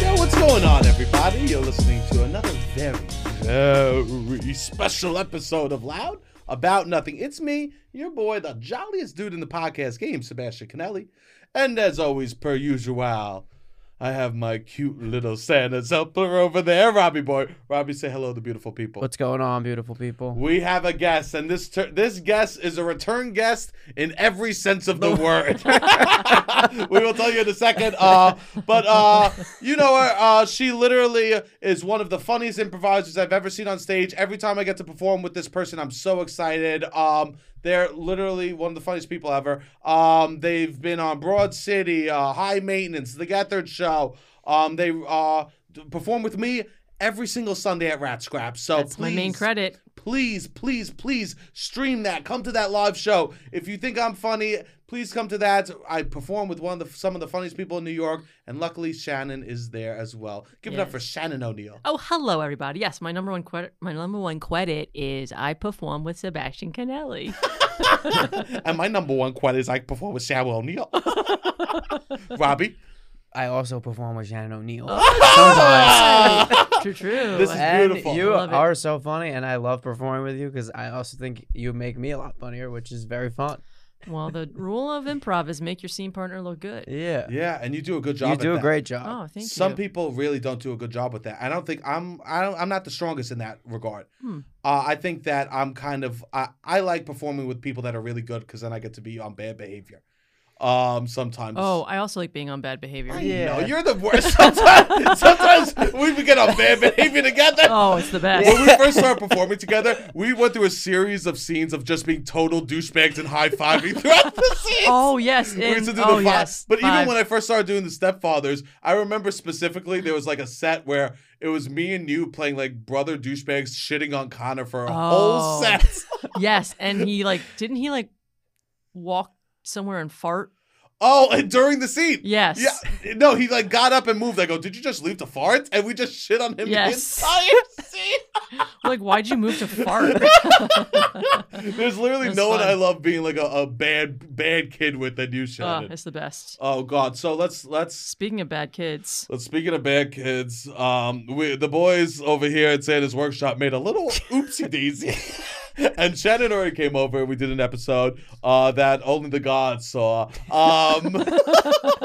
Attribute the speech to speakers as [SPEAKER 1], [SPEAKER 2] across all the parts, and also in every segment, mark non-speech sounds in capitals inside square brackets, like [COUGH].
[SPEAKER 1] Yo, what's going on, everybody? You're listening to another very, very special episode of Loud About Nothing. It's me, your boy, the jolliest dude in the podcast game, Sebastian Canelli. And as always, per usual, I have my cute little Santa's helper over there, Robbie boy. Robbie, say hello to the beautiful people.
[SPEAKER 2] What's going on, beautiful people?
[SPEAKER 1] we have a guest, and this tur this guest is a return guest in every sense of the word. [LAUGHS] we will tell you in a second. Uh, but uh, you know her. Uh, she literally is one of the funniest improvisers I've ever seen on stage. Every time I get to perform with this person, I'm so excited. Um, they're literally one of the funniest people ever. Um, they've been on Broad City, uh, High Maintenance, The Gethard Show. Um, they uh, d- perform with me every single Sunday at Rat Scrap. So
[SPEAKER 3] That's my
[SPEAKER 1] Oh,
[SPEAKER 3] main
[SPEAKER 1] please-
[SPEAKER 3] credit.
[SPEAKER 1] please, please, please stream that. Come to that live show. If you think I'm funny, please come to that. I perform with one of the some of the funniest people in New York, and luckily Shannon is there as well. Give it up
[SPEAKER 3] Yes.
[SPEAKER 1] for Shannon O'Neill.
[SPEAKER 3] Oh, hello everybody. Yes, my number one credit, my number one credit is I perform with Sebastian
[SPEAKER 1] [LAUGHS]
[SPEAKER 3] Canelli.
[SPEAKER 1] and my number one quote is I perform with Shannon O'Neill. [LAUGHS]
[SPEAKER 2] [LAUGHS]
[SPEAKER 1] Robbie,
[SPEAKER 2] I also perform with Shannon
[SPEAKER 3] [LAUGHS]
[SPEAKER 2] O'Neill.
[SPEAKER 3] true, true.
[SPEAKER 1] This is
[SPEAKER 2] And
[SPEAKER 1] beautiful.
[SPEAKER 2] you
[SPEAKER 3] Love it.
[SPEAKER 2] are so funny, and I love performing with you because I also think you make me a lot funnier, which is very fun.
[SPEAKER 3] well, the rule of improv is make your scene partner look good.
[SPEAKER 2] Yeah,
[SPEAKER 1] yeah, and you do a good job.
[SPEAKER 2] you
[SPEAKER 1] at
[SPEAKER 2] do a
[SPEAKER 1] that.
[SPEAKER 2] great job.
[SPEAKER 3] Oh, thank
[SPEAKER 1] Some
[SPEAKER 3] you.
[SPEAKER 1] people really don't do a good job with that. I don't think I'm. I don't, I'm not the strongest in that regard.
[SPEAKER 3] Hmm.
[SPEAKER 1] Uh, I think that I'm kind of. I, I like performing with people that are really good because then I get to be on bad behavior. Um, sometimes.
[SPEAKER 3] oh, I also like being on bad behavior.
[SPEAKER 1] I
[SPEAKER 2] yeah.
[SPEAKER 1] know you're the worst. [LAUGHS] Sometimes, sometimes we would get on bad behavior together.
[SPEAKER 3] Oh, it's the best.
[SPEAKER 1] When we first started performing together, we went through a series of scenes of just being total douchebags and high fiving throughout the scenes.
[SPEAKER 3] Oh yes,
[SPEAKER 1] We used
[SPEAKER 3] and-
[SPEAKER 1] to do
[SPEAKER 3] oh
[SPEAKER 1] the fi-
[SPEAKER 3] yes.
[SPEAKER 1] But even
[SPEAKER 3] five.
[SPEAKER 1] when I first started doing the stepfathers, I remember specifically there was like a set where it was me and you playing like brother douchebags shitting on Connor for a whole
[SPEAKER 3] Oh.
[SPEAKER 1] set. [LAUGHS]
[SPEAKER 3] yes, and he like didn't he like walk somewhere and fart?
[SPEAKER 1] Oh, and during the scene.
[SPEAKER 3] Yes.
[SPEAKER 1] Yeah. No, he like got up and moved. I go, did you just leave to fart? And we just shit on him
[SPEAKER 3] Yes.
[SPEAKER 1] the entire scene.
[SPEAKER 3] Like, why'd
[SPEAKER 1] [LAUGHS]
[SPEAKER 3] you move to fart?
[SPEAKER 1] There's literally
[SPEAKER 3] That's
[SPEAKER 1] no one
[SPEAKER 3] fun.
[SPEAKER 1] I love being like a, a bad bad kid with than you,
[SPEAKER 3] [LAUGHS] oh,
[SPEAKER 1] Shannon.
[SPEAKER 3] it's the best.
[SPEAKER 1] oh God. So let's let's
[SPEAKER 3] Speaking of bad kids,
[SPEAKER 1] But speaking of bad kids, um, we, the boys over here at Santa's Workshop made a
[SPEAKER 2] [LAUGHS]
[SPEAKER 1] little oopsie daisy. and Shannon already came over and we did an episode uh, that only the gods saw.
[SPEAKER 2] [LAUGHS]
[SPEAKER 1] Um,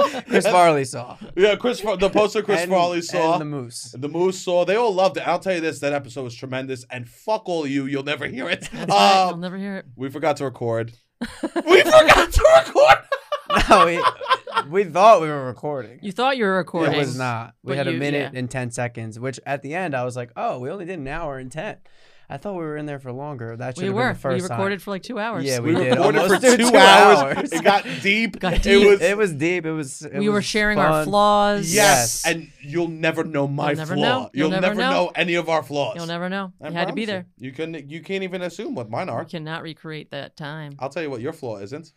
[SPEAKER 3] Oh.
[SPEAKER 1] [LAUGHS]
[SPEAKER 2] Chris Farley saw.
[SPEAKER 1] yeah, Chris, Fa- the poster Chris
[SPEAKER 2] and,
[SPEAKER 1] Farley saw.
[SPEAKER 2] and
[SPEAKER 1] [LAUGHS]
[SPEAKER 2] the moose. [LAUGHS]
[SPEAKER 1] The Moose saw. They all loved it. I'll tell you this: that episode was tremendous. And fuck all you, you'll never hear it.
[SPEAKER 2] [LAUGHS]
[SPEAKER 3] I'll
[SPEAKER 1] Um,
[SPEAKER 3] never hear it.
[SPEAKER 1] we forgot to record. [LAUGHS] we forgot to record.
[SPEAKER 2] No, we, we thought we were recording.
[SPEAKER 3] You thought you were recording.
[SPEAKER 2] It was not. We
[SPEAKER 3] But
[SPEAKER 2] had a
[SPEAKER 3] you-
[SPEAKER 2] minute
[SPEAKER 3] yeah.
[SPEAKER 2] and 10 seconds, which at the end I was like, oh, we only did an hour and 10. I thought we were in there for longer. That should
[SPEAKER 3] We
[SPEAKER 2] have
[SPEAKER 3] were.
[SPEAKER 2] been the first
[SPEAKER 3] we
[SPEAKER 2] time.
[SPEAKER 3] recorded for like two hours.
[SPEAKER 2] Yeah,
[SPEAKER 1] We,
[SPEAKER 2] We did
[SPEAKER 1] recorded for
[SPEAKER 2] almost
[SPEAKER 1] two,
[SPEAKER 2] two
[SPEAKER 1] hours.
[SPEAKER 2] hours.
[SPEAKER 1] It got deep.
[SPEAKER 3] Got
[SPEAKER 1] It
[SPEAKER 3] deep.
[SPEAKER 1] was.
[SPEAKER 2] It was deep. It was. it
[SPEAKER 3] we were
[SPEAKER 2] was
[SPEAKER 3] sharing our
[SPEAKER 2] fun.
[SPEAKER 3] flaws.
[SPEAKER 1] Yes.
[SPEAKER 2] Yes.
[SPEAKER 1] and you'll never know my
[SPEAKER 3] You'll never
[SPEAKER 1] flaw.
[SPEAKER 3] know.
[SPEAKER 1] You'll,
[SPEAKER 3] You'll
[SPEAKER 1] never,
[SPEAKER 3] never
[SPEAKER 1] know.
[SPEAKER 3] know.
[SPEAKER 1] any of our flaws.
[SPEAKER 3] You'll never know.
[SPEAKER 1] I
[SPEAKER 3] you had to be
[SPEAKER 1] promise
[SPEAKER 3] there.
[SPEAKER 1] You. You can you can't even assume what mine
[SPEAKER 3] You
[SPEAKER 1] are.
[SPEAKER 3] cannot recreate that time.
[SPEAKER 1] I'll tell you what your flaw isn't.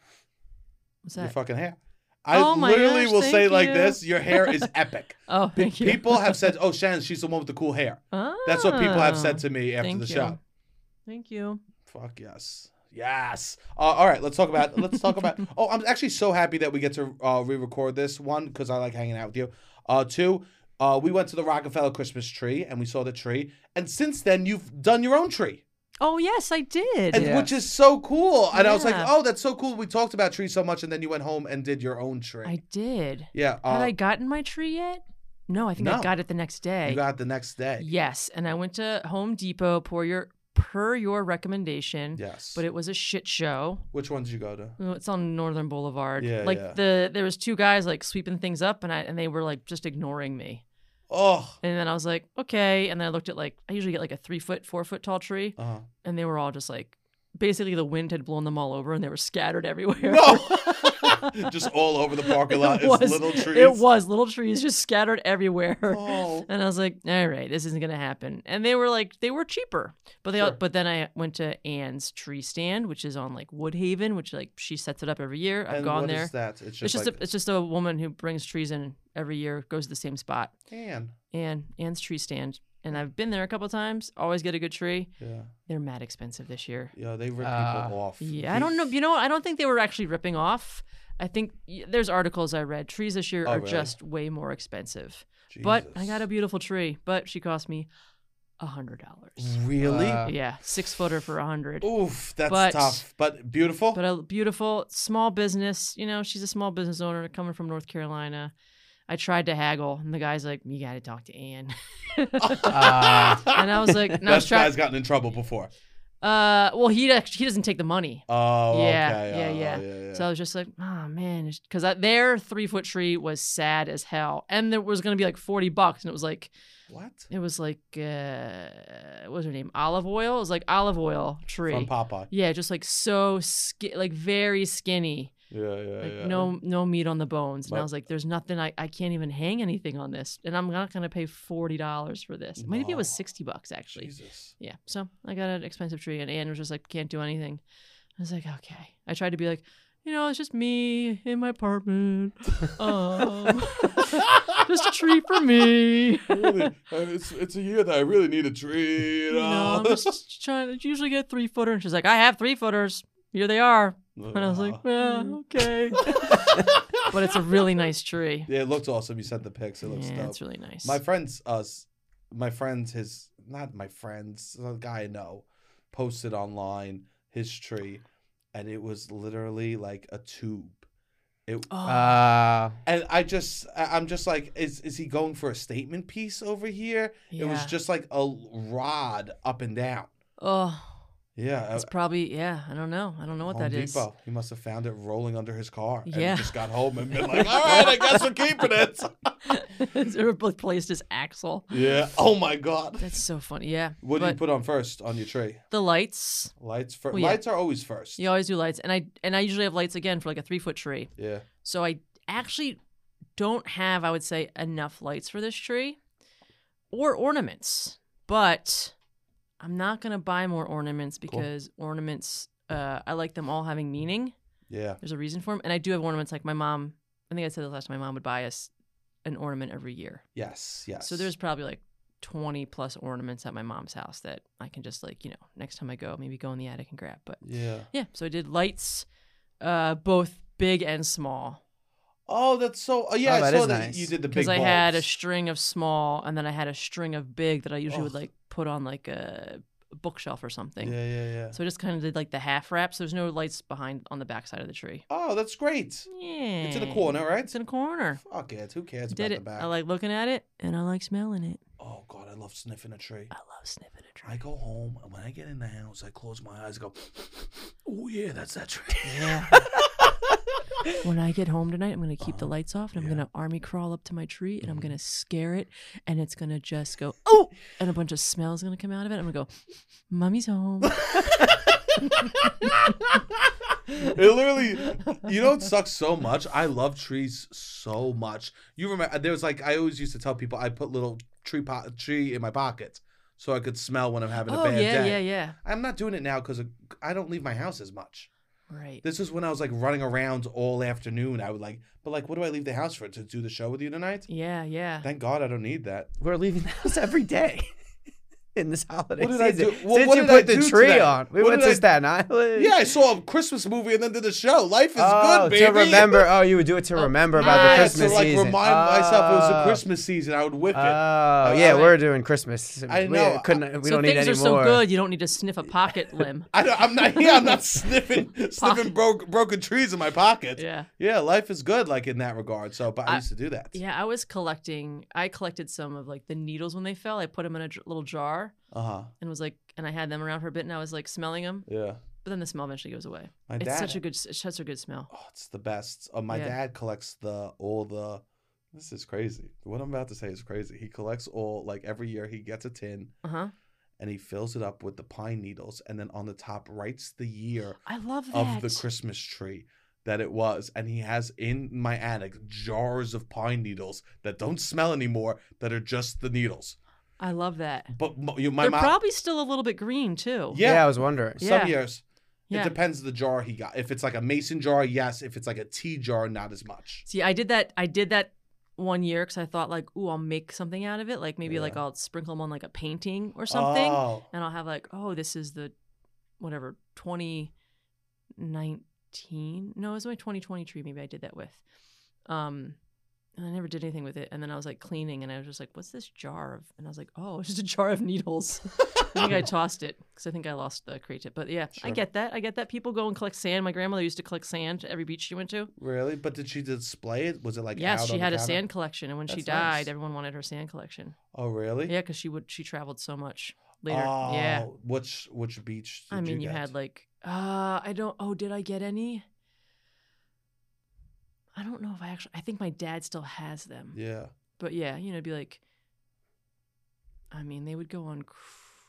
[SPEAKER 3] What's
[SPEAKER 1] Your
[SPEAKER 3] that?
[SPEAKER 1] fucking hair. I
[SPEAKER 3] Oh my
[SPEAKER 1] literally
[SPEAKER 3] gosh,
[SPEAKER 1] will say
[SPEAKER 3] thank
[SPEAKER 1] like
[SPEAKER 3] you.
[SPEAKER 1] this, your hair
[SPEAKER 3] [LAUGHS]
[SPEAKER 1] is epic.
[SPEAKER 3] Oh, thank you. [LAUGHS]
[SPEAKER 1] People have said, "Oh, Shannon, she's the one with the cool hair." That's what people have said to me after
[SPEAKER 3] Thank
[SPEAKER 1] the
[SPEAKER 3] you.
[SPEAKER 1] show.
[SPEAKER 3] Thank you.
[SPEAKER 1] Fuck yes. Yes. Uh, all right, let's talk about let's talk
[SPEAKER 3] [LAUGHS]
[SPEAKER 1] about. Oh, I'm actually so happy that we get to uh, re-record this one because I like hanging out with you. Uh, two, uh, we went to the Rockefeller Christmas tree and we saw the tree, and since then you've done your own tree,
[SPEAKER 3] Oh yes, I did.
[SPEAKER 1] and,
[SPEAKER 2] Yeah.
[SPEAKER 1] which is so cool. And I was like,
[SPEAKER 3] Yeah.
[SPEAKER 1] oh, that's so cool. We talked about trees so much, and then you went home and did your own tree.
[SPEAKER 3] I did.
[SPEAKER 1] yeah. Uh,
[SPEAKER 3] had I gotten my tree yet? No, I think
[SPEAKER 1] No.
[SPEAKER 3] I got it the next day.
[SPEAKER 1] you got it the next day.
[SPEAKER 3] yes, and I went to Home Depot per your per your recommendation.
[SPEAKER 1] Yes.
[SPEAKER 3] But it Mm. was a shit show.
[SPEAKER 1] Which one did you go to?
[SPEAKER 3] Well, It's on Northern Boulevard.
[SPEAKER 1] Yeah,
[SPEAKER 3] like
[SPEAKER 1] yeah.
[SPEAKER 3] the there was two guys like sweeping things up, and I and they were like just ignoring me.
[SPEAKER 1] Oh.
[SPEAKER 3] And then I was like, okay. And then I looked at like I usually get like a three foot, four foot tall tree,
[SPEAKER 1] Uh-huh.
[SPEAKER 3] [LAUGHS] and they were all just like basically the wind had blown them all over, and they were scattered everywhere. [LAUGHS]
[SPEAKER 1] No. [LAUGHS] Just all over the parking lot.
[SPEAKER 3] it
[SPEAKER 1] It's
[SPEAKER 3] was
[SPEAKER 1] little trees.
[SPEAKER 3] it was little trees just scattered everywhere.
[SPEAKER 1] Oh.
[SPEAKER 3] [LAUGHS] And I was like, all right, this isn't gonna happen. And they were like, they were cheaper, but they
[SPEAKER 1] Sure.
[SPEAKER 3] but then I went to Anne's Tree Stand, which is on like Woodhaven, which like she sets it up every year. I've
[SPEAKER 1] and
[SPEAKER 3] gone
[SPEAKER 1] what
[SPEAKER 3] there.
[SPEAKER 1] is that? It's just,
[SPEAKER 3] it's just
[SPEAKER 1] like,
[SPEAKER 3] a, it's just a woman who brings trees in every year, goes to the same spot.
[SPEAKER 1] Anne.
[SPEAKER 3] And Anne's tree stand. and I've been there a couple times. Always get a good tree.
[SPEAKER 1] Yeah.
[SPEAKER 3] They're mad expensive this year.
[SPEAKER 1] Yeah, they rip
[SPEAKER 2] Ah.
[SPEAKER 1] people off.
[SPEAKER 3] Uh, Yeah, I don't know. You know, what? I don't think they were actually ripping off. I think y- there's articles I read. Trees this year
[SPEAKER 1] Oh,
[SPEAKER 3] are
[SPEAKER 1] really?
[SPEAKER 3] just way more expensive. But I got a
[SPEAKER 1] Jesus.
[SPEAKER 3] beautiful tree, but she cost me a hundred dollars.
[SPEAKER 1] Really?
[SPEAKER 2] Wow.
[SPEAKER 3] Yeah, six footer for a hundred.
[SPEAKER 1] Oof, that's
[SPEAKER 3] Uh, But-
[SPEAKER 1] tough. But beautiful.
[SPEAKER 3] But a beautiful small business. You know, she's a small business owner coming from North Carolina. I tried to haggle, and the guy's like, "You got to talk to Anne,"
[SPEAKER 2] Uh,
[SPEAKER 3] and I
[SPEAKER 1] [LAUGHS]
[SPEAKER 3] was like, "No, I was
[SPEAKER 1] Best
[SPEAKER 3] trying."
[SPEAKER 1] guy's gotten in trouble before.
[SPEAKER 3] Uh, well, he actually, he doesn't take the money.
[SPEAKER 1] Oh,
[SPEAKER 3] Yeah,
[SPEAKER 1] okay.
[SPEAKER 3] yeah,
[SPEAKER 1] oh,
[SPEAKER 3] yeah.
[SPEAKER 1] yeah, yeah.
[SPEAKER 3] So I was just like, oh man, because their three foot tree was sad as hell, and there was gonna be like forty bucks, and it was like,
[SPEAKER 1] what?
[SPEAKER 3] it was like, uh, what was her name? Olive oil. It was like olive oil tree.
[SPEAKER 1] From Popeye.
[SPEAKER 3] yeah, just like so skin, like very skinny,
[SPEAKER 1] Yeah, yeah,
[SPEAKER 3] like
[SPEAKER 1] yeah.
[SPEAKER 3] no no meat on the bones. And
[SPEAKER 1] But-
[SPEAKER 3] I was like, there's nothing I I can't even hang anything on this, and I'm not gonna pay forty dollars for this. Maybe it was
[SPEAKER 1] No.
[SPEAKER 3] sixty bucks actually. [LAUGHS]
[SPEAKER 1] Jesus.
[SPEAKER 3] Yeah. So I got an expensive tree, and Anne was just like, can't do anything. I was like, okay. I tried to be like, you know, it's just me in my apartment. Um, [LAUGHS] just a tree
[SPEAKER 1] [LAUGHS]
[SPEAKER 3] for me.
[SPEAKER 1] really, uh, it's, it's a year that I really need a Oh. tree. You
[SPEAKER 3] You know,
[SPEAKER 1] know? [LAUGHS]
[SPEAKER 3] I'm just trying to usually get a three footer. And she's like, I have three footers. Here they are. And I was like,
[SPEAKER 1] Uh,
[SPEAKER 3] yeah, okay. but it's a really nice tree.
[SPEAKER 1] [LAUGHS] yeah, it looks awesome. You sent the pics. It looks
[SPEAKER 3] yeah,
[SPEAKER 1] dope.
[SPEAKER 3] it's really nice.
[SPEAKER 1] My friends, us, my friends, his not my friends, a guy I know, posted online his tree, and it was literally like a tube. It
[SPEAKER 2] [LAUGHS]
[SPEAKER 3] oh,
[SPEAKER 2] Uh,
[SPEAKER 1] and I just I- I'm just like, is is he going for a statement piece over here? It was
[SPEAKER 3] yeah.
[SPEAKER 1] just like a l- rod up and down.
[SPEAKER 3] Oh,
[SPEAKER 1] Yeah,
[SPEAKER 3] it's
[SPEAKER 1] uh,
[SPEAKER 3] probably yeah. I don't know. I don't know what
[SPEAKER 1] Home
[SPEAKER 3] that is. [LAUGHS]
[SPEAKER 1] Depot. He must have found it rolling under his car.
[SPEAKER 3] Yeah.
[SPEAKER 1] and just got home and
[SPEAKER 3] [LAUGHS]
[SPEAKER 1] been like, all right, I guess we're keeping it. [LAUGHS]
[SPEAKER 3] it replaced his axle.
[SPEAKER 1] Yeah. Oh my God.
[SPEAKER 3] That's so funny. Yeah.
[SPEAKER 1] What do you
[SPEAKER 3] But-
[SPEAKER 1] put on first on your tree?
[SPEAKER 3] The lights.
[SPEAKER 1] Lights first.
[SPEAKER 3] Well, yeah.
[SPEAKER 1] Lights are always first.
[SPEAKER 3] You always do lights. And I and I usually have lights again for like a three foot tree.
[SPEAKER 1] Yeah.
[SPEAKER 3] So I actually don't have, I would say, enough lights for this tree. Or ornaments. But I'm not gonna buy more ornaments
[SPEAKER 1] Cool.
[SPEAKER 3] because ornaments uh, I like them all having meaning.
[SPEAKER 1] Yeah.
[SPEAKER 3] There's a reason for them. And I do have ornaments like my mom I think I said this last time my mom would buy us an ornament every year.
[SPEAKER 1] Yes. Yes.
[SPEAKER 3] So there's probably like 20 plus ornaments at my mom's house that I can just like, you know, next time I go, maybe go in the attic and grab. But
[SPEAKER 1] Yeah.
[SPEAKER 3] yeah, so I did lights, uh, both big and small.
[SPEAKER 1] Oh, that's so. Oh, yeah,
[SPEAKER 2] Oh,
[SPEAKER 1] I
[SPEAKER 2] that
[SPEAKER 1] saw
[SPEAKER 2] is
[SPEAKER 1] that
[SPEAKER 2] nice.
[SPEAKER 1] you did the big.
[SPEAKER 3] Because I had a
[SPEAKER 1] bulbs.
[SPEAKER 3] string of small and then I had a string of big that I usually would
[SPEAKER 1] Ugh.
[SPEAKER 3] like put on like a bookshelf or
[SPEAKER 1] Yeah,
[SPEAKER 3] something.
[SPEAKER 1] yeah, yeah.
[SPEAKER 3] So I just kind of did like the half wrap. So there's no lights behind on the backside of the tree.
[SPEAKER 1] Oh, that's great.
[SPEAKER 3] Yeah.
[SPEAKER 1] It's in a corner, right?
[SPEAKER 3] It's in a corner.
[SPEAKER 1] Fuck it. Who cares
[SPEAKER 3] did
[SPEAKER 1] about
[SPEAKER 3] it.
[SPEAKER 1] the back?
[SPEAKER 3] I like looking at it and I like smelling it.
[SPEAKER 1] oh God, I love sniffing a tree.
[SPEAKER 3] I love sniffing a tree.
[SPEAKER 1] [LAUGHS] I go home and when I get in the house, I close my eyes. and Go. [LAUGHS] Oh yeah, that's that tree.
[SPEAKER 3] Yeah. when I get home tonight, I'm gonna keep the
[SPEAKER 1] Uh-huh.
[SPEAKER 3] lights off and I'm
[SPEAKER 1] Yeah.
[SPEAKER 3] gonna army crawl up to my tree and I'm
[SPEAKER 1] Mhm.
[SPEAKER 3] gonna scare it and it's gonna just go oh and a bunch of smells gonna come out of it. I'm gonna go, Mommy's home.
[SPEAKER 1] [LAUGHS] it literally, you know, it sucks so much. I love trees so much. You remember there was like I always used to tell people I put little tree pot tree in my pocket so I could smell when I'm having a
[SPEAKER 3] oh
[SPEAKER 1] bad
[SPEAKER 3] yeah,
[SPEAKER 1] day.
[SPEAKER 3] yeah, yeah.
[SPEAKER 1] I'm not doing it now because I don't leave my house as much.
[SPEAKER 3] Right.
[SPEAKER 1] This is when I was like running around all afternoon. I would like, but like, what do I leave the house for? To do the show with you tonight?
[SPEAKER 3] yeah, yeah.
[SPEAKER 1] Thank God I don't need that.
[SPEAKER 2] we're leaving the house every day [LAUGHS] in this holiday
[SPEAKER 1] What did I
[SPEAKER 2] season.
[SPEAKER 1] do- well,
[SPEAKER 2] Since
[SPEAKER 1] what
[SPEAKER 2] you
[SPEAKER 1] did I
[SPEAKER 2] put the
[SPEAKER 1] do
[SPEAKER 2] tree
[SPEAKER 1] today?
[SPEAKER 2] on, we
[SPEAKER 1] What
[SPEAKER 2] went
[SPEAKER 1] did
[SPEAKER 2] to
[SPEAKER 1] I-
[SPEAKER 2] Staten Island.
[SPEAKER 1] Yeah, I saw a Christmas movie and then did the show. Life is
[SPEAKER 2] oh,
[SPEAKER 1] good, baby.
[SPEAKER 2] to remember. Oh, you would do it to
[SPEAKER 3] Oh,
[SPEAKER 2] remember about
[SPEAKER 1] Yeah,
[SPEAKER 2] the
[SPEAKER 3] nice.
[SPEAKER 2] Christmas
[SPEAKER 1] to like
[SPEAKER 2] season.
[SPEAKER 1] remind myself it was
[SPEAKER 2] Oh.
[SPEAKER 1] a Christmas season. I would whip
[SPEAKER 2] Oh,
[SPEAKER 1] it.
[SPEAKER 2] yeah,
[SPEAKER 1] I-
[SPEAKER 2] we're doing Christmas.
[SPEAKER 1] I
[SPEAKER 2] We
[SPEAKER 1] know.
[SPEAKER 2] couldn't. We
[SPEAKER 3] so
[SPEAKER 2] don't need
[SPEAKER 3] things
[SPEAKER 2] any
[SPEAKER 3] are so
[SPEAKER 2] more.
[SPEAKER 3] good you don't need to sniff a
[SPEAKER 1] [LAUGHS]
[SPEAKER 3] pocket limb.
[SPEAKER 1] I don't, I'm not. Yeah, I'm
[SPEAKER 2] [LAUGHS]
[SPEAKER 1] not sniffing sniffing broke, broken trees in my pocket. Yeah.
[SPEAKER 3] Yeah.
[SPEAKER 1] life is good, like in that regard. So, but I,
[SPEAKER 3] I-
[SPEAKER 1] used to do that.
[SPEAKER 3] Yeah, I was collecting I collected some of like the needles when they fell. I put them in a j- little jar
[SPEAKER 1] Uh huh.
[SPEAKER 3] and was like and I had them around for a bit and I was like smelling them,
[SPEAKER 1] Yeah.
[SPEAKER 3] but then the smell eventually goes away.
[SPEAKER 1] My
[SPEAKER 3] It's
[SPEAKER 1] dad.
[SPEAKER 3] such a good it's such a good smell.
[SPEAKER 1] Oh, it's the best. Uh, my
[SPEAKER 3] Yeah.
[SPEAKER 1] dad collects the all the. This is crazy. What I'm about to say is crazy. He collects all like every year. He gets a tin
[SPEAKER 3] Uh-huh.
[SPEAKER 1] and he fills it up with the pine needles, and then on the top writes the
[SPEAKER 3] [GASPS]
[SPEAKER 1] year
[SPEAKER 3] I love that.
[SPEAKER 1] of the Christmas tree that it was. And he has in my attic jars of pine needles that don't smell anymore, that are just the needles.
[SPEAKER 3] I love that.
[SPEAKER 1] But mo- you, my
[SPEAKER 3] Uh, They're
[SPEAKER 1] mom,
[SPEAKER 3] probably still a little bit green too.
[SPEAKER 1] yeah,
[SPEAKER 2] I was wondering.
[SPEAKER 3] Yeah.
[SPEAKER 1] some years. It
[SPEAKER 3] Yeah.
[SPEAKER 1] depends the jar he got. If it's like a mason jar, yes. If it's like a tea jar, not as much.
[SPEAKER 3] See, I did that. I did that one year because I thought like, ooh, I'll make something out of it. Like maybe like
[SPEAKER 2] Yeah.
[SPEAKER 3] I'll sprinkle them on like a painting or something,
[SPEAKER 1] Oh.
[SPEAKER 3] and I'll have like, oh, this is the whatever 2019. No, it was my 2020 tree. Maybe I did that with. Um, and I never did anything with it. And then I was like cleaning, and I was just like, what's this jar of? And I was like, oh, it's just a jar of needles. [LAUGHS] I think I tossed it because I think I lost the creative. But yeah, I
[SPEAKER 1] Sure.
[SPEAKER 3] get that. I get that. People go and collect sand. My grandmother used to collect sand every beach she went to.
[SPEAKER 1] Really? But did she display it? Was it like
[SPEAKER 3] yes,
[SPEAKER 1] out
[SPEAKER 3] she
[SPEAKER 1] on the
[SPEAKER 3] had a
[SPEAKER 1] counter?
[SPEAKER 3] sand collection, and when she
[SPEAKER 1] That's
[SPEAKER 3] died,
[SPEAKER 1] nice.
[SPEAKER 3] everyone wanted her sand collection.
[SPEAKER 1] Oh, really?
[SPEAKER 3] Yeah, because she would she traveled so much later.
[SPEAKER 1] Oh,
[SPEAKER 3] yeah,
[SPEAKER 1] Which which beach? Did
[SPEAKER 3] I mean,
[SPEAKER 1] you,
[SPEAKER 3] you,
[SPEAKER 1] get?
[SPEAKER 3] had like uh, I don't. Oh, did I get any? I don't know if I actually. I think my dad still has them.
[SPEAKER 1] Yeah.
[SPEAKER 3] But yeah, you know, it'd be like. I mean, they would go on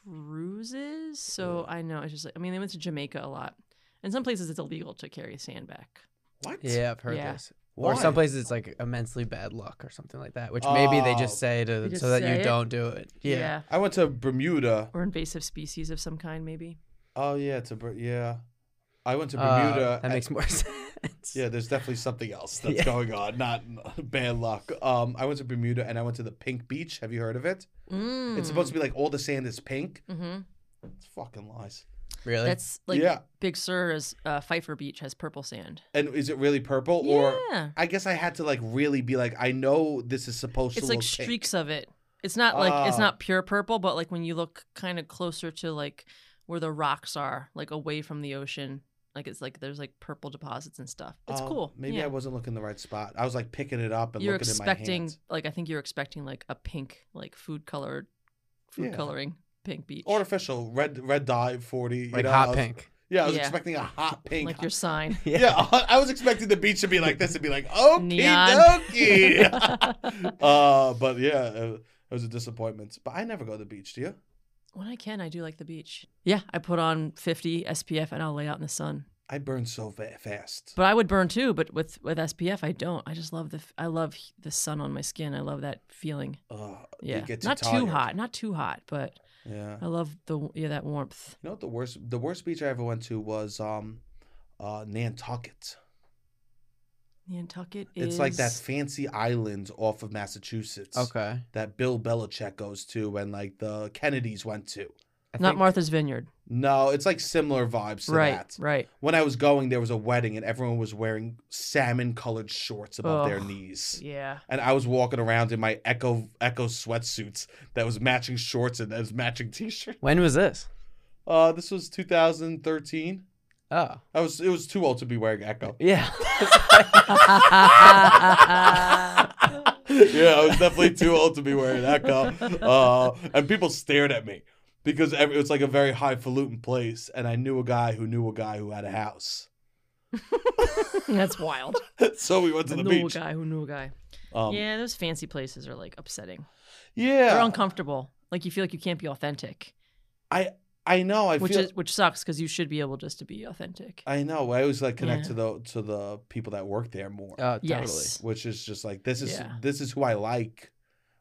[SPEAKER 3] cruises, so I know it's just like I mean, they went to Jamaica a lot, and some places it's illegal to carry sand back.
[SPEAKER 1] What?
[SPEAKER 2] Yeah, I've heard
[SPEAKER 3] Yeah.
[SPEAKER 2] this.
[SPEAKER 1] Why?
[SPEAKER 2] Or some places it's like immensely bad luck or something like that, which maybe they
[SPEAKER 1] Oh.
[SPEAKER 2] just say
[SPEAKER 3] They
[SPEAKER 2] to
[SPEAKER 3] just
[SPEAKER 2] so that
[SPEAKER 3] say
[SPEAKER 2] you
[SPEAKER 3] it?
[SPEAKER 2] don't do it. Yeah.
[SPEAKER 1] I went to Bermuda.
[SPEAKER 3] or invasive species of some kind, maybe.
[SPEAKER 1] Oh yeah, to Ber- yeah. I went to
[SPEAKER 2] Uh,
[SPEAKER 1] Bermuda.
[SPEAKER 2] that
[SPEAKER 1] at-
[SPEAKER 2] makes more [LAUGHS] sense.
[SPEAKER 1] [LAUGHS] yeah, there's definitely something else that's
[SPEAKER 2] Yeah.
[SPEAKER 1] going on. Not [LAUGHS] bad luck. Um, I went to Bermuda and I went to the Pink Beach. Have you heard of it?
[SPEAKER 3] Hmm.
[SPEAKER 1] It's supposed to be like all the sand is pink.
[SPEAKER 3] Mm-hmm.
[SPEAKER 1] It's fucking lies.
[SPEAKER 2] Really?
[SPEAKER 3] That's like
[SPEAKER 1] yeah.
[SPEAKER 3] Big Sur is uh, Pfeiffer Beach has purple sand.
[SPEAKER 1] And is it really purple or?
[SPEAKER 3] yeah,
[SPEAKER 1] I guess I had to like really be like, I know this is supposed
[SPEAKER 3] it's
[SPEAKER 1] to
[SPEAKER 3] like
[SPEAKER 1] look pink.
[SPEAKER 3] streaks of it. It's not like it's
[SPEAKER 1] Oh.
[SPEAKER 3] not pure purple, but like when you look kind of closer to like where the rocks are, like away from the ocean, like it's like there's like purple deposits and stuff. It's
[SPEAKER 1] Oh,
[SPEAKER 3] cool.
[SPEAKER 1] Maybe
[SPEAKER 3] yeah.
[SPEAKER 1] I wasn't looking in the right spot. I was like picking it up and
[SPEAKER 3] You're
[SPEAKER 1] looking in my
[SPEAKER 3] expecting
[SPEAKER 1] hands.
[SPEAKER 3] like I think you're expecting like a pink like food colored,
[SPEAKER 1] Yeah.
[SPEAKER 3] food coloring pink beach,
[SPEAKER 1] Artificial red red dye forty. you
[SPEAKER 2] like
[SPEAKER 1] know, I
[SPEAKER 2] hot
[SPEAKER 1] was-
[SPEAKER 2] pink.
[SPEAKER 1] Yeah, I was
[SPEAKER 3] Yeah.
[SPEAKER 1] expecting a hot pink.
[SPEAKER 3] like your sign.
[SPEAKER 1] [LAUGHS] yeah. I was expecting the beach to be like this and be like, okie
[SPEAKER 3] Neon.
[SPEAKER 1] dokie.
[SPEAKER 3] [LAUGHS]
[SPEAKER 1] uh, but yeah, uh, it was a disappointment. But I never go to the beach, do you?
[SPEAKER 3] When I can, I do like the beach. Yeah, I put on 50 SPF and I'll lay out in the sun.
[SPEAKER 1] I burn so fa- fast.
[SPEAKER 3] But I would burn too. But with with SPF, I don't. I just love the f- I love h- the sun on my skin. I love that feeling.
[SPEAKER 1] Uh,
[SPEAKER 3] Yeah,
[SPEAKER 1] you get too
[SPEAKER 3] not too
[SPEAKER 1] tired.
[SPEAKER 3] hot, not too hot, but
[SPEAKER 1] Yeah.
[SPEAKER 3] I love the w- yeah that warmth.
[SPEAKER 1] You know what the worst the worst beach I ever went to was um uh Nantucket.
[SPEAKER 3] Nantucket is
[SPEAKER 1] It's like that fancy island off of Massachusetts
[SPEAKER 2] Okay.
[SPEAKER 1] that Bill Belichick goes to and like the Kennedys went to.
[SPEAKER 2] I
[SPEAKER 3] not
[SPEAKER 2] think-
[SPEAKER 3] Martha's Vineyard,
[SPEAKER 1] No, it's like similar vibes to
[SPEAKER 3] right?
[SPEAKER 1] that.
[SPEAKER 3] Right.
[SPEAKER 1] When I was going, there was a wedding and everyone was wearing salmon colored shorts above their
[SPEAKER 3] Ugh.
[SPEAKER 1] knees.
[SPEAKER 3] [LAUGHS] Yeah.
[SPEAKER 1] And I was walking around in my Echo Echo sweatsuits that was matching shorts and that was matching t shirt.
[SPEAKER 2] When was this?
[SPEAKER 1] Uh this was 2013.
[SPEAKER 2] Oh.
[SPEAKER 1] I was it was too old to be wearing Echo.
[SPEAKER 3] [LAUGHS]
[SPEAKER 2] Yeah.
[SPEAKER 1] yeah, I was definitely too old to be wearing Echo. Uh, and people stared at me because every, it was like a very highfalutin place. And I knew a guy who knew a guy who had a house. [LAUGHS]
[SPEAKER 3] That's wild.
[SPEAKER 1] so we went [LAUGHS] to
[SPEAKER 3] I
[SPEAKER 1] the
[SPEAKER 3] knew
[SPEAKER 1] beach.
[SPEAKER 3] a guy who knew a guy.
[SPEAKER 1] Um,
[SPEAKER 3] yeah, those fancy places are like upsetting. They're
[SPEAKER 1] yeah,
[SPEAKER 3] uncomfortable. Like you feel like you can't be authentic,
[SPEAKER 1] I know. I
[SPEAKER 3] which
[SPEAKER 1] feel.
[SPEAKER 3] is which sucks because you should be able just to be authentic.
[SPEAKER 1] I know. I always like connect
[SPEAKER 3] Yeah.
[SPEAKER 1] to the to the people that work there more,
[SPEAKER 2] oh, totally.
[SPEAKER 3] Yes.
[SPEAKER 1] which is just like this is
[SPEAKER 3] Yeah.
[SPEAKER 1] this is who I like,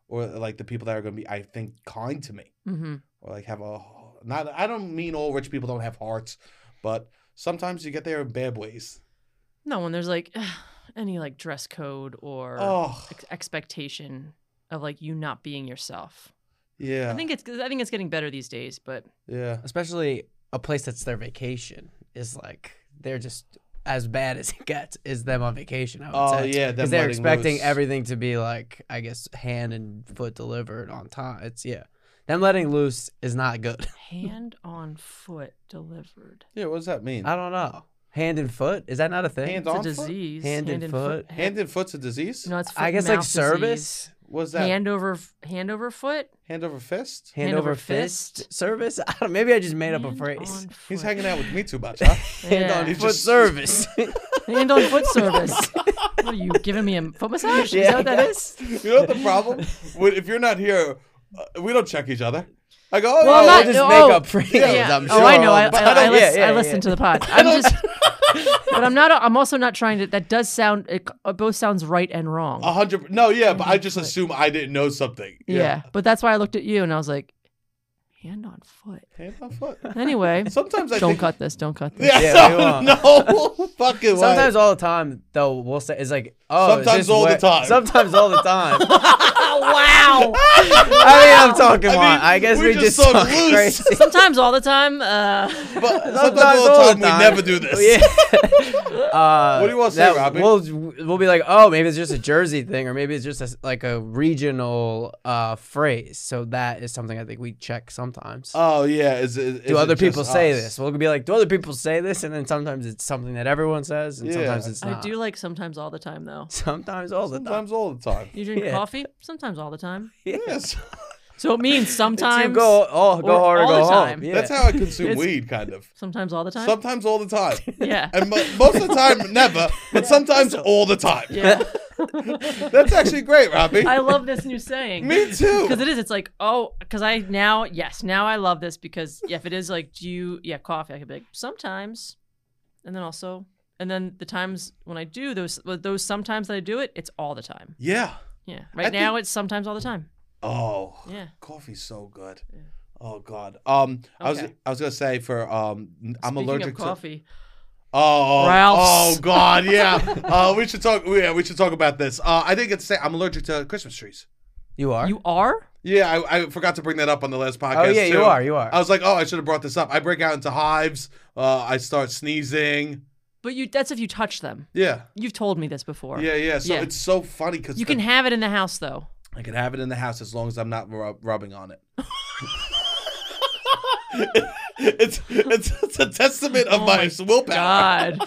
[SPEAKER 1] or like the people that are going to be I think kind to me.
[SPEAKER 3] Mm-hmm.
[SPEAKER 1] or like have a not I don't mean all rich people don't have hearts, but sometimes you get there in bad ways.
[SPEAKER 3] No, when there's like [SIGHS] any like dress code or
[SPEAKER 1] Oh
[SPEAKER 3] ex- expectation of like you not being yourself.
[SPEAKER 1] yeah.
[SPEAKER 3] I think it's I think it's getting better these days, but
[SPEAKER 1] yeah.
[SPEAKER 2] Especially a place that's their vacation is like they're just as bad as it gets is them on vacation. I would
[SPEAKER 1] Oh
[SPEAKER 2] say.
[SPEAKER 1] yeah, them
[SPEAKER 2] because they're
[SPEAKER 1] letting
[SPEAKER 2] expecting
[SPEAKER 1] loose.
[SPEAKER 2] everything to be like I guess hand and foot delivered on time. It's yeah, them letting loose is not good. [LAUGHS]
[SPEAKER 3] hand on foot delivered.
[SPEAKER 1] Yeah, what does that mean?
[SPEAKER 2] I don't know. Hand and foot is that not a thing?
[SPEAKER 1] Hand
[SPEAKER 3] It's
[SPEAKER 1] on
[SPEAKER 3] a
[SPEAKER 1] foot?
[SPEAKER 3] disease.
[SPEAKER 2] Hand and foot?
[SPEAKER 3] ha-
[SPEAKER 1] Hand and foot's a disease.
[SPEAKER 3] No, it's foot
[SPEAKER 2] I
[SPEAKER 3] and
[SPEAKER 2] guess like
[SPEAKER 3] mouth
[SPEAKER 2] service,
[SPEAKER 3] disease.
[SPEAKER 1] What is that hand,
[SPEAKER 3] Hand over f- hand over foot.
[SPEAKER 1] over fist?
[SPEAKER 2] hand, over fist, service. [LAUGHS] I don't, maybe I just made up a
[SPEAKER 3] Hand
[SPEAKER 2] phrase.
[SPEAKER 3] on
[SPEAKER 1] He's
[SPEAKER 3] foot.
[SPEAKER 1] hanging out with me too much, huh? [LAUGHS]
[SPEAKER 2] Hand
[SPEAKER 3] Yeah.
[SPEAKER 2] on
[SPEAKER 1] He
[SPEAKER 2] foot
[SPEAKER 1] just-
[SPEAKER 2] service.
[SPEAKER 3] [LAUGHS] hand on foot service. what are you giving me a foot massage? Is
[SPEAKER 2] Yeah,
[SPEAKER 3] that what that [LAUGHS] is?
[SPEAKER 1] you know what the problem? When, if you're not here, uh, we don't check each other. I go, oh,
[SPEAKER 3] Well, I'm
[SPEAKER 1] yeah, we'll
[SPEAKER 2] we'll just
[SPEAKER 3] not-
[SPEAKER 1] just-
[SPEAKER 3] no,
[SPEAKER 2] make
[SPEAKER 3] oh,
[SPEAKER 2] up phrases.
[SPEAKER 1] yeah.
[SPEAKER 2] I'm sure.
[SPEAKER 3] oh, I know. I, I,
[SPEAKER 2] but
[SPEAKER 3] I,
[SPEAKER 2] don't-
[SPEAKER 3] lis-
[SPEAKER 2] yeah, yeah,
[SPEAKER 3] I listen
[SPEAKER 2] yeah.
[SPEAKER 3] to the pod. I'm just, but I'm not. I'm also not trying to. That does sound. It uh, both sounds right and wrong.
[SPEAKER 1] a hundred. No, yeah, but I just
[SPEAKER 3] Right.
[SPEAKER 1] assume I didn't know something.
[SPEAKER 3] yeah. But that's why I looked at you and I was like, hand on foot.
[SPEAKER 1] Hand on foot.
[SPEAKER 3] Anyway,
[SPEAKER 1] [LAUGHS] Sometimes I
[SPEAKER 3] don't
[SPEAKER 1] think,
[SPEAKER 3] cut this. Don't cut this.
[SPEAKER 1] [LAUGHS] Yeah,
[SPEAKER 2] Yeah, we
[SPEAKER 1] so-
[SPEAKER 2] won't.
[SPEAKER 1] no, [LAUGHS] fucking way.
[SPEAKER 2] Sometimes all the time though we'll say it's like oh is
[SPEAKER 1] Sometimes
[SPEAKER 2] this
[SPEAKER 1] all the
[SPEAKER 2] wet?
[SPEAKER 1] time.
[SPEAKER 2] [LAUGHS] Sometimes all the time.
[SPEAKER 3] [LAUGHS] wow.
[SPEAKER 2] I mean I'm talking
[SPEAKER 1] I
[SPEAKER 2] I,
[SPEAKER 1] mean,
[SPEAKER 2] I guess
[SPEAKER 1] we
[SPEAKER 2] we,
[SPEAKER 1] just
[SPEAKER 2] just,
[SPEAKER 1] so
[SPEAKER 2] talk
[SPEAKER 1] loose. [LAUGHS]
[SPEAKER 2] crazy.
[SPEAKER 3] [LAUGHS]
[SPEAKER 2] [LAUGHS]
[SPEAKER 3] Sometimes, all the time. Uh,
[SPEAKER 1] But sometimes all the time, we never do this.
[SPEAKER 2] Yeah. Uh,
[SPEAKER 1] What do you wanna say,
[SPEAKER 2] that-
[SPEAKER 1] Robbie?
[SPEAKER 2] We'll we'll be like, oh, maybe it's just a Jersey thing, or maybe it's just a s like a regional uh, phrase. So that is something I think we check sometimes.
[SPEAKER 1] Oh yeah. Is, is, is
[SPEAKER 2] do
[SPEAKER 1] it
[SPEAKER 2] other
[SPEAKER 1] just
[SPEAKER 2] people say
[SPEAKER 1] us?
[SPEAKER 2] this? We'll be like, do other people say this? And then sometimes it's something that everyone says, and sometimes
[SPEAKER 1] Yeah.
[SPEAKER 2] it's
[SPEAKER 3] I
[SPEAKER 2] not.
[SPEAKER 3] do like sometimes all the time though.
[SPEAKER 2] Sometimes all the time. [LAUGHS]
[SPEAKER 1] Sometimes all the time.
[SPEAKER 3] You drink
[SPEAKER 2] Yeah.
[SPEAKER 3] coffee sometimes all the time. [LAUGHS]
[SPEAKER 1] Yes.
[SPEAKER 3] So it means
[SPEAKER 2] It's
[SPEAKER 3] sometimes.
[SPEAKER 2] you go, oh, go
[SPEAKER 3] or
[SPEAKER 2] hard or
[SPEAKER 3] all
[SPEAKER 2] go
[SPEAKER 3] the
[SPEAKER 2] home.
[SPEAKER 3] time.
[SPEAKER 2] Yeah.
[SPEAKER 1] That's how I consume
[SPEAKER 3] It's-
[SPEAKER 1] weed, kind of.
[SPEAKER 3] Sometimes all the time.
[SPEAKER 1] Sometimes all the time. [LAUGHS]
[SPEAKER 3] yeah.
[SPEAKER 1] And mo- most of the time, never, but sometimes all the time. [LAUGHS]
[SPEAKER 3] [LAUGHS] Yeah.
[SPEAKER 1] That's actually great, Robbie.
[SPEAKER 3] I love this new saying.
[SPEAKER 1] Me too.
[SPEAKER 3] Because it is. It's like, oh, because I now, yes, now I love this because yeah, if it is like, do you, yeah, coffee, I could be like, sometimes. And then also, and then the times when I do those, those sometimes that I do it, it's all the time.
[SPEAKER 1] Yeah.
[SPEAKER 3] Yeah.
[SPEAKER 1] I
[SPEAKER 3] Right now, it's sometimes all the time.
[SPEAKER 1] Oh.
[SPEAKER 3] Yeah.
[SPEAKER 1] Coffee's so good.
[SPEAKER 3] Yeah.
[SPEAKER 1] Oh God. Um, I was
[SPEAKER 3] Okay.
[SPEAKER 1] I was gonna say for um, n- I'm
[SPEAKER 3] Speaking
[SPEAKER 1] allergic
[SPEAKER 3] of
[SPEAKER 1] to.
[SPEAKER 3] coffee.
[SPEAKER 1] Oh,
[SPEAKER 3] Ralph's.
[SPEAKER 1] oh God,
[SPEAKER 3] [LAUGHS]
[SPEAKER 1] yeah. uh, we should talk. Yeah, we should talk about this. Uh, I didn't get to say I'm allergic to Christmas trees.
[SPEAKER 2] You are.
[SPEAKER 3] You are?
[SPEAKER 1] Yeah, I, I forgot to bring that up on the last podcast.
[SPEAKER 2] oh yeah, you
[SPEAKER 1] too.
[SPEAKER 2] are. You are.
[SPEAKER 1] I was like, oh, I should have brought this up. I break out into hives. Uh, I start sneezing.
[SPEAKER 3] But you that's if you touch them.
[SPEAKER 1] Yeah,
[SPEAKER 3] You've told me this before.
[SPEAKER 1] yeah, yeah. So
[SPEAKER 3] Yeah.
[SPEAKER 1] it's so funny because
[SPEAKER 3] You can have it in the house
[SPEAKER 2] [LAUGHS]
[SPEAKER 3] though.
[SPEAKER 1] I can have it in the house as long as I'm not rub- rubbing on it. [LAUGHS] it's, it's it's a testament of
[SPEAKER 3] Oh
[SPEAKER 1] my,
[SPEAKER 3] my
[SPEAKER 1] willpower.
[SPEAKER 3] God.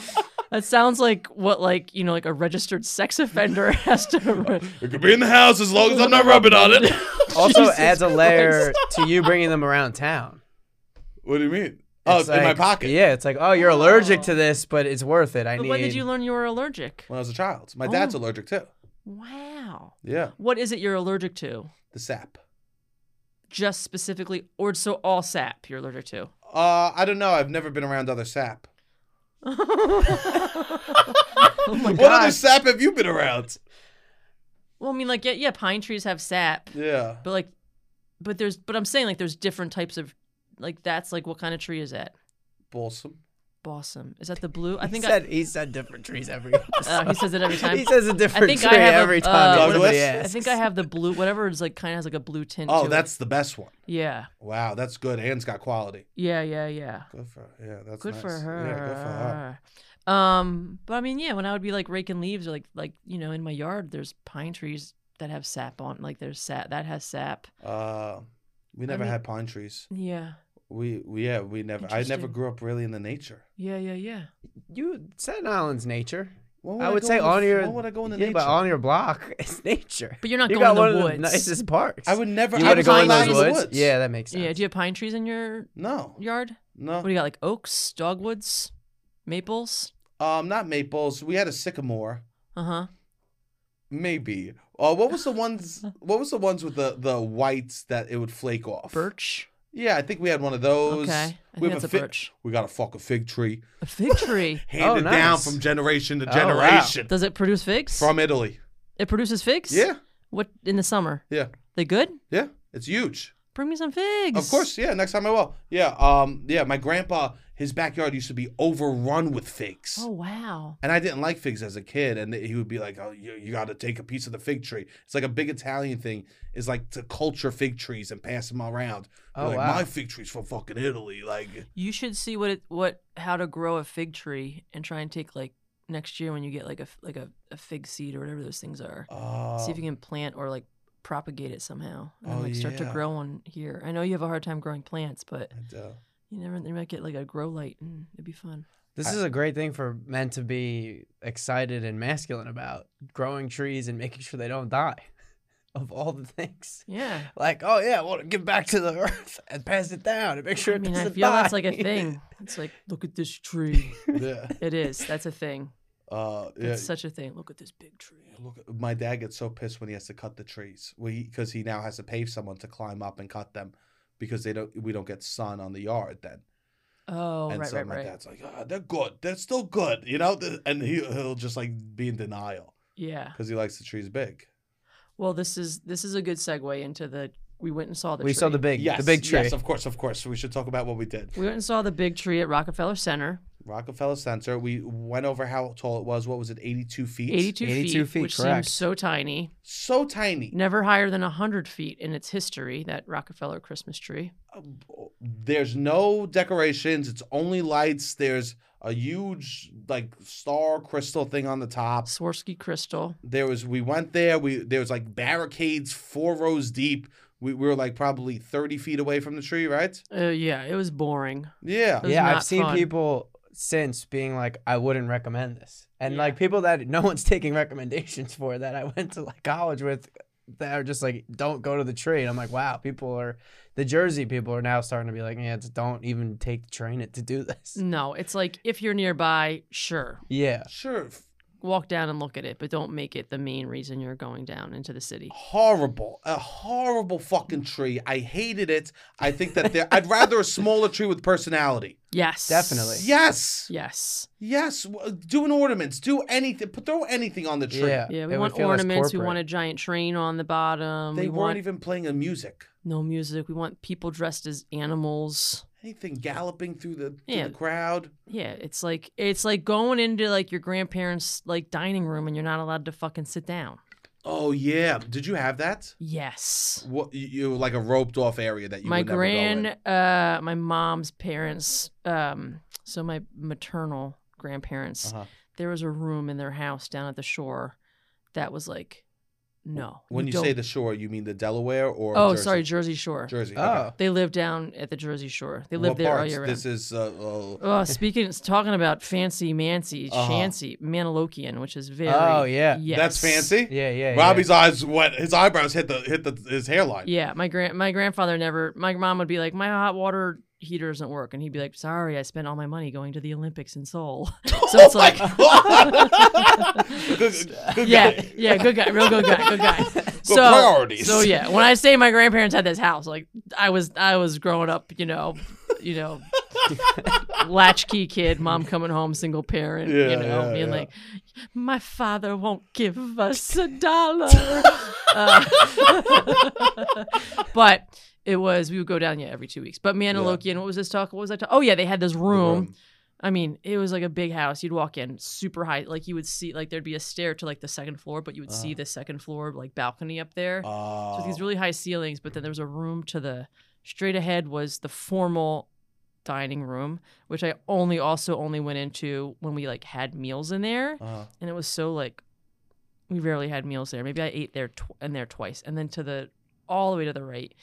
[SPEAKER 3] that sounds like what like, you know, like a registered sex offender [LAUGHS] has to
[SPEAKER 1] It could be in the house as long as I'm not rubbing on
[SPEAKER 3] [LAUGHS]
[SPEAKER 1] it.
[SPEAKER 2] [LAUGHS] [LAUGHS] also
[SPEAKER 3] Jesus
[SPEAKER 2] adds a layer to you bringing them around town.
[SPEAKER 1] what do you mean? Oh, it's
[SPEAKER 2] like,
[SPEAKER 1] in my pocket.
[SPEAKER 2] Yeah, it's like, oh, you're allergic
[SPEAKER 3] Oh.
[SPEAKER 2] to this, but it's worth it. I
[SPEAKER 3] But
[SPEAKER 2] need.
[SPEAKER 3] when did you learn you were allergic?
[SPEAKER 1] When I was a child, my dad's
[SPEAKER 3] Oh.
[SPEAKER 1] allergic too.
[SPEAKER 3] Wow.
[SPEAKER 1] Yeah,
[SPEAKER 3] What is it you're allergic to?
[SPEAKER 1] the sap.
[SPEAKER 3] Just specifically or so all sap you're allergic to. [LAUGHS]
[SPEAKER 1] Uh, I don't know. I've never been around other sap.
[SPEAKER 3] oh
[SPEAKER 2] [LAUGHS]
[SPEAKER 3] my
[SPEAKER 1] What other
[SPEAKER 3] god.
[SPEAKER 1] sap have you been around?
[SPEAKER 3] Well, I mean like yeah, yeah, pine trees have sap.
[SPEAKER 1] Yeah.
[SPEAKER 3] But like, but there's, but I'm saying like there's different types of, like that's like what kind of tree is that?
[SPEAKER 1] Balsam.
[SPEAKER 3] Balsam. Is that the blue? I
[SPEAKER 2] he
[SPEAKER 3] think
[SPEAKER 2] said he said different trees every. [LAUGHS]
[SPEAKER 3] I, uh, he says it every time.
[SPEAKER 2] He says a different
[SPEAKER 3] think I
[SPEAKER 2] tree
[SPEAKER 3] have a-
[SPEAKER 2] every time.
[SPEAKER 1] uh,
[SPEAKER 2] somebody
[SPEAKER 1] Douglas? I
[SPEAKER 3] I
[SPEAKER 2] asks.
[SPEAKER 3] think I have the blue, whatever is like kind of has like a blue tint. to
[SPEAKER 1] Oh,
[SPEAKER 3] it.
[SPEAKER 1] that's the best one.
[SPEAKER 3] yeah,
[SPEAKER 1] Wow, that's good. Anne's got quality.
[SPEAKER 3] yeah, yeah, yeah.
[SPEAKER 1] Good for her. Yeah, that's
[SPEAKER 3] Good for
[SPEAKER 1] nice.
[SPEAKER 3] her.
[SPEAKER 1] Yeah, good for her.
[SPEAKER 3] Um, but I mean, yeah, when I would be like raking leaves or like like you know in my yard, there's pine trees that have sap on. Like there's sap that has sap.
[SPEAKER 1] Uh, we never
[SPEAKER 3] mean-
[SPEAKER 1] had pine trees.
[SPEAKER 3] Yeah,
[SPEAKER 1] We, we yeah, we never. I never
[SPEAKER 3] Interesting.
[SPEAKER 1] grew up really in the nature.
[SPEAKER 3] yeah, yeah, yeah.
[SPEAKER 2] You Staten Island's nature.
[SPEAKER 1] When
[SPEAKER 2] I
[SPEAKER 1] I
[SPEAKER 2] would
[SPEAKER 1] go
[SPEAKER 2] say
[SPEAKER 1] in the
[SPEAKER 2] on
[SPEAKER 1] f-
[SPEAKER 2] your.
[SPEAKER 1] When would I go in the
[SPEAKER 2] yeah,
[SPEAKER 1] nature?
[SPEAKER 2] but on your block, [LAUGHS] it's nature.
[SPEAKER 3] But you're not
[SPEAKER 2] you
[SPEAKER 3] going
[SPEAKER 2] got
[SPEAKER 3] to
[SPEAKER 2] one
[SPEAKER 3] the
[SPEAKER 2] of
[SPEAKER 3] woods.
[SPEAKER 2] the nicest parks.
[SPEAKER 1] I would never.
[SPEAKER 2] You
[SPEAKER 1] I
[SPEAKER 2] would've
[SPEAKER 1] would
[SPEAKER 2] gone in
[SPEAKER 1] not in
[SPEAKER 2] those
[SPEAKER 1] the
[SPEAKER 2] woods?
[SPEAKER 1] woods.
[SPEAKER 2] Yeah, that makes sense.
[SPEAKER 3] yeah. Do you have pine trees in your
[SPEAKER 1] No.
[SPEAKER 3] yard?
[SPEAKER 1] No.
[SPEAKER 3] What do you got? Like oaks, dogwoods, maples.
[SPEAKER 1] Um, not maples. We had a sycamore.
[SPEAKER 3] Uh huh.
[SPEAKER 1] Maybe. Uh, what was the
[SPEAKER 3] [LAUGHS]
[SPEAKER 1] ones? What was the ones with the the whites that it would flake off?
[SPEAKER 3] Birch.
[SPEAKER 1] Yeah, I think we had one of those.
[SPEAKER 3] Okay. I
[SPEAKER 1] we
[SPEAKER 3] think
[SPEAKER 1] have
[SPEAKER 3] that's a,
[SPEAKER 1] fi-
[SPEAKER 3] birch.
[SPEAKER 1] We got a fucking fig tree
[SPEAKER 3] A fig tree.
[SPEAKER 1] handed
[SPEAKER 2] Oh, nice.
[SPEAKER 1] down from generation to
[SPEAKER 2] Oh, wow.
[SPEAKER 1] generation
[SPEAKER 3] [LAUGHS] Does it produce figs?
[SPEAKER 1] from Italy.
[SPEAKER 3] it produces figs.
[SPEAKER 1] Yeah,
[SPEAKER 3] What in the summer?
[SPEAKER 1] yeah,
[SPEAKER 3] They good?
[SPEAKER 1] yeah. It's huge.
[SPEAKER 3] Bring me some figs.
[SPEAKER 1] Of course, yeah. Next time I will. Yeah, um, yeah. My grandpa, his backyard used to be overrun with figs.
[SPEAKER 3] Oh wow.
[SPEAKER 1] And I didn't like figs as a kid, and he would be like, "Oh, you, you got to take a piece of the fig tree." It's like a big Italian thing. Is like to culture fig trees and pass them around. Be
[SPEAKER 2] Oh,
[SPEAKER 1] like,
[SPEAKER 2] wow.
[SPEAKER 1] My fig tree's from fucking Italy. Like,
[SPEAKER 3] You should see what it what how to grow a fig tree and try and take like next year when you get like a f- like a, a fig seed or whatever those things are.
[SPEAKER 1] uh,
[SPEAKER 3] see if you can plant or like propagate it somehow and then,
[SPEAKER 1] Oh,
[SPEAKER 3] like start
[SPEAKER 1] yeah.
[SPEAKER 3] to grow one here. I know you have a hard time growing plants, but
[SPEAKER 1] and, uh,
[SPEAKER 3] you never you might get like a grow light and it'd be fun.
[SPEAKER 2] This is a great thing for men to be excited and masculine about growing trees and making sure they don't die. [LAUGHS] Of all the things,
[SPEAKER 3] Yeah.
[SPEAKER 2] like oh yeah, I want to give back to the [LAUGHS] earth and pass it down and make sure
[SPEAKER 3] I
[SPEAKER 2] it
[SPEAKER 3] mean, I
[SPEAKER 2] doesn't
[SPEAKER 3] feel
[SPEAKER 2] die.
[SPEAKER 3] that's like a
[SPEAKER 2] [LAUGHS]
[SPEAKER 3] thing. It's like, look at this tree.
[SPEAKER 1] yeah,
[SPEAKER 3] It is. That's a thing.
[SPEAKER 1] uh,
[SPEAKER 3] It's
[SPEAKER 1] yeah.
[SPEAKER 3] such a thing. Look at this big tree.
[SPEAKER 1] Look, my dad gets so pissed when he has to cut the trees. We because he now has to pay someone to climb up and cut them because they don't. We don't get sun on the yard then.
[SPEAKER 3] Oh,
[SPEAKER 1] and
[SPEAKER 3] right,
[SPEAKER 1] so
[SPEAKER 3] right,
[SPEAKER 1] my
[SPEAKER 3] right.
[SPEAKER 1] dad's like, ah, "They're good. They're still good." You know, and he, he'll just like be in denial
[SPEAKER 3] Yeah.
[SPEAKER 1] because he likes the trees big.
[SPEAKER 3] Well, this is this is a good segue into the we went and saw the
[SPEAKER 2] we saw
[SPEAKER 3] tree.
[SPEAKER 2] the big,
[SPEAKER 1] Yes,
[SPEAKER 2] the big tree.
[SPEAKER 1] Yes, of course, of course. We should talk about what we did.
[SPEAKER 3] we went and saw the big tree at Rockefeller Center,
[SPEAKER 1] Rockefeller Center. We went over how tall it was. What was it? 82 feet.
[SPEAKER 3] 82,
[SPEAKER 2] 82 feet,
[SPEAKER 3] which
[SPEAKER 2] correct.
[SPEAKER 3] seems so tiny.
[SPEAKER 1] So tiny.
[SPEAKER 3] Never higher than 100 feet in its history, that Rockefeller Christmas tree.
[SPEAKER 1] There's no decorations. It's only lights. There's a huge like star crystal thing on the top.
[SPEAKER 3] Swarovski crystal.
[SPEAKER 1] There was we went there. We there was like barricades four rows deep. We, we were like probably 30 feet away from the tree, right?
[SPEAKER 3] Uh, yeah, it was boring.
[SPEAKER 1] Yeah.
[SPEAKER 3] was
[SPEAKER 2] yeah, I've
[SPEAKER 3] not
[SPEAKER 2] seen
[SPEAKER 3] fun.
[SPEAKER 2] people since being like, I wouldn't recommend this, and
[SPEAKER 3] Yeah.
[SPEAKER 2] like people that [LAUGHS] no one's taking recommendations for that I went to like college with that are just like, don't go to the tree. And I'm like, wow, people are the Jersey people are now starting to be like, yeah, just don't even take the train it to do this.
[SPEAKER 3] No, it's like if you're nearby, sure,
[SPEAKER 2] Yeah,
[SPEAKER 1] Sure.
[SPEAKER 3] walk down and look at it, but don't make it the main reason you're going down into the city.
[SPEAKER 1] horrible a horrible fucking tree i hated it i think that there i'd rather a smaller tree with personality
[SPEAKER 3] Yes.
[SPEAKER 2] Definitely.
[SPEAKER 1] yes
[SPEAKER 3] Yes.
[SPEAKER 1] yes w- do an ornaments do anything put throw anything on the tree
[SPEAKER 2] yeah,
[SPEAKER 3] Yeah, we
[SPEAKER 2] it would
[SPEAKER 3] want
[SPEAKER 2] feel less
[SPEAKER 3] ornaments. We want a
[SPEAKER 2] corporate.
[SPEAKER 3] giant train on the bottom.
[SPEAKER 1] they
[SPEAKER 3] we
[SPEAKER 1] weren't
[SPEAKER 3] want
[SPEAKER 1] even playing a music
[SPEAKER 3] no music. We want people dressed as animals.
[SPEAKER 1] anything galloping through the, through
[SPEAKER 3] Yeah.
[SPEAKER 1] the crowd
[SPEAKER 3] Yeah, it's like it's like going into like your grandparents' like dining room and you're not allowed to fucking sit down.
[SPEAKER 1] oh yeah did you have that
[SPEAKER 3] Yes.
[SPEAKER 1] what you- you like a roped off area that you
[SPEAKER 3] my
[SPEAKER 1] would never go in.
[SPEAKER 3] grand uh my mom's parents um so my maternal grandparents
[SPEAKER 1] Uh-huh.
[SPEAKER 3] there was a room in their house down at the shore that was like no.
[SPEAKER 1] when you,
[SPEAKER 3] don't-
[SPEAKER 1] say the shore you mean the delaware or
[SPEAKER 3] Oh,
[SPEAKER 1] jersey?
[SPEAKER 3] sorry, Jersey Shore.
[SPEAKER 1] jersey okay.
[SPEAKER 2] Oh,
[SPEAKER 3] They live down at the Jersey Shore. They live
[SPEAKER 1] What
[SPEAKER 3] there all
[SPEAKER 1] parts?
[SPEAKER 3] year round.
[SPEAKER 1] this is uh, uh,
[SPEAKER 3] [LAUGHS] Oh, speaking, talking about fancy Mancy,
[SPEAKER 1] Uh-huh.
[SPEAKER 3] Shancy, Manilokian, which is very.
[SPEAKER 2] oh yeah,
[SPEAKER 1] that's
[SPEAKER 3] yes.
[SPEAKER 1] fancy
[SPEAKER 2] yeah, yeah. yeah.
[SPEAKER 1] Robbie's eyes wet. His eyebrows hit the hit the his hairline.
[SPEAKER 3] Yeah, my grand my grandfather never. My mom would be like, my hot water heater doesn't work, and he'd be like, sorry, I spent all my money going to the Olympics in Seoul. [LAUGHS] so it's like,
[SPEAKER 1] [LAUGHS] good,
[SPEAKER 3] [LAUGHS]
[SPEAKER 1] good
[SPEAKER 3] yeah,
[SPEAKER 1] guy.
[SPEAKER 3] yeah, good guy, real good guy, good guy.
[SPEAKER 1] Good
[SPEAKER 3] So,
[SPEAKER 1] priorities.
[SPEAKER 3] so yeah, when I say my grandparents had this house, like I was I was growing up, you know,
[SPEAKER 1] [LAUGHS]
[SPEAKER 3] you know. latchkey kid mom coming home single parent
[SPEAKER 1] Yeah,
[SPEAKER 3] you know
[SPEAKER 1] yeah,
[SPEAKER 3] being
[SPEAKER 1] yeah.
[SPEAKER 3] like my father won't give
[SPEAKER 1] [LAUGHS]
[SPEAKER 3] us a dollar Uh, [LAUGHS] but it was we would go down yeah every two weeks but Manilokian, what was this talk what was that talk? oh yeah they had this room.
[SPEAKER 1] room.
[SPEAKER 3] i mean it was like a big house you'd walk in super high like you would see like there'd be a stair to like the second floor but you would see
[SPEAKER 1] Uh-huh.
[SPEAKER 3] the second floor like balcony up there so
[SPEAKER 1] Oh.
[SPEAKER 3] these really high ceilings, but then there was a room to the straight ahead was the formal dining room, which I only also only went into when we like had meals in there,
[SPEAKER 1] Uh-huh.
[SPEAKER 3] and it was so like we rarely had meals there. Maybe I ate there tw- and there twice, and then to the all the way to the right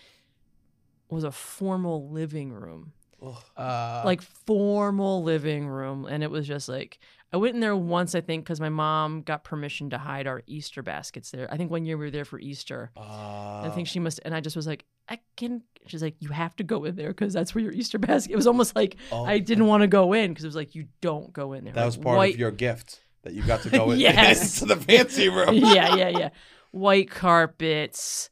[SPEAKER 3] was a formal living room,
[SPEAKER 1] Ugh.
[SPEAKER 2] uh,
[SPEAKER 3] like formal living room, and it was just like. I went in there once, I think, because my mom got permission to hide our Easter baskets there. I think one year we were there for Easter,
[SPEAKER 1] uh,
[SPEAKER 3] I
[SPEAKER 1] Um,
[SPEAKER 3] think she must, and I just was like, I can. She's like, you have to go in there because that's where your Easter basket. It was almost like
[SPEAKER 1] Oh.
[SPEAKER 3] I didn't want to go in because it was like you don't go in there.
[SPEAKER 1] That was
[SPEAKER 3] Like,
[SPEAKER 1] part
[SPEAKER 3] white,
[SPEAKER 1] of your gift that you
[SPEAKER 3] [LAUGHS]
[SPEAKER 1] got to go in [LAUGHS]
[SPEAKER 3] Yes.
[SPEAKER 1] to the fancy room.
[SPEAKER 3] [LAUGHS] [LAUGHS] yeah, yeah, yeah. White carpets.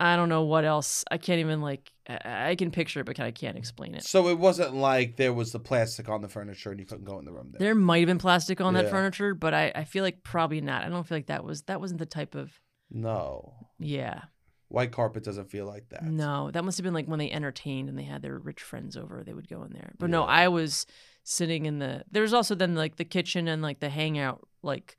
[SPEAKER 3] I don't know what else. I can't even like. I, I can picture it, but I can't explain it.
[SPEAKER 1] So it wasn't like there was the plastic on the furniture and you couldn't go in the room there.
[SPEAKER 3] There might have been plastic on
[SPEAKER 1] Yeah.
[SPEAKER 3] that furniture, but I, I feel like probably not. I don't feel like that was that wasn't the type of
[SPEAKER 1] No.
[SPEAKER 3] yeah
[SPEAKER 1] White carpet doesn't feel like that.
[SPEAKER 3] No, that must have been like when they entertained and they had their rich friends over. They would go in there. But no,
[SPEAKER 1] Yeah.
[SPEAKER 3] I was sitting in the. There was also then like the kitchen and like the hangout like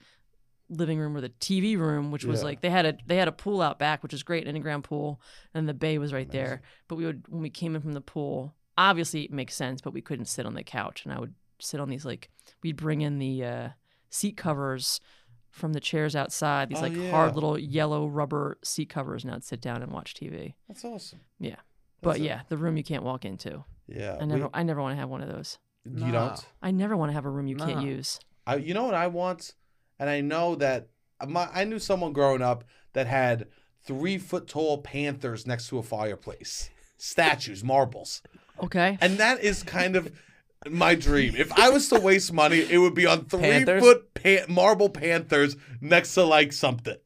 [SPEAKER 3] living room or the TV room, which was
[SPEAKER 1] Yeah.
[SPEAKER 3] like they had a they had a pool out back, which is great, an in-ground pool, and the bay was right
[SPEAKER 1] Amazing.
[SPEAKER 3] there. But we would when we came in from the pool, obviously it makes sense, but we couldn't sit on the couch, and I would sit on these like we'd bring in the uh, seat covers. From the chairs outside, these
[SPEAKER 1] Oh,
[SPEAKER 3] like
[SPEAKER 1] yeah.
[SPEAKER 3] hard little yellow rubber seat covers, and I'd sit down and watch TV.
[SPEAKER 1] That's awesome.
[SPEAKER 3] Yeah.
[SPEAKER 1] That's
[SPEAKER 3] But
[SPEAKER 1] a-
[SPEAKER 3] yeah, the room you can't walk into.
[SPEAKER 1] Yeah.
[SPEAKER 3] I never, I never want to have one of those.
[SPEAKER 1] we-
[SPEAKER 2] No.
[SPEAKER 1] You don't?
[SPEAKER 3] I never want to have a room you can't
[SPEAKER 2] No.
[SPEAKER 3] use.
[SPEAKER 1] I, you know what I want, and I know that my, I knew someone growing up that had three foot tall panthers next to a fireplace, statues, marbles,
[SPEAKER 3] Okay.
[SPEAKER 1] and that is kind of my dream. If I was to waste money, it would be on three
[SPEAKER 2] Panthers?
[SPEAKER 1] foot pan- marble panthers next to like something.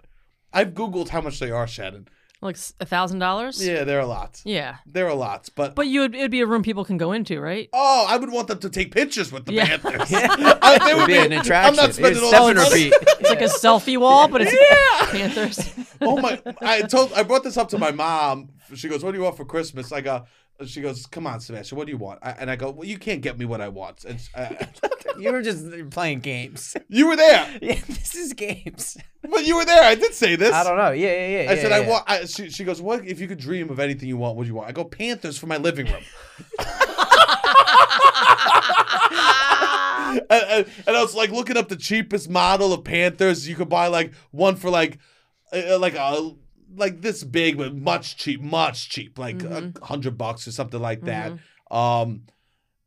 [SPEAKER 1] I've googled how much they are, Shannon.
[SPEAKER 3] Like s- a thousand dollars.
[SPEAKER 1] Yeah, they're a lot.
[SPEAKER 3] Yeah.
[SPEAKER 1] They're a lot, but.
[SPEAKER 3] But you would, it'd be a room people can go into, right?
[SPEAKER 1] Oh, I would want them to take pictures with the
[SPEAKER 2] [LAUGHS]
[SPEAKER 3] Yeah.
[SPEAKER 1] Panthers. I, they
[SPEAKER 2] it would be an attraction.
[SPEAKER 1] I'm not spending
[SPEAKER 2] it's
[SPEAKER 1] all
[SPEAKER 2] step
[SPEAKER 1] this
[SPEAKER 2] and
[SPEAKER 1] money.
[SPEAKER 2] repeat.
[SPEAKER 3] It's like a selfie wall, but it's Panthers.
[SPEAKER 1] [LAUGHS]
[SPEAKER 3] [LAUGHS]
[SPEAKER 1] Oh my! I told I brought this up to my mom She goes, "What do you want for Christmas?" I go. She goes, "Come on, Sebastian, what do you want?" I, and I go, "Well, you can't get me what I want." And uh, [LAUGHS]
[SPEAKER 2] You were just playing games. [LAUGHS]
[SPEAKER 1] you were there,
[SPEAKER 2] Yeah, this is games.
[SPEAKER 1] but you were there. I did say this.
[SPEAKER 2] I don't know. Yeah, yeah, yeah.
[SPEAKER 1] I
[SPEAKER 2] yeah,
[SPEAKER 1] said,
[SPEAKER 2] yeah.
[SPEAKER 1] "I want." I, she, she goes, "What if you could dream of anything you want? What do you want?" I go, "Panthers for my living room." [LAUGHS] and, and- and I was like looking up the cheapest model of Panthers you could buy, like one for like, uh, like a like this big, but much cheap, much cheap, like a hundred bucks or something like that. Um,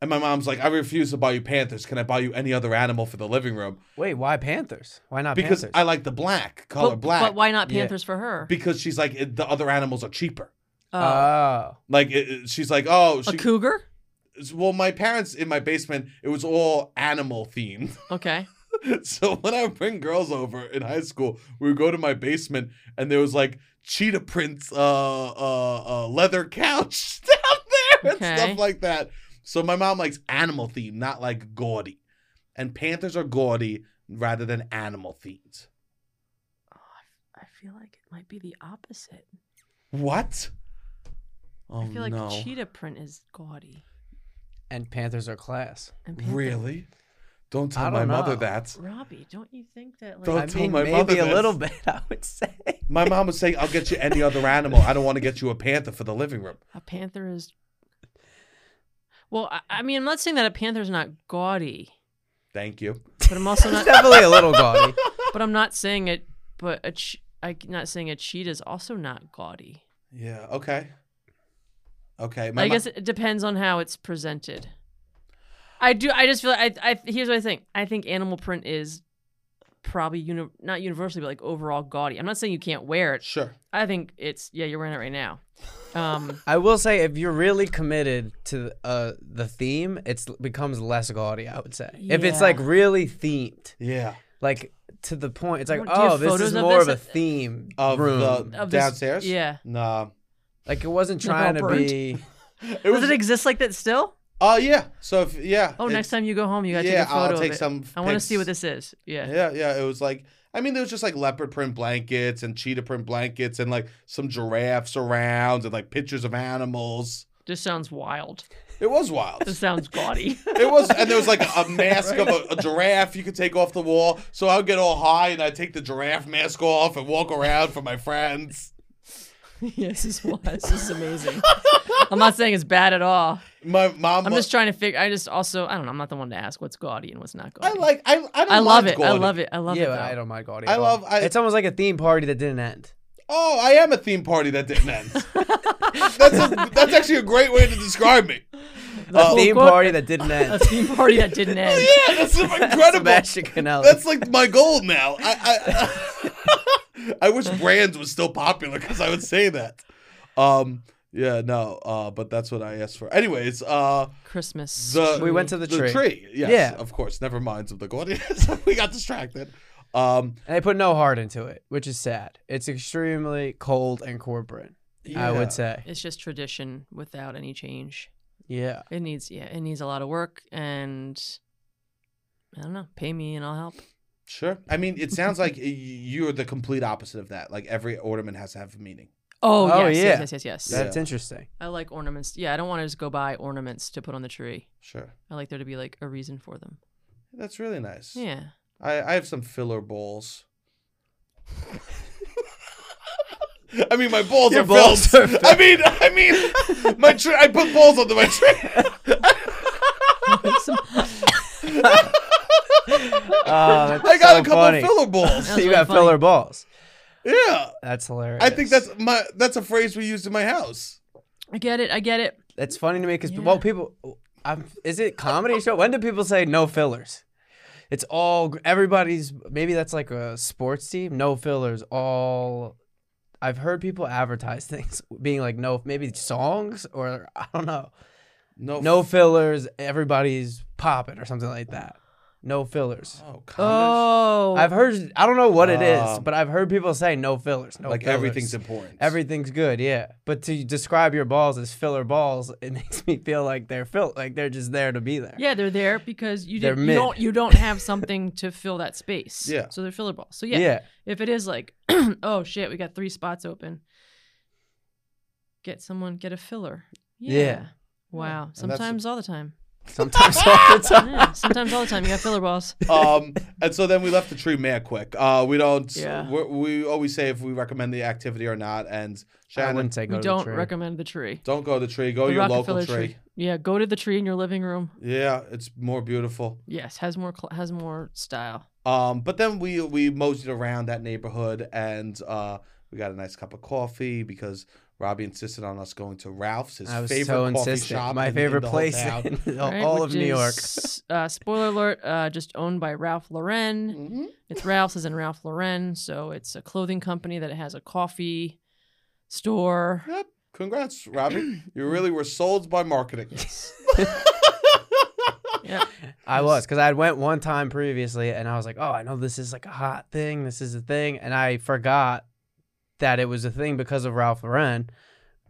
[SPEAKER 1] and my mom's like, "I refuse to buy you Panthers. Can I buy you any other animal for the living room?
[SPEAKER 2] Wait, why Panthers? Why not
[SPEAKER 1] Because
[SPEAKER 2] Panthers?
[SPEAKER 1] I like the black color,
[SPEAKER 3] But,
[SPEAKER 1] black."
[SPEAKER 3] but why not
[SPEAKER 2] Yeah.
[SPEAKER 3] Panthers for her?
[SPEAKER 1] Because she's like "It- the other animals are cheaper.
[SPEAKER 3] Oh.
[SPEAKER 1] Uh,
[SPEAKER 2] oh.
[SPEAKER 1] Like it, it- she's like, oh,
[SPEAKER 3] a
[SPEAKER 1] she,
[SPEAKER 3] cougar?
[SPEAKER 1] well, my parents in my basement, it was all animal themed. [LAUGHS]
[SPEAKER 3] Okay.
[SPEAKER 1] so when I bring girls over in high school, we would go to my basement, and there was like cheetah prints, uh, uh, uh leather couch [LAUGHS] down there and
[SPEAKER 3] Okay.
[SPEAKER 1] stuff like that. So my mom likes animal themed, not like gaudy. And panthers are gaudy rather than animal themed.
[SPEAKER 3] Oh, I, I feel like it might be the opposite.
[SPEAKER 1] What? Oh
[SPEAKER 3] I feel like
[SPEAKER 1] no!
[SPEAKER 3] cheetah print is gaudy.
[SPEAKER 2] And Panthers are class.
[SPEAKER 3] And panther-
[SPEAKER 1] really? Don't tell
[SPEAKER 2] I
[SPEAKER 1] my
[SPEAKER 2] don't
[SPEAKER 1] mother
[SPEAKER 2] know.
[SPEAKER 1] that.
[SPEAKER 3] Robbie, don't you think that like
[SPEAKER 1] Don't
[SPEAKER 2] I
[SPEAKER 1] tell
[SPEAKER 2] mean,
[SPEAKER 1] my
[SPEAKER 2] maybe
[SPEAKER 1] mother
[SPEAKER 2] a
[SPEAKER 1] this.
[SPEAKER 2] little bit, [LAUGHS] I would say.
[SPEAKER 1] My mom was saying, "I'll get you any other animal. I don't want to get you a panther for the living room."
[SPEAKER 3] a panther is? Well, I, I mean, I'm not saying that a panther's not gaudy,
[SPEAKER 1] Thank you.
[SPEAKER 3] but I'm
[SPEAKER 2] [LAUGHS]
[SPEAKER 3] also
[SPEAKER 2] It's
[SPEAKER 3] not.
[SPEAKER 2] definitely a little gaudy.
[SPEAKER 1] [LAUGHS]
[SPEAKER 3] but I'm not saying it. But a che- I'm not saying a cheetah is also not gaudy.
[SPEAKER 1] Yeah. Okay. Okay.
[SPEAKER 3] I guess it depends on how it's presented. I do. I just feel. Like I. I. Here's what I think. I think animal print is probably uni- not universally, but like overall gaudy. I'm not saying you can't wear it.
[SPEAKER 1] sure.
[SPEAKER 3] I think it's. Yeah, you're wearing it right now.
[SPEAKER 1] [LAUGHS]
[SPEAKER 3] Um.
[SPEAKER 2] I will say, if you're really committed to uh, the theme, it becomes less gaudy, I would say. If it's like
[SPEAKER 3] Yeah.
[SPEAKER 2] really themed,
[SPEAKER 1] Yeah.
[SPEAKER 2] like to the point, it's like,
[SPEAKER 3] Do you have
[SPEAKER 2] oh, this
[SPEAKER 3] photos
[SPEAKER 2] is
[SPEAKER 3] of
[SPEAKER 2] more of
[SPEAKER 3] this?
[SPEAKER 2] a theme
[SPEAKER 1] Of
[SPEAKER 2] room.
[SPEAKER 1] the
[SPEAKER 3] Of this-
[SPEAKER 1] downstairs.
[SPEAKER 3] yeah.
[SPEAKER 1] Nah.
[SPEAKER 2] Like it wasn't trying to
[SPEAKER 3] burnt.
[SPEAKER 2] be.
[SPEAKER 1] It was.
[SPEAKER 3] Does it exist like that still?
[SPEAKER 1] Oh yeah. So if, yeah.
[SPEAKER 3] Oh, next
[SPEAKER 1] it's-
[SPEAKER 3] time you go home, you gotta
[SPEAKER 1] yeah,
[SPEAKER 3] take a photo
[SPEAKER 1] I'll
[SPEAKER 3] of
[SPEAKER 1] take
[SPEAKER 3] it.
[SPEAKER 1] some
[SPEAKER 3] I want to see
[SPEAKER 1] pics.
[SPEAKER 3] what this is. Yeah.
[SPEAKER 1] Yeah, yeah. It was like. I mean, there was just like leopard print blankets and cheetah print blankets and like some giraffes around and like pictures of animals.
[SPEAKER 3] This sounds wild.
[SPEAKER 1] It was wild.
[SPEAKER 3] This
[SPEAKER 1] [LAUGHS]
[SPEAKER 3] sounds gaudy.
[SPEAKER 1] It was, and there was like a mask of a, a giraffe you could take off the wall. So I would get all high and I'd take the giraffe mask off and walk around for my friends.
[SPEAKER 3] [LAUGHS] yes, this is wild. This is amazing. I'm not saying it's bad at all.
[SPEAKER 1] My mom.
[SPEAKER 3] I'm
[SPEAKER 1] wa-
[SPEAKER 3] just trying to figure. I just also I don't know. I'm not the one to ask what's gaudy and what's not
[SPEAKER 1] I
[SPEAKER 3] gaudy.
[SPEAKER 1] like. I. I, don't
[SPEAKER 3] I love
[SPEAKER 1] mind
[SPEAKER 3] it. I
[SPEAKER 1] gaudy.
[SPEAKER 3] love it. I love
[SPEAKER 2] yeah,
[SPEAKER 3] it.
[SPEAKER 2] but I
[SPEAKER 3] though.
[SPEAKER 2] don't mind gaudy.
[SPEAKER 1] I
[SPEAKER 2] at all.
[SPEAKER 1] love- I-
[SPEAKER 2] it's almost like a theme party that didn't end.
[SPEAKER 1] Oh, I am a theme party that didn't end. that's a, that's actually a great way to describe me.
[SPEAKER 2] A
[SPEAKER 1] Uh,
[SPEAKER 2] theme
[SPEAKER 3] quote-
[SPEAKER 2] party that
[SPEAKER 3] [LAUGHS]
[SPEAKER 2] didn't
[SPEAKER 3] A
[SPEAKER 2] end.
[SPEAKER 3] theme party
[SPEAKER 2] [LAUGHS]
[SPEAKER 3] that didn't
[SPEAKER 1] yeah,
[SPEAKER 3] end.
[SPEAKER 1] that's incredible.
[SPEAKER 2] Sebastian Canelli.
[SPEAKER 1] That's like my goal now. I I, [LAUGHS] I wish brands was still popular because I would say that. Um. Yeah. No. Uh. But that's what I asked for. Anyways. Uh.
[SPEAKER 3] Christmas.
[SPEAKER 1] The,
[SPEAKER 2] We went to the tree.
[SPEAKER 1] Yes,
[SPEAKER 2] Yeah.
[SPEAKER 1] of course. Never minds of the [LAUGHS] Guardians. we got distracted. Um,
[SPEAKER 2] and they put no heart into it, which is sad. It's extremely cold and corporate. I
[SPEAKER 1] yeah.
[SPEAKER 2] would say.
[SPEAKER 3] It's just tradition without any change.
[SPEAKER 2] Yeah.
[SPEAKER 3] It needs yeah. It needs a lot of work and I don't know. Pay me and I'll help.
[SPEAKER 1] Sure. I mean, it sounds like [LAUGHS] y- you're the complete opposite of that. Like every ornament has to have a meaning.
[SPEAKER 3] Oh,
[SPEAKER 2] Oh,
[SPEAKER 3] yes,
[SPEAKER 2] yeah.
[SPEAKER 3] yes, yes, yes, yes.
[SPEAKER 1] Yeah.
[SPEAKER 2] That's interesting.
[SPEAKER 3] I like ornaments. Yeah, I don't want to just go buy ornaments to put on the tree.
[SPEAKER 1] Sure.
[SPEAKER 3] I like there to be like a reason for them.
[SPEAKER 1] That's really nice.
[SPEAKER 3] Yeah. [LAUGHS]
[SPEAKER 1] I, I have some filler balls. [LAUGHS] I mean, my balls
[SPEAKER 2] Your
[SPEAKER 1] are
[SPEAKER 2] balls
[SPEAKER 1] filled.
[SPEAKER 2] are
[SPEAKER 1] I mean, I mean, my tree. I put balls onto my
[SPEAKER 2] [LAUGHS]
[SPEAKER 1] tree.
[SPEAKER 2] [LAUGHS] Oh, that's
[SPEAKER 1] I got
[SPEAKER 2] so
[SPEAKER 1] a couple
[SPEAKER 2] funny.
[SPEAKER 1] of filler balls.
[SPEAKER 3] That's
[SPEAKER 2] you
[SPEAKER 3] really
[SPEAKER 2] got
[SPEAKER 3] funny.
[SPEAKER 2] filler balls.
[SPEAKER 1] [LAUGHS] Yeah,
[SPEAKER 2] That's hilarious.
[SPEAKER 1] I think that's my. That's a phrase we used in my house.
[SPEAKER 3] I get it. I get it.
[SPEAKER 2] that's funny to me because
[SPEAKER 3] Yeah.
[SPEAKER 2] well, people, I'm, is it comedy show? When do people say no fillers? It's all gr- everybody's. Maybe that's like a sports team. No fillers. All. I've heard people advertise [LAUGHS] things being like no, maybe songs or I don't know.
[SPEAKER 1] No.
[SPEAKER 2] No fillers. Everybody's popping or something like that. No fillers.
[SPEAKER 1] Oh, commas?
[SPEAKER 3] Oh,
[SPEAKER 2] I've heard. I don't know what it is,
[SPEAKER 1] Um,
[SPEAKER 2] but I've heard people say no fillers. No
[SPEAKER 1] like
[SPEAKER 2] fillers.
[SPEAKER 1] everything's important.
[SPEAKER 2] Everything's good, yeah. But to describe your balls as filler balls, it [LAUGHS] makes me feel like they're fill like they're just there to be there.
[SPEAKER 3] yeah, they're there because you,
[SPEAKER 2] They're
[SPEAKER 3] did, you
[SPEAKER 2] mid.
[SPEAKER 3] don't you don't have
[SPEAKER 2] [LAUGHS]
[SPEAKER 3] something to fill that space.
[SPEAKER 1] Yeah.
[SPEAKER 3] So they're filler balls.
[SPEAKER 1] [LAUGHS]
[SPEAKER 3] [CLEARS THROAT] So yeah, if it is like, oh shit, we got three spots open. Get someone, get a filler.
[SPEAKER 2] Yeah.
[SPEAKER 3] Wow.
[SPEAKER 1] And that's-
[SPEAKER 3] Sometimes all
[SPEAKER 2] [LAUGHS]
[SPEAKER 3] the time.
[SPEAKER 2] Sometimes all the time.
[SPEAKER 3] Yeah, sometimes all the time. You got filler balls.
[SPEAKER 1] [LAUGHS]
[SPEAKER 2] [LAUGHS]
[SPEAKER 1] um, and so then we left the tree mad quick. Uh, we don't.
[SPEAKER 3] Yeah.
[SPEAKER 1] we we always say if we recommend the activity or not. And
[SPEAKER 2] I
[SPEAKER 1] Shannon,
[SPEAKER 2] wouldn't say go
[SPEAKER 3] We
[SPEAKER 2] to
[SPEAKER 3] don't
[SPEAKER 2] the tree.
[SPEAKER 3] recommend the tree.
[SPEAKER 1] don't go to the tree. Go
[SPEAKER 3] the
[SPEAKER 1] to your local
[SPEAKER 3] Rockefeller
[SPEAKER 1] tree.
[SPEAKER 3] Yeah, go to the tree in your living room.
[SPEAKER 1] Yeah, it's more beautiful.
[SPEAKER 3] Yes, has more cl- has more style.
[SPEAKER 1] Um, but then we we moseyed around that neighborhood and uh, we got a nice cup of coffee because Robbie insisted on us going to Ralph's, his
[SPEAKER 2] I was
[SPEAKER 1] favorite
[SPEAKER 2] so
[SPEAKER 1] coffee
[SPEAKER 2] insistent.
[SPEAKER 1] shop.
[SPEAKER 2] My
[SPEAKER 1] in- in
[SPEAKER 2] favorite
[SPEAKER 1] the whole
[SPEAKER 2] place
[SPEAKER 1] town.
[SPEAKER 2] [LAUGHS] in the- all,
[SPEAKER 3] right,
[SPEAKER 2] of
[SPEAKER 3] which
[SPEAKER 2] New York.
[SPEAKER 3] is, uh, spoiler alert: uh, just owned by
[SPEAKER 2] [LAUGHS]
[SPEAKER 3] Ralph Lauren.
[SPEAKER 1] Mhm.
[SPEAKER 3] It's Ralph's, as in Ralph Lauren. So it's a clothing company that has a coffee store.
[SPEAKER 2] [LAUGHS]
[SPEAKER 1] Yep. Congrats, Robbie. You really were sold by marketing.
[SPEAKER 3] Yes. yeah.
[SPEAKER 2] I was because I had went one time previously, and I was like, "Oh, I know this is like a hot thing. This is a thing," and I forgot that it was a thing because of Ralph Lauren,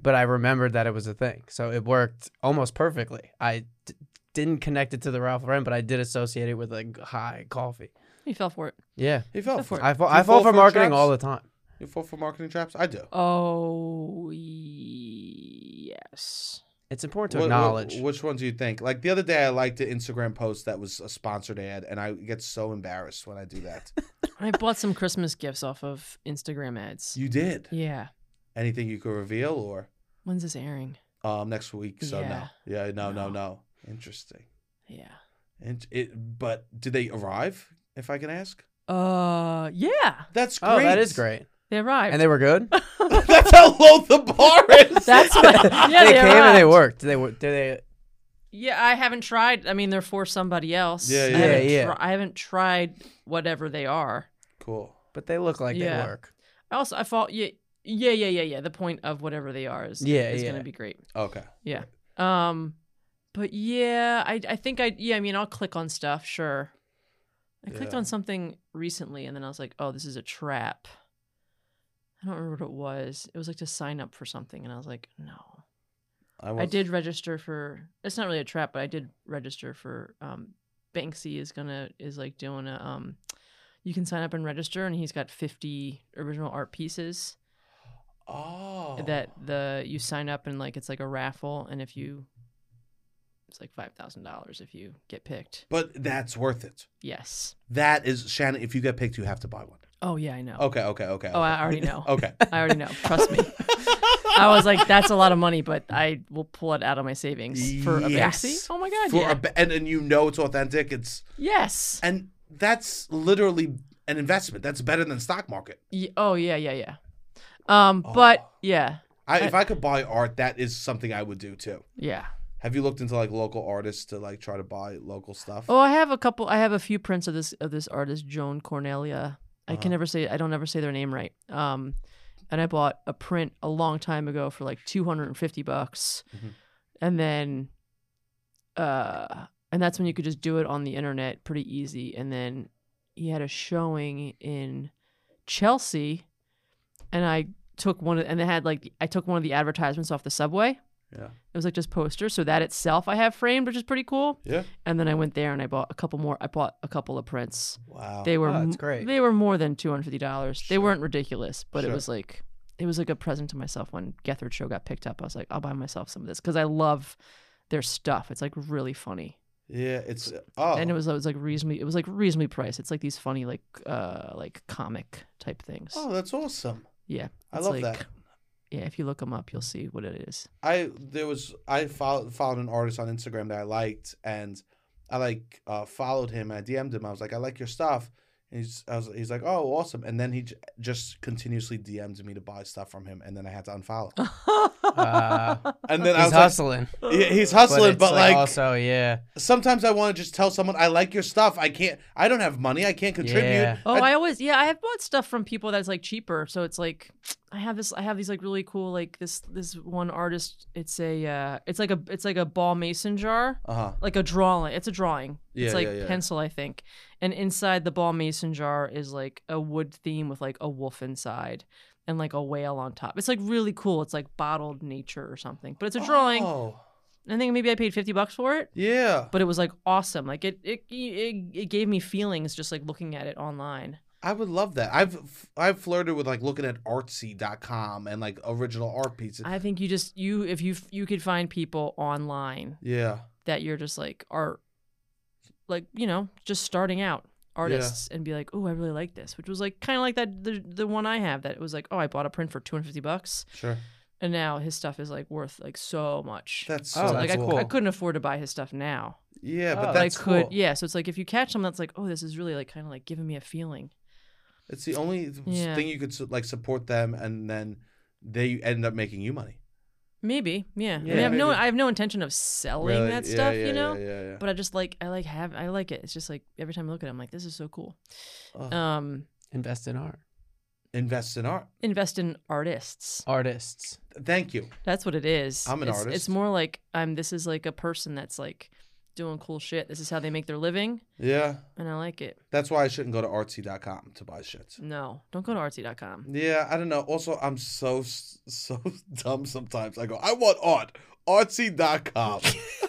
[SPEAKER 2] but I remembered that it was a thing, so it worked almost perfectly. I d- didn't connect it to the Ralph Lauren, but I did associate it with like high coffee.
[SPEAKER 3] He fell for it.
[SPEAKER 2] Yeah,
[SPEAKER 1] He fell
[SPEAKER 3] Go
[SPEAKER 1] for
[SPEAKER 3] for
[SPEAKER 1] it.
[SPEAKER 3] it.
[SPEAKER 2] I fall,
[SPEAKER 1] Do you
[SPEAKER 2] I fall
[SPEAKER 1] fall
[SPEAKER 2] for
[SPEAKER 1] for
[SPEAKER 2] marketing
[SPEAKER 1] traps?
[SPEAKER 2] all the time.
[SPEAKER 1] You fall for marketing traps? I do.
[SPEAKER 3] Oh yes.
[SPEAKER 2] It's important to
[SPEAKER 1] What- what-
[SPEAKER 2] acknowledge.
[SPEAKER 1] which ones do you think? Like the other day, I liked the Instagram post that was a sponsored ad, and I get so embarrassed when I do that.
[SPEAKER 3] I bought some Christmas gifts off of Instagram ads.
[SPEAKER 1] you did.
[SPEAKER 3] Yeah.
[SPEAKER 1] Anything you could reveal, or
[SPEAKER 3] When's this airing?
[SPEAKER 1] um, next week? So
[SPEAKER 3] Yeah.
[SPEAKER 1] no, yeah, no, no,
[SPEAKER 3] No.
[SPEAKER 1] no. Interesting.
[SPEAKER 3] Yeah.
[SPEAKER 1] And it, but did they arrive? If I can ask,
[SPEAKER 3] Uh, yeah,
[SPEAKER 1] that's great.
[SPEAKER 2] oh, that is great,
[SPEAKER 3] they arrived.
[SPEAKER 2] and they were good.
[SPEAKER 1] [LAUGHS]
[SPEAKER 2] [LAUGHS]
[SPEAKER 1] that's how low the bar is.
[SPEAKER 3] [LAUGHS] That's what. Yeah,
[SPEAKER 2] they,
[SPEAKER 3] they,
[SPEAKER 2] came and they
[SPEAKER 3] arrived.
[SPEAKER 2] worked. They were. Did they?
[SPEAKER 3] Yeah, I haven't tried. I mean, they're for somebody else.
[SPEAKER 1] Yeah,
[SPEAKER 3] I
[SPEAKER 1] yeah.
[SPEAKER 3] haven't
[SPEAKER 2] Yeah,
[SPEAKER 3] tr- I haven't tried whatever they are.
[SPEAKER 1] cool.
[SPEAKER 2] But they look like
[SPEAKER 3] Yeah.
[SPEAKER 2] they work.
[SPEAKER 3] I also, I thought, yeah, yeah, yeah, yeah, yeah. The point of whatever they are is
[SPEAKER 2] Yeah,
[SPEAKER 3] is
[SPEAKER 2] yeah.
[SPEAKER 3] gonna be great.
[SPEAKER 1] Okay.
[SPEAKER 3] Um, but yeah, I I think I yeah. I mean, I'll click on stuff. Sure. I clicked
[SPEAKER 1] Yeah.
[SPEAKER 3] on something recently, and then I was like, oh, this is a trap. I don't remember what it was. It was like to sign up for something, and I was like, no. I
[SPEAKER 1] want-
[SPEAKER 3] did register for. It's not really a trap, but I did register for. Um, Banksy is gonna is like doing a. Um, you can sign up and register, and he's got fifty original art pieces
[SPEAKER 1] Oh.
[SPEAKER 3] that the you sign up and like it's like a raffle, and if you, it's like five thousand dollars if you get picked.
[SPEAKER 1] But that's worth it.
[SPEAKER 3] Yes.
[SPEAKER 1] That is Shannon. If you get picked, you have to buy one.
[SPEAKER 3] Oh yeah, I know.
[SPEAKER 1] Okay. Okay. Okay.
[SPEAKER 3] Oh, I already know.
[SPEAKER 1] okay.
[SPEAKER 3] I already know. Trust me. I was like, that's a lot of money, but I will pull it out of my savings for a
[SPEAKER 1] Yes.
[SPEAKER 3] Banksy. Oh my god.
[SPEAKER 1] for
[SPEAKER 3] yeah.
[SPEAKER 1] a ba- and and you know it's authentic. It's
[SPEAKER 3] yes.
[SPEAKER 1] and that's literally an investment. That's better than stock market.
[SPEAKER 3] Ye- oh yeah, yeah, yeah. Um, but
[SPEAKER 1] Oh.
[SPEAKER 3] yeah,
[SPEAKER 1] I, if I could buy art, that is something I would do too.
[SPEAKER 3] yeah.
[SPEAKER 1] Have you looked into like local artists to like try to buy local stuff?
[SPEAKER 3] Oh, I have a couple. I have a few prints of this of this artist Joan Cornelia. I
[SPEAKER 1] Uh-huh.
[SPEAKER 3] can never say I don't ever say their name right. Um, and I bought a print a long time ago for like two hundred and fifty bucks,
[SPEAKER 1] Mhm.
[SPEAKER 3] and then, uh, and that's when you could just do it on the internet pretty easy. And then he had a showing in Chelsea, and I took one of, and they had like I took one of the advertisements off the subway.
[SPEAKER 1] Yeah.
[SPEAKER 3] It was like just posters, so that itself I have framed, which is pretty cool.
[SPEAKER 1] Yeah.
[SPEAKER 3] And then I went there and I bought a couple more. I bought a couple of prints.
[SPEAKER 1] Wow.
[SPEAKER 3] They were
[SPEAKER 2] oh, that's
[SPEAKER 3] m-
[SPEAKER 2] great.
[SPEAKER 3] They were more than two hundred fifty dollars. They
[SPEAKER 1] Sure.
[SPEAKER 3] weren't ridiculous, but
[SPEAKER 1] Sure.
[SPEAKER 3] it was like it was like a present to myself when Gethard Show got picked up. I was like, I'll buy myself some of this because I love their stuff. It's like really funny,
[SPEAKER 1] yeah. It's oh.
[SPEAKER 3] and it was it was like reasonably it was like reasonably priced. It's like these funny like uh like comic type things.
[SPEAKER 1] oh, that's awesome.
[SPEAKER 3] yeah,
[SPEAKER 1] I
[SPEAKER 3] it's
[SPEAKER 1] love
[SPEAKER 3] like-
[SPEAKER 1] that.
[SPEAKER 3] Yeah, if you look them up, you'll see what it is.
[SPEAKER 1] I there was I followed followed an artist on Instagram that I liked, and I like uh, followed him. I DM'd him. I was like, I like your stuff. And he's I was, he's like, oh, awesome. And then he j- just continuously DM'd me to buy stuff from him, and then I had to
[SPEAKER 2] [LAUGHS]
[SPEAKER 1] unfollow. And then I
[SPEAKER 2] He's
[SPEAKER 1] was like-
[SPEAKER 2] hustling.
[SPEAKER 1] Yeah, he's hustling,
[SPEAKER 2] it's,
[SPEAKER 1] but, like,
[SPEAKER 2] also yeah,
[SPEAKER 1] sometimes I want to just tell someone I like your stuff. I can't. I don't have money. I can't contribute.
[SPEAKER 2] Yeah.
[SPEAKER 3] Oh,
[SPEAKER 1] I-
[SPEAKER 3] I, always yeah, I have bought stuff from people that's like cheaper. So it's like I have this I have these like really cool like this this one artist, it's a uh it's like a it's like a ball mason jar.
[SPEAKER 1] Uh huh.
[SPEAKER 3] Like a drawing. It's a drawing.
[SPEAKER 1] Yeah,
[SPEAKER 3] it's like
[SPEAKER 1] yeah, yeah.
[SPEAKER 3] pencil, I think. And inside the ball mason jar is like a wood theme with like a wolf inside and like a whale on top. It's like really cool. It's like bottled nature or something. But it's a drawing.
[SPEAKER 1] Oh,
[SPEAKER 3] I think maybe I paid 50 bucks for it
[SPEAKER 1] yeah.
[SPEAKER 3] but it was like awesome. Like it, it, it, it gave me feelings just like looking at it online.
[SPEAKER 1] I would love that. I've I've flirted with like looking at artsy.com and like original art pieces.
[SPEAKER 3] I think you just you if you you could find people online
[SPEAKER 1] yeah.
[SPEAKER 3] that you're just like art, like you know, just starting out artists and be like, oh, I really like this, which was like kind of like that the the one I have that it was like, oh, I bought a print for two hundred fifty bucks,
[SPEAKER 1] Sure.
[SPEAKER 3] and now his stuff is like worth like so much.
[SPEAKER 1] That's so
[SPEAKER 2] Oh,
[SPEAKER 3] like I,
[SPEAKER 2] that's
[SPEAKER 1] cool.
[SPEAKER 2] cool.
[SPEAKER 3] I couldn't afford to buy his stuff now.
[SPEAKER 1] Yeah,
[SPEAKER 2] Oh,
[SPEAKER 1] but
[SPEAKER 3] But I
[SPEAKER 1] that's
[SPEAKER 3] could,
[SPEAKER 2] cool.
[SPEAKER 3] yeah. So it's like if you catch something that's like, oh, this is really like kind of like giving me a feeling.
[SPEAKER 1] it's the only
[SPEAKER 3] Yeah.
[SPEAKER 1] thing you could su- like support them and then they end up making you money.
[SPEAKER 3] Maybe, yeah. I mean,
[SPEAKER 2] Yeah,
[SPEAKER 3] I have no,
[SPEAKER 1] maybe.
[SPEAKER 3] I have no intention of selling
[SPEAKER 1] Really?
[SPEAKER 3] that
[SPEAKER 1] Yeah,
[SPEAKER 3] stuff,
[SPEAKER 1] yeah,
[SPEAKER 3] you know.
[SPEAKER 1] Yeah, yeah, yeah.
[SPEAKER 3] But I just like, I like have, I like it. It's just like every time I look at it, I'm like, this is so cool.
[SPEAKER 1] Oh,
[SPEAKER 3] Um,
[SPEAKER 2] Invest in art.
[SPEAKER 1] invest in art.
[SPEAKER 3] invest in artists.
[SPEAKER 2] [LAUGHS] Artists.
[SPEAKER 1] Thank you.
[SPEAKER 3] That's what it is.
[SPEAKER 1] I'm an
[SPEAKER 3] it's,
[SPEAKER 1] artist.
[SPEAKER 3] It's more like I'm. This is like a person that's like doing cool shit. This is how they make their living,
[SPEAKER 1] Yeah.
[SPEAKER 3] and I like it.
[SPEAKER 1] That's why I shouldn't go to artsy.com to buy shit.
[SPEAKER 3] No, don't go to artsy.com.
[SPEAKER 1] Yeah, I don't know. Also, I'm so so [LAUGHS] dumb sometimes. I go, I want art.
[SPEAKER 3] [LAUGHS]
[SPEAKER 1] Artsy.com.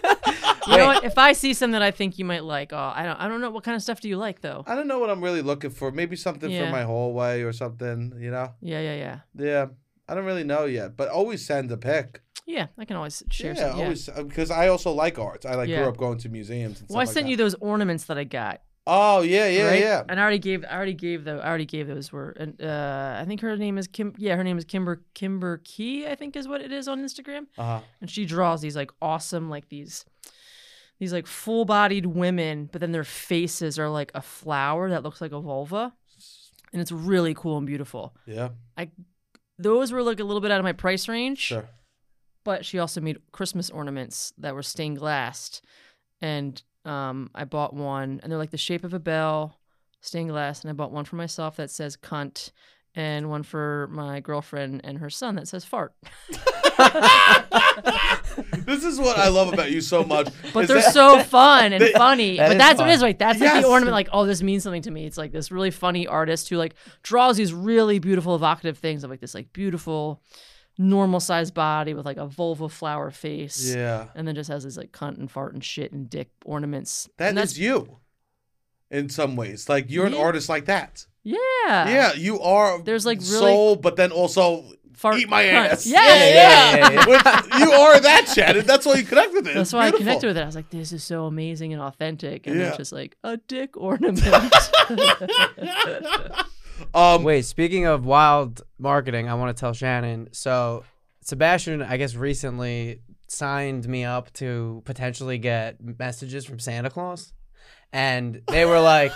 [SPEAKER 3] You know
[SPEAKER 2] Wait.
[SPEAKER 3] what? If I see something that I think you might like, oh, I don't, I don't know what kind of stuff do you like though.
[SPEAKER 1] I don't know what I'm really looking for. Maybe something for
[SPEAKER 3] Yeah.
[SPEAKER 1] my hallway or something, you know?
[SPEAKER 3] Yeah, yeah, yeah,
[SPEAKER 1] Yeah. I don't really know yet, but always send a pic.
[SPEAKER 3] yeah. I can always share.
[SPEAKER 1] yeah,
[SPEAKER 3] some, yeah.
[SPEAKER 1] always because I also like arts. I like
[SPEAKER 3] Yeah.
[SPEAKER 1] grew up going to museums. And
[SPEAKER 3] Well, I
[SPEAKER 1] stuff
[SPEAKER 3] sent
[SPEAKER 1] like
[SPEAKER 3] you
[SPEAKER 1] that.
[SPEAKER 3] those ornaments that I got.
[SPEAKER 1] Oh yeah, yeah,
[SPEAKER 3] right?
[SPEAKER 1] yeah.
[SPEAKER 3] And I already gave, I already gave the, I already gave those were, and uh, I think her name is Kim. Yeah, her name is Kimber Kimber Key. I think is what it is on Instagram.
[SPEAKER 1] Uh-huh.
[SPEAKER 3] and she draws these like awesome like these these like full-bodied women but then their faces are like a flower that looks like a vulva and it's really cool and beautiful
[SPEAKER 1] Yeah,
[SPEAKER 3] those were like a little bit out of my price range
[SPEAKER 1] sure.
[SPEAKER 3] but she also made christmas ornaments that were stained glassed and um, i bought one and they're like the shape of a bell stained glass and i bought one for myself that says cunt and one for my girlfriend and her son that says fart
[SPEAKER 1] [LAUGHS] this is what I love about you so much.
[SPEAKER 3] [LAUGHS] But
[SPEAKER 1] is
[SPEAKER 3] they're
[SPEAKER 1] that-
[SPEAKER 3] so fun and
[SPEAKER 1] They-
[SPEAKER 3] funny.
[SPEAKER 2] that is
[SPEAKER 3] but that's
[SPEAKER 2] fun.
[SPEAKER 3] what it is, right? That's like
[SPEAKER 1] Yes.
[SPEAKER 3] the ornament, like, oh, this means something to me. It's like this really funny artist who like draws these really beautiful, evocative things of like this like beautiful, normal sized body with like a vulva flower face.
[SPEAKER 1] [LAUGHS] Yeah,
[SPEAKER 3] And then just has these like cunt and fart and shit and dick ornaments.
[SPEAKER 1] that
[SPEAKER 3] and
[SPEAKER 1] is you. In some ways, like you're an
[SPEAKER 3] Yeah.
[SPEAKER 1] artist like that.
[SPEAKER 3] yeah.
[SPEAKER 1] yeah, you are.
[SPEAKER 3] There's, like, really-
[SPEAKER 1] soul, but then also
[SPEAKER 3] Fart,
[SPEAKER 1] eat my
[SPEAKER 3] cunt.
[SPEAKER 1] ass.
[SPEAKER 3] Yeah, [LAUGHS] yeah,
[SPEAKER 2] yeah, yeah,
[SPEAKER 1] [LAUGHS]
[SPEAKER 2] yeah.
[SPEAKER 1] Which- you are that, Shannon. That's why you connect with it.
[SPEAKER 3] That's
[SPEAKER 1] It's
[SPEAKER 3] why
[SPEAKER 1] beautiful.
[SPEAKER 3] I connected with it. I was like, this is so amazing and authentic. And
[SPEAKER 1] Yeah.
[SPEAKER 3] it's just like a dick
[SPEAKER 2] [LAUGHS]
[SPEAKER 3] [LAUGHS] ornament.
[SPEAKER 1] [LAUGHS] Um,
[SPEAKER 2] Wait, speaking of wild marketing, I want to tell Shannon. So, Sebastian, I guess recently signed me up to potentially get messages from Santa Claus, and they were [LAUGHS] like,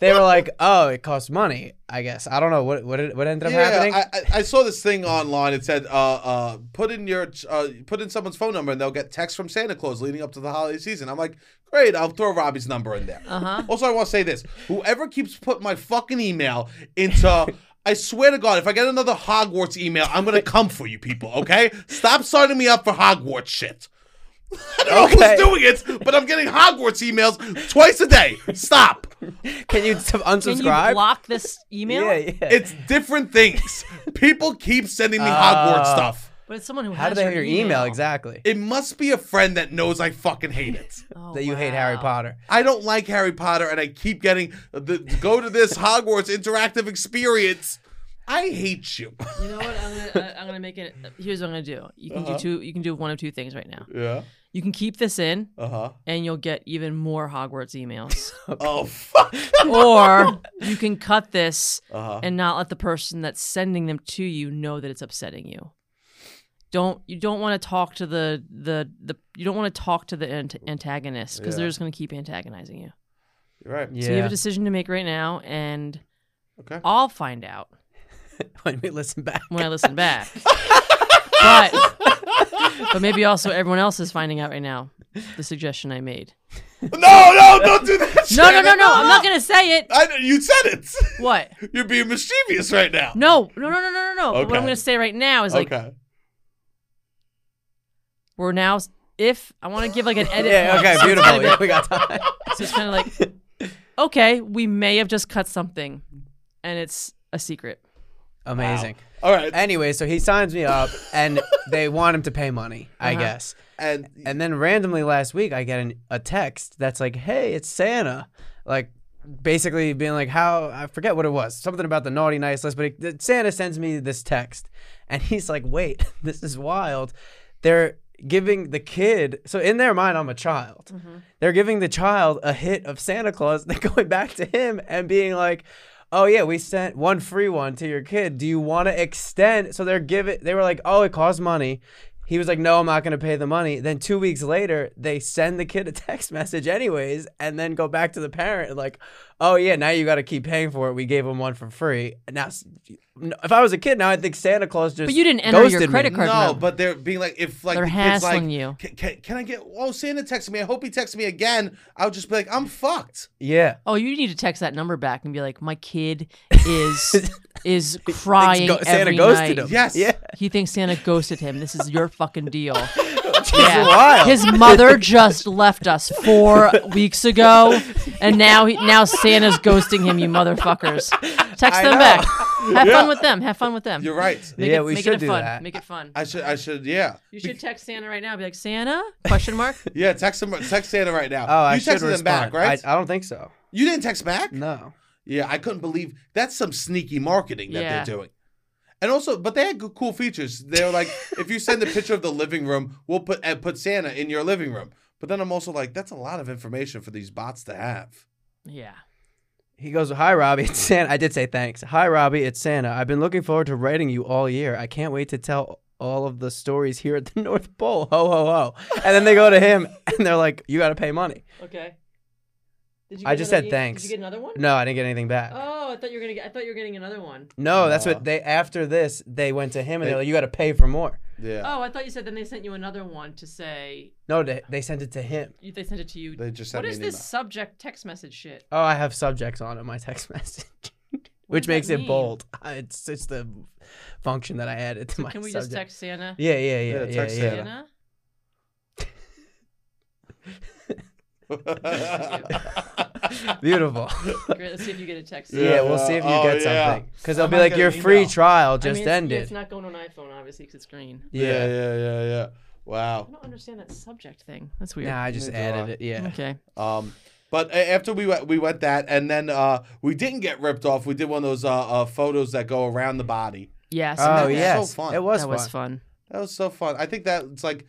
[SPEAKER 2] they were like, oh, it costs money. I guess I don't know what what it- what ended up
[SPEAKER 1] yeah,
[SPEAKER 2] happening.
[SPEAKER 1] I, I, I saw this thing online. It said, uh, uh, put in your, uh, put in someone's phone number, and they'll get text from Santa Claus leading up to the holiday season. I'm like, great. I'll throw Robbie's number in there.
[SPEAKER 3] uh
[SPEAKER 2] Uh-huh.
[SPEAKER 3] huh.
[SPEAKER 1] Also, I want to say this: whoever keeps putting my fucking email into, I swear to God, if I get another Hogwarts email, I'm gonna come for you people. Okay, stop signing me up for Hogwarts shit. [LAUGHS] I don't
[SPEAKER 2] Okay.
[SPEAKER 1] know who's doing it, but I'm getting Hogwarts emails twice a day. Stop.
[SPEAKER 2] Can you sub-
[SPEAKER 3] Can you
[SPEAKER 2] unsubscribe?
[SPEAKER 3] block this
[SPEAKER 2] [LAUGHS]
[SPEAKER 3] email?
[SPEAKER 2] yeah, yeah.
[SPEAKER 1] It's different things. People keep sending me Hogwarts
[SPEAKER 2] Ah.
[SPEAKER 1] stuff.
[SPEAKER 3] But it's someone who
[SPEAKER 2] How do
[SPEAKER 3] has
[SPEAKER 2] they have your email
[SPEAKER 3] exactly?
[SPEAKER 2] exactly?
[SPEAKER 1] It must be a friend that knows I fucking hate it.
[SPEAKER 3] Oh,
[SPEAKER 2] that you hate Harry
[SPEAKER 3] wow.
[SPEAKER 2] Potter.
[SPEAKER 1] I don't like Harry Potter, and I keep getting the go to [LAUGHS] this Hogwarts interactive experience. I hate you.
[SPEAKER 3] You know what? I'm gonna, I- I'm gonna make it. Here's what I'm gonna do. You can
[SPEAKER 1] Uh-huh.
[SPEAKER 3] do two. You can do one of two things right now.
[SPEAKER 1] [LAUGHS] Yeah.
[SPEAKER 3] You can keep this in,
[SPEAKER 1] Uh huh.
[SPEAKER 3] and you'll get even more Hogwarts emails,
[SPEAKER 1] Oh fuck. [LAUGHS]
[SPEAKER 3] or you can cut this
[SPEAKER 1] Uh huh.
[SPEAKER 3] and not let the person that's sending them to you know that it's upsetting you. Don't you don't want to talk to the the the you don't want to talk to the ant- antagonist because
[SPEAKER 1] Yeah.
[SPEAKER 3] they're just gonna keep antagonizing you.
[SPEAKER 1] You're right.
[SPEAKER 2] Yeah.
[SPEAKER 3] So you
[SPEAKER 2] [LAUGHS]
[SPEAKER 3] have a decision to make right now, and
[SPEAKER 1] Okay.
[SPEAKER 3] I'll find out
[SPEAKER 2] when we listen back.
[SPEAKER 3] when I
[SPEAKER 1] [LAUGHS]
[SPEAKER 3] listen back. but but maybe also everyone else is finding out right now the suggestion I made.
[SPEAKER 1] [LAUGHS] No, no, don't do that.
[SPEAKER 3] No, no, no, no. I'm not gonna say it.
[SPEAKER 1] [LAUGHS] I, you said it. [LAUGHS]
[SPEAKER 3] What?
[SPEAKER 1] You're being mischievous right now.
[SPEAKER 3] No, no, no, no, no, no. no. But What I'm
[SPEAKER 1] Okay.
[SPEAKER 3] gonna say right now is like
[SPEAKER 1] okay.
[SPEAKER 3] we're now. If I want to give like an
[SPEAKER 2] [LAUGHS] [LAUGHS]
[SPEAKER 3] edit,
[SPEAKER 2] Yeah,
[SPEAKER 3] point,
[SPEAKER 2] okay,
[SPEAKER 3] so it's
[SPEAKER 2] beautiful.
[SPEAKER 3] gotta be
[SPEAKER 2] Yeah,
[SPEAKER 3] like-
[SPEAKER 2] we got time.
[SPEAKER 3] so [LAUGHS] it's kind of like, okay, we may have just cut something, and it's a secret.
[SPEAKER 2] Amazing.
[SPEAKER 1] All right.
[SPEAKER 2] Anyway, so he signs me up and they want him to pay money, I
[SPEAKER 3] Uh-huh.
[SPEAKER 2] guess.
[SPEAKER 1] And,
[SPEAKER 2] And then randomly last week, I get an, a text that's like, hey, it's Santa. Like, basically being like, how I forget what it was, something about the naughty nice list, but it, Santa sends me this text, and he's like, wait, [LAUGHS] this is wild. They're giving the kid, so in their mind, I'm a child. They're giving the child a hit of Santa Claus, [LAUGHS] then going back to him and being like. Oh yeah, we sent one free one to your kid. Do you want to extend? So they're giving. They were like, "Oh, it costs money." He was like, "No, I'm not going to pay the money." Then two weeks later, they send the kid a [LAUGHS] text message anyways, and then go back to the parent like, "Oh yeah, now you got to keep paying for it. We gave him one for free." And Now, s- if I was a kid now, I would think Santa Claus just
[SPEAKER 3] But you didn't enter your
[SPEAKER 2] ghosted me.
[SPEAKER 3] credit card.
[SPEAKER 1] No,
[SPEAKER 3] number.
[SPEAKER 1] but they're being like, if like
[SPEAKER 3] They're
[SPEAKER 1] the kid's like,
[SPEAKER 3] hassling you.
[SPEAKER 1] "Can- Can, can I get? Oh, Santa texted me. I hope he texts me again. I'll just be like, I'm fucked.
[SPEAKER 2] Yeah,
[SPEAKER 3] Oh, you need to text that number back and be like, my kid
[SPEAKER 2] [LAUGHS]
[SPEAKER 3] is is crying
[SPEAKER 2] Go- Santa
[SPEAKER 3] every
[SPEAKER 2] ghosted
[SPEAKER 3] night.
[SPEAKER 2] him.
[SPEAKER 1] Yes.
[SPEAKER 2] Yeah.
[SPEAKER 3] He thinks Santa ghosted him. This is your
[SPEAKER 2] [LAUGHS]
[SPEAKER 3] fucking deal.
[SPEAKER 2] It's wild.
[SPEAKER 3] His mother just left us four [LAUGHS] weeks ago, and now he, now Santa's ghosting him.
[SPEAKER 2] [LAUGHS]
[SPEAKER 3] You motherfuckers, text
[SPEAKER 2] I
[SPEAKER 3] them
[SPEAKER 2] know.
[SPEAKER 3] back. Have fun with them. Have fun with them.
[SPEAKER 1] You're
[SPEAKER 3] [LAUGHS]
[SPEAKER 1] right.
[SPEAKER 3] Make
[SPEAKER 2] Yeah,
[SPEAKER 3] it,
[SPEAKER 2] we
[SPEAKER 3] make
[SPEAKER 2] should
[SPEAKER 3] it a
[SPEAKER 2] do
[SPEAKER 3] fun.
[SPEAKER 2] that.
[SPEAKER 3] Make it fun.
[SPEAKER 1] I should. I should. Yeah.
[SPEAKER 3] you should text Santa right now. Be like Santa? Question mark.
[SPEAKER 1] Yeah. Text him. Text Santa right now.
[SPEAKER 2] [LAUGHS] Oh, I
[SPEAKER 1] you
[SPEAKER 2] should
[SPEAKER 1] texted
[SPEAKER 2] respond.
[SPEAKER 1] him back, right?
[SPEAKER 2] I, I don't think so.
[SPEAKER 1] you didn't text back.
[SPEAKER 2] No.
[SPEAKER 1] Yeah, I couldn't believe that's some sneaky marketing that
[SPEAKER 3] Yeah.
[SPEAKER 1] they're doing. And also, but they had good, cool features. They were
[SPEAKER 2] [LAUGHS]
[SPEAKER 1] like, if you send a picture of the living room, we'll put uh, put Santa in your living room. But then I'm also like, that's a lot of information for these bots to have.
[SPEAKER 3] [LAUGHS] Yeah.
[SPEAKER 2] He goes, Hi, Robbie. It's Santa. I did say thanks. Hi, Robbie. It's Santa. I've been looking forward to writing you all year. I can't wait to tell all of the stories here at the [LAUGHS] North Pole. Ho, ho, ho. And then they go to him [LAUGHS] and they're like, You got to pay money.
[SPEAKER 3] Okay. Did you
[SPEAKER 2] I get just another said e- did you thanks. get
[SPEAKER 3] another one?
[SPEAKER 2] No, I didn't get anything back.
[SPEAKER 3] Oh, I thought you were gonna. Get, I thought you were getting another one.
[SPEAKER 2] No, that's
[SPEAKER 1] Aw.
[SPEAKER 2] what they, after this, they went to him and
[SPEAKER 1] They-
[SPEAKER 2] they're like, You got to pay for more.
[SPEAKER 1] Yeah,
[SPEAKER 3] Oh, I thought you said then they sent you another one to say
[SPEAKER 2] No, they, they sent it to him.
[SPEAKER 3] you- they sent it to you.
[SPEAKER 1] they just sent
[SPEAKER 3] What
[SPEAKER 1] me
[SPEAKER 3] is
[SPEAKER 1] an
[SPEAKER 3] this
[SPEAKER 1] email.
[SPEAKER 3] subject text message shit?
[SPEAKER 2] Oh, I have subjects on in my text [LAUGHS] message,
[SPEAKER 3] What does
[SPEAKER 2] which
[SPEAKER 3] that
[SPEAKER 2] makes it
[SPEAKER 3] mean?
[SPEAKER 2] bold. [LAUGHS] It's, it's the function that I added to my
[SPEAKER 3] Can we
[SPEAKER 2] subject.
[SPEAKER 3] just text Santa?
[SPEAKER 2] Yeah, yeah, yeah.
[SPEAKER 1] Yeah,
[SPEAKER 2] yeah,
[SPEAKER 1] text
[SPEAKER 2] yeah.
[SPEAKER 1] Santa.
[SPEAKER 3] Santa? [LAUGHS]
[SPEAKER 2] Beautiful.
[SPEAKER 3] Great, let's see if you get a text.
[SPEAKER 1] Yeah,
[SPEAKER 2] Yeah, we'll see if you
[SPEAKER 1] yeah.
[SPEAKER 2] get
[SPEAKER 1] Oh, yeah.
[SPEAKER 2] something. Because
[SPEAKER 1] I
[SPEAKER 2] they'll be
[SPEAKER 1] might
[SPEAKER 2] like,
[SPEAKER 1] get
[SPEAKER 2] your
[SPEAKER 1] an
[SPEAKER 2] free
[SPEAKER 1] email."
[SPEAKER 2] trial
[SPEAKER 3] I
[SPEAKER 2] just
[SPEAKER 3] mean, it's- yeah,
[SPEAKER 2] ended.
[SPEAKER 3] It's not going on iPhone, obviously, because it's green.
[SPEAKER 1] [LAUGHS] yeah,
[SPEAKER 2] yeah.
[SPEAKER 1] yeah, yeah, yeah.
[SPEAKER 3] I
[SPEAKER 1] Wow.
[SPEAKER 3] don't understand that subject thing. That's weird.
[SPEAKER 2] Nah, I just
[SPEAKER 1] Neither do I.
[SPEAKER 2] added it.
[SPEAKER 1] [LAUGHS]
[SPEAKER 2] Yeah.
[SPEAKER 3] Okay.
[SPEAKER 1] Um, but a- after we went, we went that, and then uh, we didn't get ripped off. We did one of those uh, uh, photos that go around the body.
[SPEAKER 3] Yes. and
[SPEAKER 2] Oh
[SPEAKER 1] was
[SPEAKER 3] that-
[SPEAKER 1] yeah.
[SPEAKER 2] yes,
[SPEAKER 1] so fun.
[SPEAKER 2] it was
[SPEAKER 3] That
[SPEAKER 2] fun.
[SPEAKER 3] was fun.
[SPEAKER 1] That was so fun. I think that's like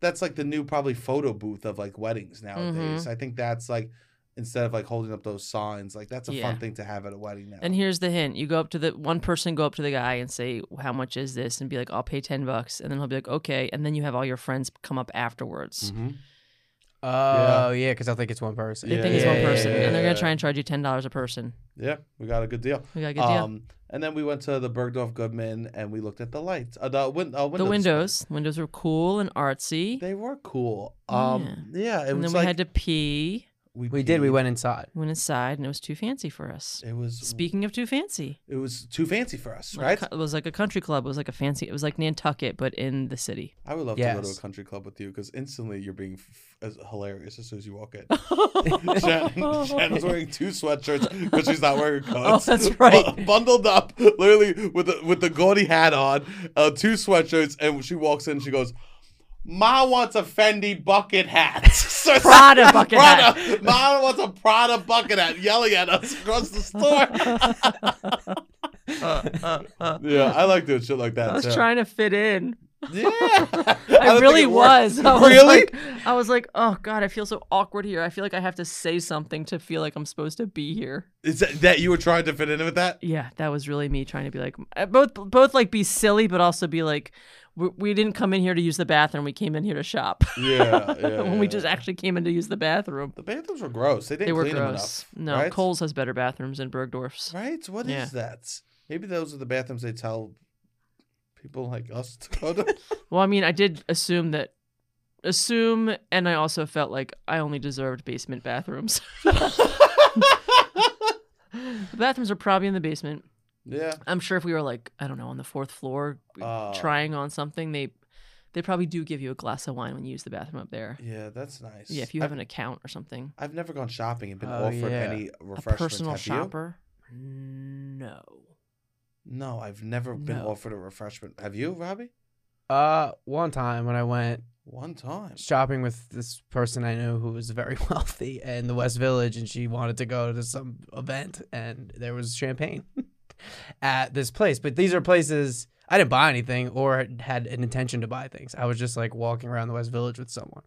[SPEAKER 1] that's like the new probably photo booth of like weddings
[SPEAKER 3] Mm-hmm.
[SPEAKER 1] nowadays. I think that's like instead of like holding up those signs, like that's a
[SPEAKER 3] Yeah.
[SPEAKER 1] fun thing to have at a wedding now.
[SPEAKER 3] And here's the hint: you go up to the one person, go up to the guy and say, "How much is this?" and be like, "I'll pay ten bucks," and then he'll be like, "Okay," and then you have all your friends come up afterwards.
[SPEAKER 2] Mm-hmm.
[SPEAKER 1] Mhm.
[SPEAKER 2] Oh yeah, because I think it's one person.
[SPEAKER 3] They
[SPEAKER 1] Yeah,
[SPEAKER 3] think it's one
[SPEAKER 1] yeah,
[SPEAKER 3] person,
[SPEAKER 1] yeah,
[SPEAKER 3] and they're
[SPEAKER 1] yeah.
[SPEAKER 3] gonna try and charge you ten dollars a person.
[SPEAKER 1] Yeah, we got a good deal.
[SPEAKER 3] We got a good deal.
[SPEAKER 1] Um, and then we went to the Bergdorf Goodman and we looked at the lights. Uh, the, win- uh,
[SPEAKER 3] the
[SPEAKER 1] window display.
[SPEAKER 3] windows, windows were cool and artsy.
[SPEAKER 1] They were cool. Um, yeah. it
[SPEAKER 3] and
[SPEAKER 1] was
[SPEAKER 3] then we
[SPEAKER 1] like
[SPEAKER 3] had to pee.
[SPEAKER 2] We did. We
[SPEAKER 1] peed.
[SPEAKER 2] went inside.
[SPEAKER 3] Went inside, and it was too fancy for us.
[SPEAKER 1] It was
[SPEAKER 3] Speaking of too fancy,
[SPEAKER 1] It was too fancy for us,
[SPEAKER 3] like a
[SPEAKER 1] right?
[SPEAKER 3] co- it was like a country club. It was like a fancy. It was like Nantucket, but in the city.
[SPEAKER 1] I would love to go to
[SPEAKER 2] Yes.
[SPEAKER 1] a country club with you because instantly you're being f- as hilarious as soon as you walk
[SPEAKER 3] [LAUGHS]
[SPEAKER 1] in. Shannon, Shannon's
[SPEAKER 3] oh,
[SPEAKER 1] wearing two sweatshirts because she's not wearing a coat.
[SPEAKER 3] [LAUGHS] Oh, that's right.
[SPEAKER 1] Bu- bundled up, literally with the, with the gaudy hat on, uh, two sweatshirts, and she walks in. She goes, "Ma wants a Fendi bucket hat." [LAUGHS] So it's like,
[SPEAKER 3] Prada bucket hat.
[SPEAKER 1] Prada. [LAUGHS] Ma wants a Prada bucket hat, yelling at us across the
[SPEAKER 3] [LAUGHS]
[SPEAKER 1] store. [LAUGHS] yeah, I like doing shit like that.
[SPEAKER 3] I was
[SPEAKER 1] too.
[SPEAKER 3] trying to fit in.
[SPEAKER 1] Yeah, [LAUGHS] I,
[SPEAKER 3] [LAUGHS] I,
[SPEAKER 1] don't think
[SPEAKER 3] really
[SPEAKER 1] it worked.
[SPEAKER 3] was. I was
[SPEAKER 1] really?
[SPEAKER 3] like- I was like, oh god, I feel so awkward here. I feel like I have to say something to feel like I'm supposed to be here.
[SPEAKER 1] Is that, that you were trying to fit in with that?
[SPEAKER 3] Yeah, that was really me trying to be like uh, both, both like be silly, but also be like, we, we didn't come in here to use the bathroom. We came in here to shop. [LAUGHS]
[SPEAKER 1] [LAUGHS] Yeah, yeah.
[SPEAKER 3] when we
[SPEAKER 1] yeah.
[SPEAKER 3] just actually came in to use the bathroom,
[SPEAKER 1] the bathrooms were gross. They didn't
[SPEAKER 3] they were
[SPEAKER 1] clean
[SPEAKER 3] gross.
[SPEAKER 1] them
[SPEAKER 3] no,
[SPEAKER 1] enough. right?
[SPEAKER 3] Cole's has better bathrooms than Bergdorf's.
[SPEAKER 1] Right? What is
[SPEAKER 3] Yeah.
[SPEAKER 1] that? Maybe those are the bathrooms they tell people like us to go
[SPEAKER 3] [LAUGHS]
[SPEAKER 1] to. [LAUGHS]
[SPEAKER 3] Well, I mean, I did assume that. Assume, and I also felt like I only deserved basement bathrooms. [LAUGHS] the bathrooms are probably in the basement.
[SPEAKER 1] yeah.
[SPEAKER 3] I'm sure if we were like, I don't know, on the fourth floor
[SPEAKER 1] Uh,
[SPEAKER 3] trying on something, they they probably do give you a glass of wine when you use the bathroom up there.
[SPEAKER 1] Yeah, that's nice.
[SPEAKER 3] Yeah, if you
[SPEAKER 1] I've,
[SPEAKER 3] have an account or something.
[SPEAKER 1] I've never gone shopping and been
[SPEAKER 2] Oh,
[SPEAKER 1] offered
[SPEAKER 2] yeah.
[SPEAKER 1] any
[SPEAKER 3] A
[SPEAKER 1] refreshments.
[SPEAKER 3] personal
[SPEAKER 1] have you?
[SPEAKER 3] shopper? No.
[SPEAKER 1] No, I've never been
[SPEAKER 3] No.
[SPEAKER 1] offered a refreshment. Have you, Robbie?
[SPEAKER 2] Uh, one time when I went
[SPEAKER 1] One time.
[SPEAKER 2] shopping with this person I knew who was very [LAUGHS] wealthy in the West Village, and she wanted to go to some event, and there was champagne [LAUGHS] at this place. But these are places I didn't buy anything or had an intention to buy things. I was just like walking around the West Village with someone.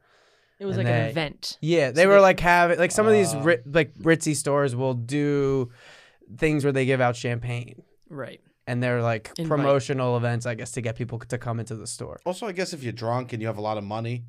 [SPEAKER 3] It was
[SPEAKER 2] And
[SPEAKER 3] like an
[SPEAKER 2] they-
[SPEAKER 3] event.
[SPEAKER 2] Yeah, they
[SPEAKER 3] So
[SPEAKER 2] were
[SPEAKER 3] they- Oh.
[SPEAKER 2] like having like some of these
[SPEAKER 1] Ah.
[SPEAKER 2] ri- like ritzy stores will do things where they give out champagne.
[SPEAKER 3] Right.
[SPEAKER 2] And they're like
[SPEAKER 3] Invite.
[SPEAKER 2] promotional events, I guess, to get people to come into the store.
[SPEAKER 1] Also, I guess if you're drunk and you have a lot of money,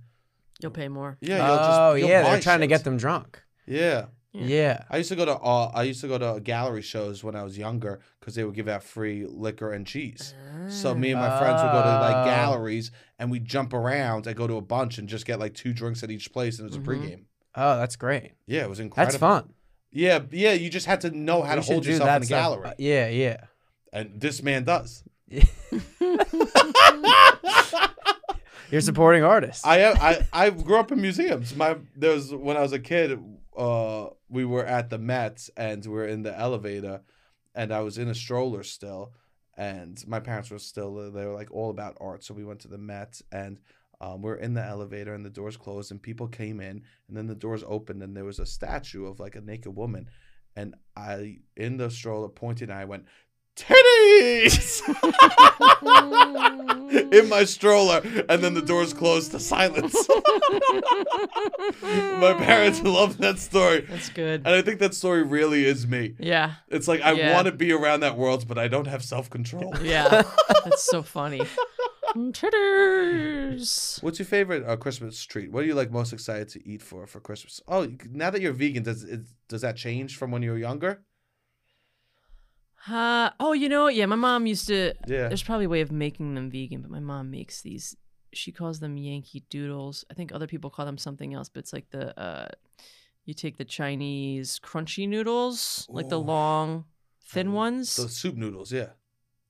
[SPEAKER 3] You'll pay more.
[SPEAKER 1] yeah, you'll just,
[SPEAKER 2] oh
[SPEAKER 1] you'll
[SPEAKER 2] yeah,
[SPEAKER 1] buy
[SPEAKER 2] they're trying to
[SPEAKER 1] shit.
[SPEAKER 2] get them drunk.
[SPEAKER 1] Yeah,
[SPEAKER 3] Yeah.
[SPEAKER 2] yeah.
[SPEAKER 1] I used to go to uh, I used to go to gallery shows when I was younger because they would give out free liquor and cheese. So
[SPEAKER 2] Mm.
[SPEAKER 1] me and my friends would go to
[SPEAKER 2] Ah.
[SPEAKER 1] like galleries and we jump around and go to a bunch and just get like two drinks at each place and it was
[SPEAKER 3] Mhm.
[SPEAKER 1] a pregame.
[SPEAKER 2] Oh, that's great.
[SPEAKER 1] Yeah, it was incredible.
[SPEAKER 2] That's fun.
[SPEAKER 1] Yeah, yeah, you just had to know how
[SPEAKER 2] We
[SPEAKER 1] to
[SPEAKER 2] should
[SPEAKER 1] hold
[SPEAKER 2] do
[SPEAKER 1] yourself
[SPEAKER 2] that
[SPEAKER 1] in a
[SPEAKER 2] stuff.
[SPEAKER 1] gallery,
[SPEAKER 2] Uh, yeah, yeah.
[SPEAKER 1] and this man
[SPEAKER 2] [LAUGHS]
[SPEAKER 1] does. [LAUGHS]
[SPEAKER 2] You're supporting artists.
[SPEAKER 1] I I I grew up in museums. My there was when I was a kid, uh, we were at the Met and we were in the elevator, and I was in a stroller still, and my parents were still they were like all about art, so we went to the Met and. Um, we we're in the elevator and the doors closed and people came in and then the doors opened and there was a statue of like a naked woman and I in the stroller pointed and I went titties [LAUGHS] in my stroller and then the doors closed to
[SPEAKER 3] [LAUGHS]
[SPEAKER 1] silence.
[SPEAKER 3] Ah.
[SPEAKER 1] [LAUGHS] My parents love that story.
[SPEAKER 3] That's good.
[SPEAKER 1] And I think that story really is me.
[SPEAKER 3] Yeah.
[SPEAKER 1] It's like I
[SPEAKER 3] Yeah.
[SPEAKER 1] want to be around that world, but I don't have self
[SPEAKER 3] [LAUGHS]
[SPEAKER 1] control.
[SPEAKER 3] Yeah. That's so funny. Titters.
[SPEAKER 1] What's your favorite uh, Christmas treat? What are you like most excited to eat for for Christmas? Oh, you- now that you're vegan, does it, does that change from when you were younger?
[SPEAKER 3] Uh, oh, you know, yeah, my mom used to.
[SPEAKER 1] Yeah.
[SPEAKER 3] There's probably a way of making them vegan, but my mom makes these. She calls them Yankee Doodles. I think other people call them something else, but it's like the. Uh, you take the Chinese crunchy noodles, like the
[SPEAKER 1] Ooh.
[SPEAKER 3] long, thin
[SPEAKER 1] Um,
[SPEAKER 3] ones.
[SPEAKER 1] The soup noodles, yeah.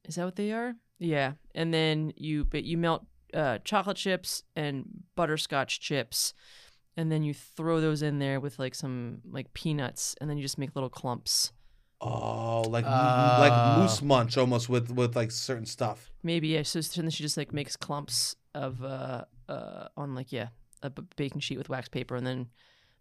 [SPEAKER 3] Is that what they are? Yeah. And then you but you melt uh, chocolate chips and butterscotch chips, and then you throw those in there with like some like peanuts, and then you just make little clumps.
[SPEAKER 1] Oh, like m-
[SPEAKER 2] Ah.
[SPEAKER 3] Uh.
[SPEAKER 1] like moose munch almost with with like certain stuff.
[SPEAKER 3] Maybe yeah. So then she just like makes clumps of uh uh on like yeah a b- baking sheet with wax paper, and then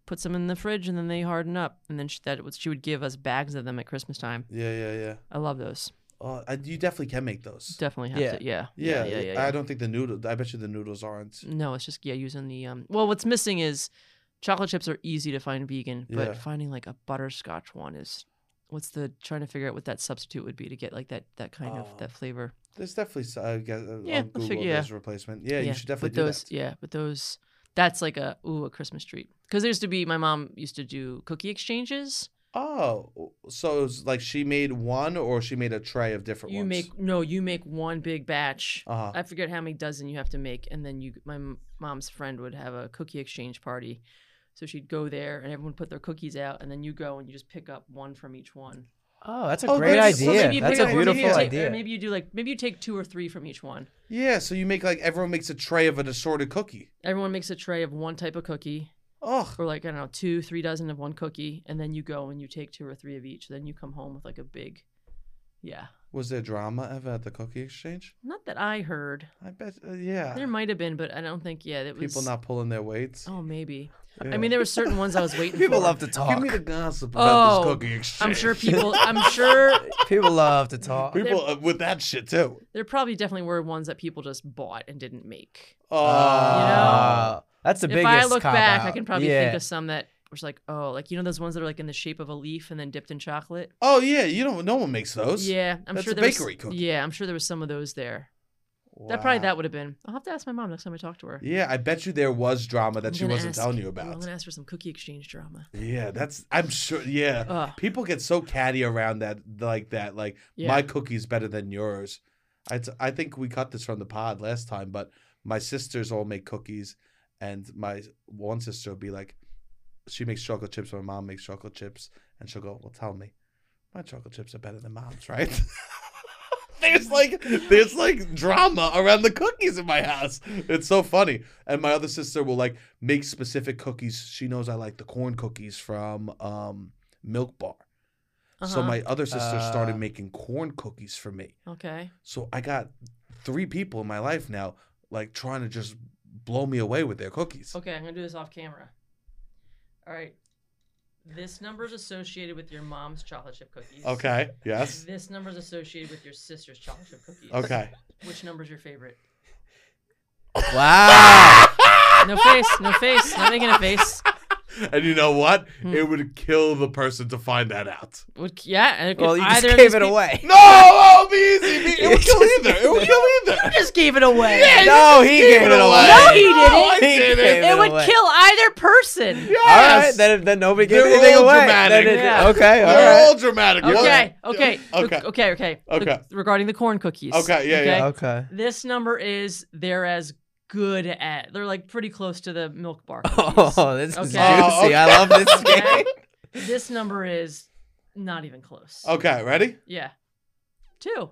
[SPEAKER 3] puts them in the fridge, and then they harden up, and then she, that was, she would give us bags of them at Christmas time.
[SPEAKER 1] Yeah, yeah, yeah.
[SPEAKER 3] I love those.
[SPEAKER 1] Oh, I, you definitely can make those.
[SPEAKER 3] Definitely have
[SPEAKER 2] Yeah.
[SPEAKER 3] to. Yeah.
[SPEAKER 1] Yeah,
[SPEAKER 3] Yeah. Yeah.
[SPEAKER 1] I
[SPEAKER 3] yeah.
[SPEAKER 1] don't think the noodle. I bet you the noodles aren't.
[SPEAKER 3] No, it's just yeah, using the um. Well, what's missing is chocolate chips are easy to find vegan,
[SPEAKER 1] Yeah.
[SPEAKER 3] but finding like a butterscotch one is. What's the trying to figure out what that substitute would be to get like that that kind
[SPEAKER 1] Oh.
[SPEAKER 3] of that flavor?
[SPEAKER 1] There's definitely s- I guess uh,
[SPEAKER 3] Yeah,
[SPEAKER 1] on
[SPEAKER 3] we'll
[SPEAKER 1] Google
[SPEAKER 3] figure-
[SPEAKER 1] there's a replacement. Yeah, you should definitely
[SPEAKER 3] But
[SPEAKER 1] do
[SPEAKER 3] those,
[SPEAKER 1] that.
[SPEAKER 3] yeah, but those that's like a ooh a Christmas treat because there used to be my mom used to do cookie exchanges.
[SPEAKER 1] Oh, so it was like she made one, or she made a tray of different
[SPEAKER 3] you
[SPEAKER 1] ones.
[SPEAKER 3] make no, you make one big batch.
[SPEAKER 1] Uh huh.
[SPEAKER 3] I forget how many dozen you have to make, and then you. My m- mom's friend would have a cookie exchange party, so she'd go there, and everyone put their cookies out, and then you go and you just pick up one from each one.
[SPEAKER 2] oh, that's a
[SPEAKER 1] Oh,
[SPEAKER 2] great
[SPEAKER 1] that's-
[SPEAKER 3] Well,
[SPEAKER 2] idea.
[SPEAKER 3] you
[SPEAKER 2] That's
[SPEAKER 3] pick
[SPEAKER 2] a
[SPEAKER 3] up one, maybe
[SPEAKER 2] beautiful
[SPEAKER 3] you take-
[SPEAKER 2] idea.
[SPEAKER 3] or Maybe you do like maybe you take two or three from each one.
[SPEAKER 1] Yeah, so you make like everyone makes a tray of an assorted cookie.
[SPEAKER 3] Everyone makes a tray of one type of cookie,
[SPEAKER 1] Oh,
[SPEAKER 3] or like I don't know, two, three dozen of one cookie, and then you go and you take two or three of each. Then you come home with like a big, yeah.
[SPEAKER 1] was there drama ever at the cookie exchange?
[SPEAKER 3] Not that I heard.
[SPEAKER 1] I bet. Uh, yeah,
[SPEAKER 2] Ah.
[SPEAKER 3] There might have been, but I don't think. Yeah, that was.
[SPEAKER 1] people not pulling their weights.
[SPEAKER 3] Oh, maybe.
[SPEAKER 1] Yeah.
[SPEAKER 3] I mean, there were certain ones I was
[SPEAKER 2] [LAUGHS]
[SPEAKER 3] waiting
[SPEAKER 2] People
[SPEAKER 3] for.
[SPEAKER 2] love to
[SPEAKER 1] give
[SPEAKER 2] talk.
[SPEAKER 1] me the gossip about this
[SPEAKER 3] Oh,
[SPEAKER 1] cookie exchange. [LAUGHS]
[SPEAKER 3] I'm sure [LAUGHS] people. I'm sure
[SPEAKER 2] [LAUGHS] People love to talk.
[SPEAKER 1] people uh, with that shit too.
[SPEAKER 3] there probably definitely were ones that people just bought and didn't make.
[SPEAKER 1] Oh, Uh,
[SPEAKER 2] Ah, that's the
[SPEAKER 3] if
[SPEAKER 2] biggest
[SPEAKER 3] I look
[SPEAKER 2] cop
[SPEAKER 3] back, I
[SPEAKER 2] out.
[SPEAKER 3] can probably
[SPEAKER 2] yeah.
[SPEAKER 3] think of some that was like, oh, like you know those ones that are like in the shape of a leaf and then dipped in chocolate.
[SPEAKER 1] oh yeah. You don't. No one makes those.
[SPEAKER 3] Yeah, I'm
[SPEAKER 1] That's
[SPEAKER 3] sure
[SPEAKER 1] a
[SPEAKER 3] there was-
[SPEAKER 1] bakery cookie.
[SPEAKER 3] Yeah, I'm sure there was some of those there. That probably
[SPEAKER 1] Wow.
[SPEAKER 3] that would have been. I'll have to ask my mom next time I talk to her.
[SPEAKER 1] Yeah, I bet you there was drama that
[SPEAKER 3] I'm
[SPEAKER 1] she
[SPEAKER 3] gonna
[SPEAKER 1] wasn't
[SPEAKER 3] ask-
[SPEAKER 1] telling you
[SPEAKER 3] I'm
[SPEAKER 1] about.
[SPEAKER 3] gonna ask for some cookie exchange drama.
[SPEAKER 1] Yeah, that's. I'm sure. Yeah,
[SPEAKER 3] Ugh.
[SPEAKER 1] people get so catty around that, like that. Like
[SPEAKER 3] Yeah.
[SPEAKER 1] my cookie's better than yours. I, t- I think we cut this from the pod last time, but my sisters all make cookies, and my one sister will be like, she makes chocolate chips. My mom makes chocolate chips, and she'll go, "Well, tell me, my chocolate chips are better than mom's, [LAUGHS] right?" There's like there's like drama around the cookies in my house. It's so funny. And my other sister will like make specific cookies. She knows I like the corn cookies from um, Milk Bar. So
[SPEAKER 3] Uh-huh.
[SPEAKER 1] my other sister started
[SPEAKER 2] Uh.
[SPEAKER 1] making corn cookies for me.
[SPEAKER 3] okay.
[SPEAKER 1] So I got three people in my life now, like trying to just blow me away with their cookies.
[SPEAKER 3] Okay, I'm gonna do this off camera. All right. This number is associated with your mom's chocolate chip cookies.
[SPEAKER 1] Okay. Yes.
[SPEAKER 3] This number is associated with your sister's chocolate chip cookies.
[SPEAKER 1] Okay.
[SPEAKER 3] Which number's your favorite? [LAUGHS]
[SPEAKER 2] Wow.
[SPEAKER 3] No face, no face, not making a face.
[SPEAKER 1] And you know what?
[SPEAKER 3] Hmm.
[SPEAKER 1] It would kill the person to find that out.
[SPEAKER 3] Would- Yeah, and it could
[SPEAKER 2] well, you just
[SPEAKER 3] either of
[SPEAKER 2] gave
[SPEAKER 3] these
[SPEAKER 2] it
[SPEAKER 3] peop-
[SPEAKER 2] away. [LAUGHS]
[SPEAKER 1] No, oh, be easy. Be, it would kill either. It would kill
[SPEAKER 3] I
[SPEAKER 1] either.
[SPEAKER 3] just gave it away.
[SPEAKER 1] Yeah, you
[SPEAKER 2] No,
[SPEAKER 1] just
[SPEAKER 2] he
[SPEAKER 1] gave
[SPEAKER 2] gave it away.
[SPEAKER 3] No, he didn't.
[SPEAKER 1] I
[SPEAKER 2] He
[SPEAKER 1] did
[SPEAKER 2] gave
[SPEAKER 1] it.
[SPEAKER 3] It would
[SPEAKER 2] away.
[SPEAKER 3] kill either person.
[SPEAKER 2] All
[SPEAKER 1] Yes.
[SPEAKER 2] right, then, then nobody gave
[SPEAKER 1] They're
[SPEAKER 2] anything
[SPEAKER 1] all
[SPEAKER 2] away.
[SPEAKER 1] dramatic.
[SPEAKER 2] Then it-
[SPEAKER 3] Yeah.
[SPEAKER 2] Okay, all
[SPEAKER 1] They're
[SPEAKER 2] right.
[SPEAKER 1] all dramatic.
[SPEAKER 3] Okay, okay,
[SPEAKER 1] Okay.
[SPEAKER 3] okay, okay, okay.
[SPEAKER 1] Okay.
[SPEAKER 3] Regarding the corn cookies.
[SPEAKER 1] Okay, yeah, yeah.
[SPEAKER 2] okay.
[SPEAKER 3] [LAUGHS] This number is they're as good at. They're like pretty close to the milk bar. cookies.
[SPEAKER 2] Oh, this is
[SPEAKER 3] Okay.
[SPEAKER 2] juicy.
[SPEAKER 1] Oh, okay.
[SPEAKER 2] I love this
[SPEAKER 3] Okay.
[SPEAKER 2] game.
[SPEAKER 3] this number is not even close.
[SPEAKER 1] Okay, ready?
[SPEAKER 3] Yeah. Two.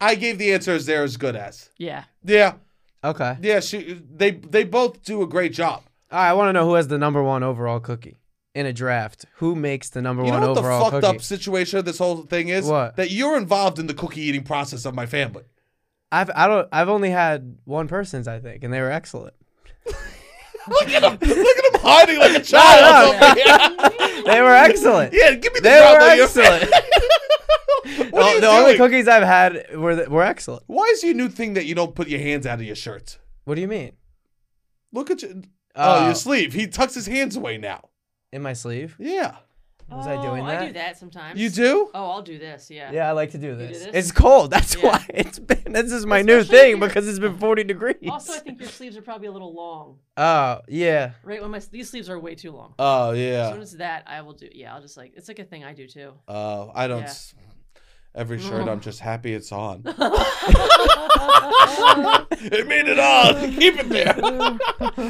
[SPEAKER 1] I gave the answer as they're as good as.
[SPEAKER 3] Yeah.
[SPEAKER 1] Yeah,
[SPEAKER 2] Okay.
[SPEAKER 1] yeah. She, they, they both do a great job.
[SPEAKER 2] All right, I want to know who has the number one overall cookie in a draft. Who makes the number
[SPEAKER 1] You
[SPEAKER 2] one
[SPEAKER 1] know what the
[SPEAKER 2] overall
[SPEAKER 1] fucked
[SPEAKER 2] cookie?
[SPEAKER 1] up situation of this whole thing is?
[SPEAKER 2] What?
[SPEAKER 1] That you're involved in the cookie eating process of my family.
[SPEAKER 2] I've I don't I've only had one person's I think, and they
[SPEAKER 1] [LAUGHS]
[SPEAKER 2] were excellent.
[SPEAKER 1] [LAUGHS] Look at him! Look at him hiding like a child.
[SPEAKER 2] No,
[SPEAKER 1] over [LAUGHS]
[SPEAKER 2] [LAUGHS]
[SPEAKER 3] [LAUGHS]
[SPEAKER 1] here.
[SPEAKER 2] They were excellent.
[SPEAKER 1] yeah, give me the
[SPEAKER 2] They
[SPEAKER 1] job
[SPEAKER 2] were
[SPEAKER 1] that you're- [LAUGHS]
[SPEAKER 2] excellent.
[SPEAKER 1] what are
[SPEAKER 2] the
[SPEAKER 1] you
[SPEAKER 2] only
[SPEAKER 1] doing?
[SPEAKER 2] cookies I've had were th- were excellent.
[SPEAKER 1] Why is your new thing that you don't put your hands out of your shirt?
[SPEAKER 2] What do you mean?
[SPEAKER 1] Look at you.
[SPEAKER 2] Oh.
[SPEAKER 1] Oh, your sleeve. He tucks his hands away now.
[SPEAKER 2] In my sleeve?
[SPEAKER 1] Yeah.
[SPEAKER 2] Was I doing
[SPEAKER 3] Oh, I do
[SPEAKER 2] that?
[SPEAKER 3] that sometimes.
[SPEAKER 1] You do?
[SPEAKER 3] Oh, I'll do this. Yeah.
[SPEAKER 2] Yeah, I like to do
[SPEAKER 3] do
[SPEAKER 2] this.
[SPEAKER 3] this?
[SPEAKER 2] It's cold. [LAUGHS] That's
[SPEAKER 3] Yeah.
[SPEAKER 2] why it's been. This is my new
[SPEAKER 3] Especially if
[SPEAKER 2] thing
[SPEAKER 3] you're-
[SPEAKER 2] because it's
[SPEAKER 3] [LAUGHS]
[SPEAKER 2] been 40 degrees.
[SPEAKER 3] Also,
[SPEAKER 2] [LAUGHS]
[SPEAKER 3] I think your sleeves are probably a little long.
[SPEAKER 2] oh yeah.
[SPEAKER 3] Right when my these sleeves are way too long.
[SPEAKER 1] Oh,
[SPEAKER 3] As soon
[SPEAKER 1] yeah.
[SPEAKER 3] as that, I will do. Yeah, I'll just like it's like a thing I
[SPEAKER 2] [LAUGHS]
[SPEAKER 3] do too.
[SPEAKER 1] Oh, I don't.
[SPEAKER 3] Yeah.
[SPEAKER 1] s- Every shirt, [LAUGHS] I'm just happy it's [LAUGHS] on. it made it [LAUGHS] on. Keep it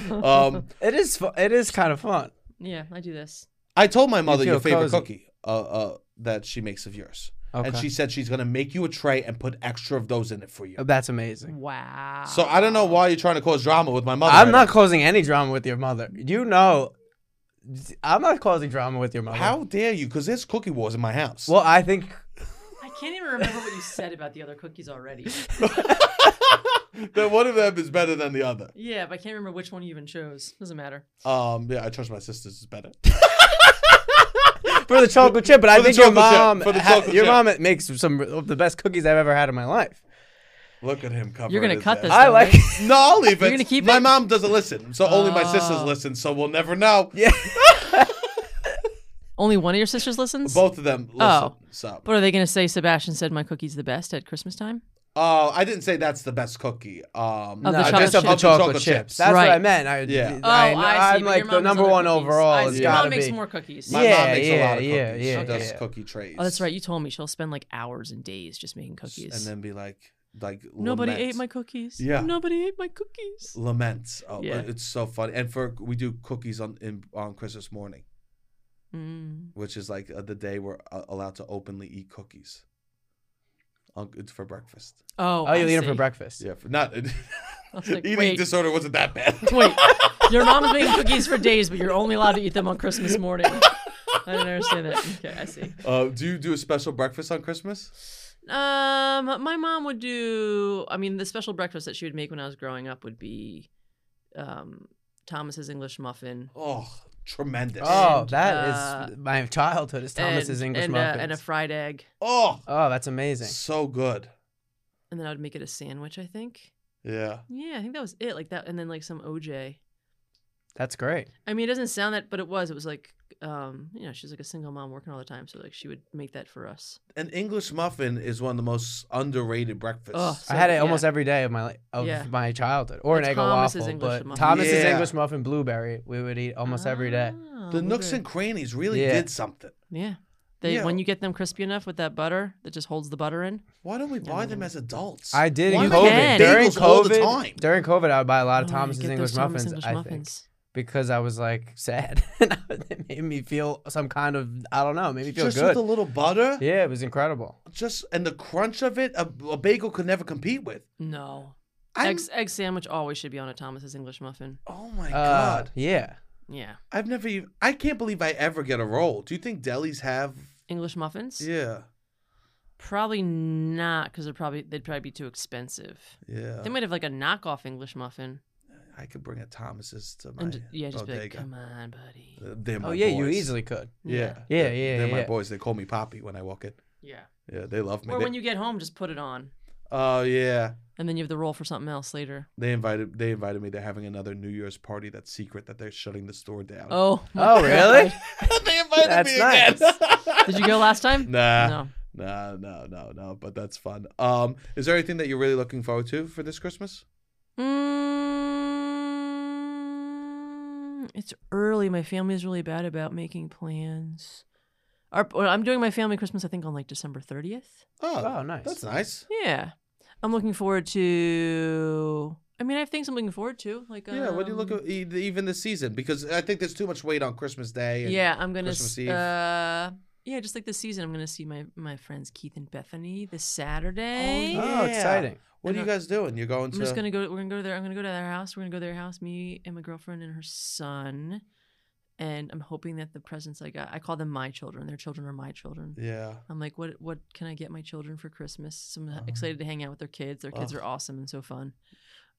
[SPEAKER 1] there. [LAUGHS] um,
[SPEAKER 2] It is. Fu- it is kind of fun.
[SPEAKER 3] yeah, I do this.
[SPEAKER 1] I told my mother
[SPEAKER 2] feel
[SPEAKER 1] your favorite
[SPEAKER 2] cozy.
[SPEAKER 1] cookie uh, uh, that she makes of yours.
[SPEAKER 2] Okay.
[SPEAKER 1] And she said she's going to make you a tray and put extra of those in it for you.
[SPEAKER 2] oh, That's amazing.
[SPEAKER 3] Wow.
[SPEAKER 1] So I don't know why you're trying to cause drama with my mother.
[SPEAKER 2] I'm
[SPEAKER 1] right
[SPEAKER 2] not
[SPEAKER 1] now.
[SPEAKER 2] causing any drama with your mother. You know, I'm not causing drama with your mother.
[SPEAKER 1] How dare you? Because there's cookie wars in my house. [LAUGHS]
[SPEAKER 2] Well, I think
[SPEAKER 3] I can't even remember what you said about the other cookies already.
[SPEAKER 1] that one of them is better than the other.
[SPEAKER 3] Yeah, but I can't remember which one you even chose. Doesn't matter.
[SPEAKER 1] Um, yeah, I trust my sisters is better. [LAUGHS]
[SPEAKER 2] for the chocolate chip, but I
[SPEAKER 1] For the
[SPEAKER 2] think your
[SPEAKER 1] chocolate chip,
[SPEAKER 2] mom,
[SPEAKER 1] for the
[SPEAKER 2] ha-
[SPEAKER 1] chocolate
[SPEAKER 2] your
[SPEAKER 1] chip.
[SPEAKER 2] mom makes some of the best cookies I've ever had in my
[SPEAKER 1] [LAUGHS]
[SPEAKER 2] life.
[SPEAKER 1] Look at him covering.
[SPEAKER 3] You're gonna
[SPEAKER 1] his
[SPEAKER 3] cut
[SPEAKER 1] ass.
[SPEAKER 3] this.
[SPEAKER 2] I
[SPEAKER 3] though,
[SPEAKER 2] like. [LAUGHS]
[SPEAKER 3] right?
[SPEAKER 1] [LAUGHS] No, I'll leave it.
[SPEAKER 3] You're gonna keep
[SPEAKER 1] my
[SPEAKER 3] it?
[SPEAKER 1] mom doesn't listen, so only my sisters
[SPEAKER 3] Oh.
[SPEAKER 1] listen. So we'll never know.
[SPEAKER 2] [LAUGHS] Yeah.
[SPEAKER 3] Only one of your sisters listens.
[SPEAKER 1] Both of them listen.
[SPEAKER 3] Oh.
[SPEAKER 1] So,
[SPEAKER 3] But are they gonna say Sebastian said my cookie's the best at Christmas time?
[SPEAKER 1] uh, I didn't say that's the best cookie. Um,
[SPEAKER 3] Of the
[SPEAKER 2] no,
[SPEAKER 3] chocolate
[SPEAKER 2] just of the
[SPEAKER 3] chips.
[SPEAKER 2] chocolate chips. That's what I
[SPEAKER 3] Right.
[SPEAKER 2] meant. I,
[SPEAKER 1] Yeah.
[SPEAKER 2] I, I, am
[SPEAKER 3] Oh, but
[SPEAKER 2] like
[SPEAKER 3] your
[SPEAKER 2] the
[SPEAKER 3] mom does
[SPEAKER 2] number
[SPEAKER 3] other
[SPEAKER 2] one
[SPEAKER 3] cookies. I
[SPEAKER 2] overall.
[SPEAKER 3] see.
[SPEAKER 2] It's
[SPEAKER 1] see.
[SPEAKER 3] Your
[SPEAKER 2] gotta
[SPEAKER 3] mom
[SPEAKER 2] be.
[SPEAKER 3] makes more cookies.
[SPEAKER 1] my mom
[SPEAKER 2] Yeah,
[SPEAKER 1] makes a
[SPEAKER 2] yeah,
[SPEAKER 1] lot of
[SPEAKER 2] yeah,
[SPEAKER 1] cookies.
[SPEAKER 2] yeah,
[SPEAKER 1] she does
[SPEAKER 2] yeah.
[SPEAKER 1] cookie trays.
[SPEAKER 3] Oh, that's right. You told me she'll spend like hours and days just making cookies.
[SPEAKER 1] And then be like, like
[SPEAKER 3] Nobody
[SPEAKER 1] lament.
[SPEAKER 3] ate my cookies.
[SPEAKER 1] Yeah.
[SPEAKER 3] Nobody ate my cookies.
[SPEAKER 1] laments. Oh,
[SPEAKER 3] Yeah.
[SPEAKER 1] it's so funny. And for we do cookies on in, on Christmas morning,
[SPEAKER 3] Mm.
[SPEAKER 1] which is like uh, the day we're uh, allowed to openly eat cookies. On, it's for breakfast.
[SPEAKER 3] Oh,
[SPEAKER 2] Oh, you
[SPEAKER 3] I
[SPEAKER 2] eat them
[SPEAKER 3] see.
[SPEAKER 2] for breakfast.
[SPEAKER 1] Yeah, for not [LAUGHS]
[SPEAKER 3] I was like,
[SPEAKER 1] eating
[SPEAKER 3] wait,
[SPEAKER 1] disorder wasn't that bad.
[SPEAKER 3] [LAUGHS] wait. Your mom's making cookies for days, but you're only allowed to eat them on Christmas morning. I don't understand that. Okay, I see.
[SPEAKER 1] [LAUGHS] Uh, do you do a special breakfast on Christmas?
[SPEAKER 3] Um, my mom would do. I mean, the special breakfast that she would make when I was growing up would be, um, Thomas's English muffin.
[SPEAKER 1] Oh, tremendous. Oh,
[SPEAKER 2] Oh,
[SPEAKER 3] And, uh,
[SPEAKER 2] that is my childhood. Is Thomas's
[SPEAKER 3] and,
[SPEAKER 2] English
[SPEAKER 3] and, uh,
[SPEAKER 2] muffins.
[SPEAKER 3] and a fried egg,
[SPEAKER 2] oh, that's amazing.
[SPEAKER 1] so good.
[SPEAKER 3] and then I would make it a sandwich. I think.
[SPEAKER 1] Yeah.
[SPEAKER 3] Yeah, I think that was it. Like that, and then like some OJ.
[SPEAKER 2] That's great.
[SPEAKER 3] I mean, it doesn't sound that, but it was. It was like, um, you know, she's like a single mom working all the time, so like she would make that for us.
[SPEAKER 1] An English muffin is one of the most underrated breakfasts.
[SPEAKER 3] Ugh.
[SPEAKER 2] I
[SPEAKER 3] So,
[SPEAKER 2] had it
[SPEAKER 3] yeah.
[SPEAKER 2] almost every day of my li- of
[SPEAKER 3] Yeah.
[SPEAKER 2] my childhood, or
[SPEAKER 3] It's
[SPEAKER 2] an egg
[SPEAKER 3] Thomas's
[SPEAKER 2] and
[SPEAKER 3] English
[SPEAKER 2] waffle. But
[SPEAKER 3] muffin.
[SPEAKER 2] Thomas's
[SPEAKER 1] Yeah.
[SPEAKER 2] English muffin blueberry, we would eat almost every day.
[SPEAKER 3] Ah,
[SPEAKER 1] the nooks
[SPEAKER 3] blueberry.
[SPEAKER 1] and crannies really
[SPEAKER 2] Yeah.
[SPEAKER 1] did something.
[SPEAKER 3] yeah, they
[SPEAKER 1] Yeah.
[SPEAKER 3] when you get them crispy enough with that butter that just holds the butter in.
[SPEAKER 1] Why don't we buy them
[SPEAKER 3] Mm.
[SPEAKER 1] as adults?
[SPEAKER 2] I did
[SPEAKER 1] Why
[SPEAKER 2] in
[SPEAKER 1] am I
[SPEAKER 2] COVID.
[SPEAKER 1] getting
[SPEAKER 2] During
[SPEAKER 1] bagels all the
[SPEAKER 2] COVID, [LAUGHS]
[SPEAKER 1] time?
[SPEAKER 2] during COVID, I would buy a lot of
[SPEAKER 3] Oh, yeah,
[SPEAKER 2] Thomas's
[SPEAKER 3] get those
[SPEAKER 2] English
[SPEAKER 3] Thomas
[SPEAKER 2] muffins.
[SPEAKER 3] English
[SPEAKER 2] I think
[SPEAKER 3] muffins.
[SPEAKER 2] because I was like [LAUGHS] sad, and it made me feel some kind of I don't know, made me feel
[SPEAKER 1] Just
[SPEAKER 2] good.
[SPEAKER 1] with a little butter.
[SPEAKER 2] yeah, it was incredible.
[SPEAKER 1] just and the crunch of it, a, a bagel could never compete with.
[SPEAKER 3] No,
[SPEAKER 1] I'm,
[SPEAKER 3] egg, egg sandwich always should be on a Thomas's English muffin.
[SPEAKER 1] oh my
[SPEAKER 2] Uh,
[SPEAKER 1] god,
[SPEAKER 2] yeah,
[SPEAKER 3] Yeah,
[SPEAKER 1] I've never even. I can't believe I ever get a roll. Do you think delis have?
[SPEAKER 3] English muffins.
[SPEAKER 1] Yeah,
[SPEAKER 3] Probably not, because they're probably they'd probably be too expensive.
[SPEAKER 1] Yeah.
[SPEAKER 3] They might have like a knockoff English muffin,
[SPEAKER 1] I could bring a Thomas's to my
[SPEAKER 3] and ju- yeah, just be like,
[SPEAKER 1] bodega.
[SPEAKER 3] come on, buddy.
[SPEAKER 1] Uh, They're my
[SPEAKER 2] Oh yeah, you
[SPEAKER 1] boys.
[SPEAKER 2] easily could.
[SPEAKER 1] [LAUGHS] Yeah.
[SPEAKER 2] Yeah,
[SPEAKER 1] They're-
[SPEAKER 2] yeah,
[SPEAKER 1] They're my
[SPEAKER 2] yeah.
[SPEAKER 1] boys. They call me Poppy when I walk in.
[SPEAKER 3] Yeah.
[SPEAKER 1] Yeah, they love me.
[SPEAKER 3] Or
[SPEAKER 1] They-
[SPEAKER 3] when you get home, just put it on,
[SPEAKER 1] oh yeah.
[SPEAKER 3] and then you have the roll for something else later.
[SPEAKER 1] They invited they invited me. They're having another New Year's party that's secret that they're shutting the store down.
[SPEAKER 3] Oh, my
[SPEAKER 2] Oh really?
[SPEAKER 1] [LAUGHS] they invited
[SPEAKER 2] That's
[SPEAKER 1] me
[SPEAKER 2] nice.
[SPEAKER 1] again.
[SPEAKER 3] God. [LAUGHS] Did you go last
[SPEAKER 1] [LAUGHS]
[SPEAKER 3] time?
[SPEAKER 1] nah.
[SPEAKER 3] No.
[SPEAKER 1] No, no, no, no. But that's fun. Um, is there anything that you're really looking forward to for this Christmas?
[SPEAKER 3] Mm, it's early. My family's really bad about making plans. Our, well, I'm doing my family Christmas, I think, on like December 30th.
[SPEAKER 1] Oh,
[SPEAKER 2] Oh, nice.
[SPEAKER 1] That's nice.
[SPEAKER 3] Yeah. I'm looking forward to. I mean, I have things I'm looking forward to. Like,
[SPEAKER 1] Yeah. what do you look
[SPEAKER 3] um,
[SPEAKER 1] at e- even the season? Because I think there's too much weight on Christmas Day. And,
[SPEAKER 3] Yeah, I'm gonna.
[SPEAKER 1] Christmas
[SPEAKER 3] s-
[SPEAKER 1] Eve?
[SPEAKER 3] Uh, yeah, just like this season, I'm gonna see my my friends Keith and Bethany this
[SPEAKER 1] Oh,
[SPEAKER 3] Saturday.
[SPEAKER 1] yeah.
[SPEAKER 2] Oh, exciting.
[SPEAKER 1] What are you guys doing? You're going
[SPEAKER 3] I'm
[SPEAKER 1] to?
[SPEAKER 3] just gonna go. We're gonna go to their. I'm gonna go to their house. We're gonna go to their house. Me and my girlfriend and her son. And I'm hoping that the presents I got. I call them my children. Their children are my children.
[SPEAKER 1] Yeah.
[SPEAKER 3] I'm like, what? What can I get my children for Christmas? So I'm
[SPEAKER 1] Oh.
[SPEAKER 3] excited to hang out with their kids. Their kids
[SPEAKER 1] Ugh.
[SPEAKER 3] are awesome and so fun.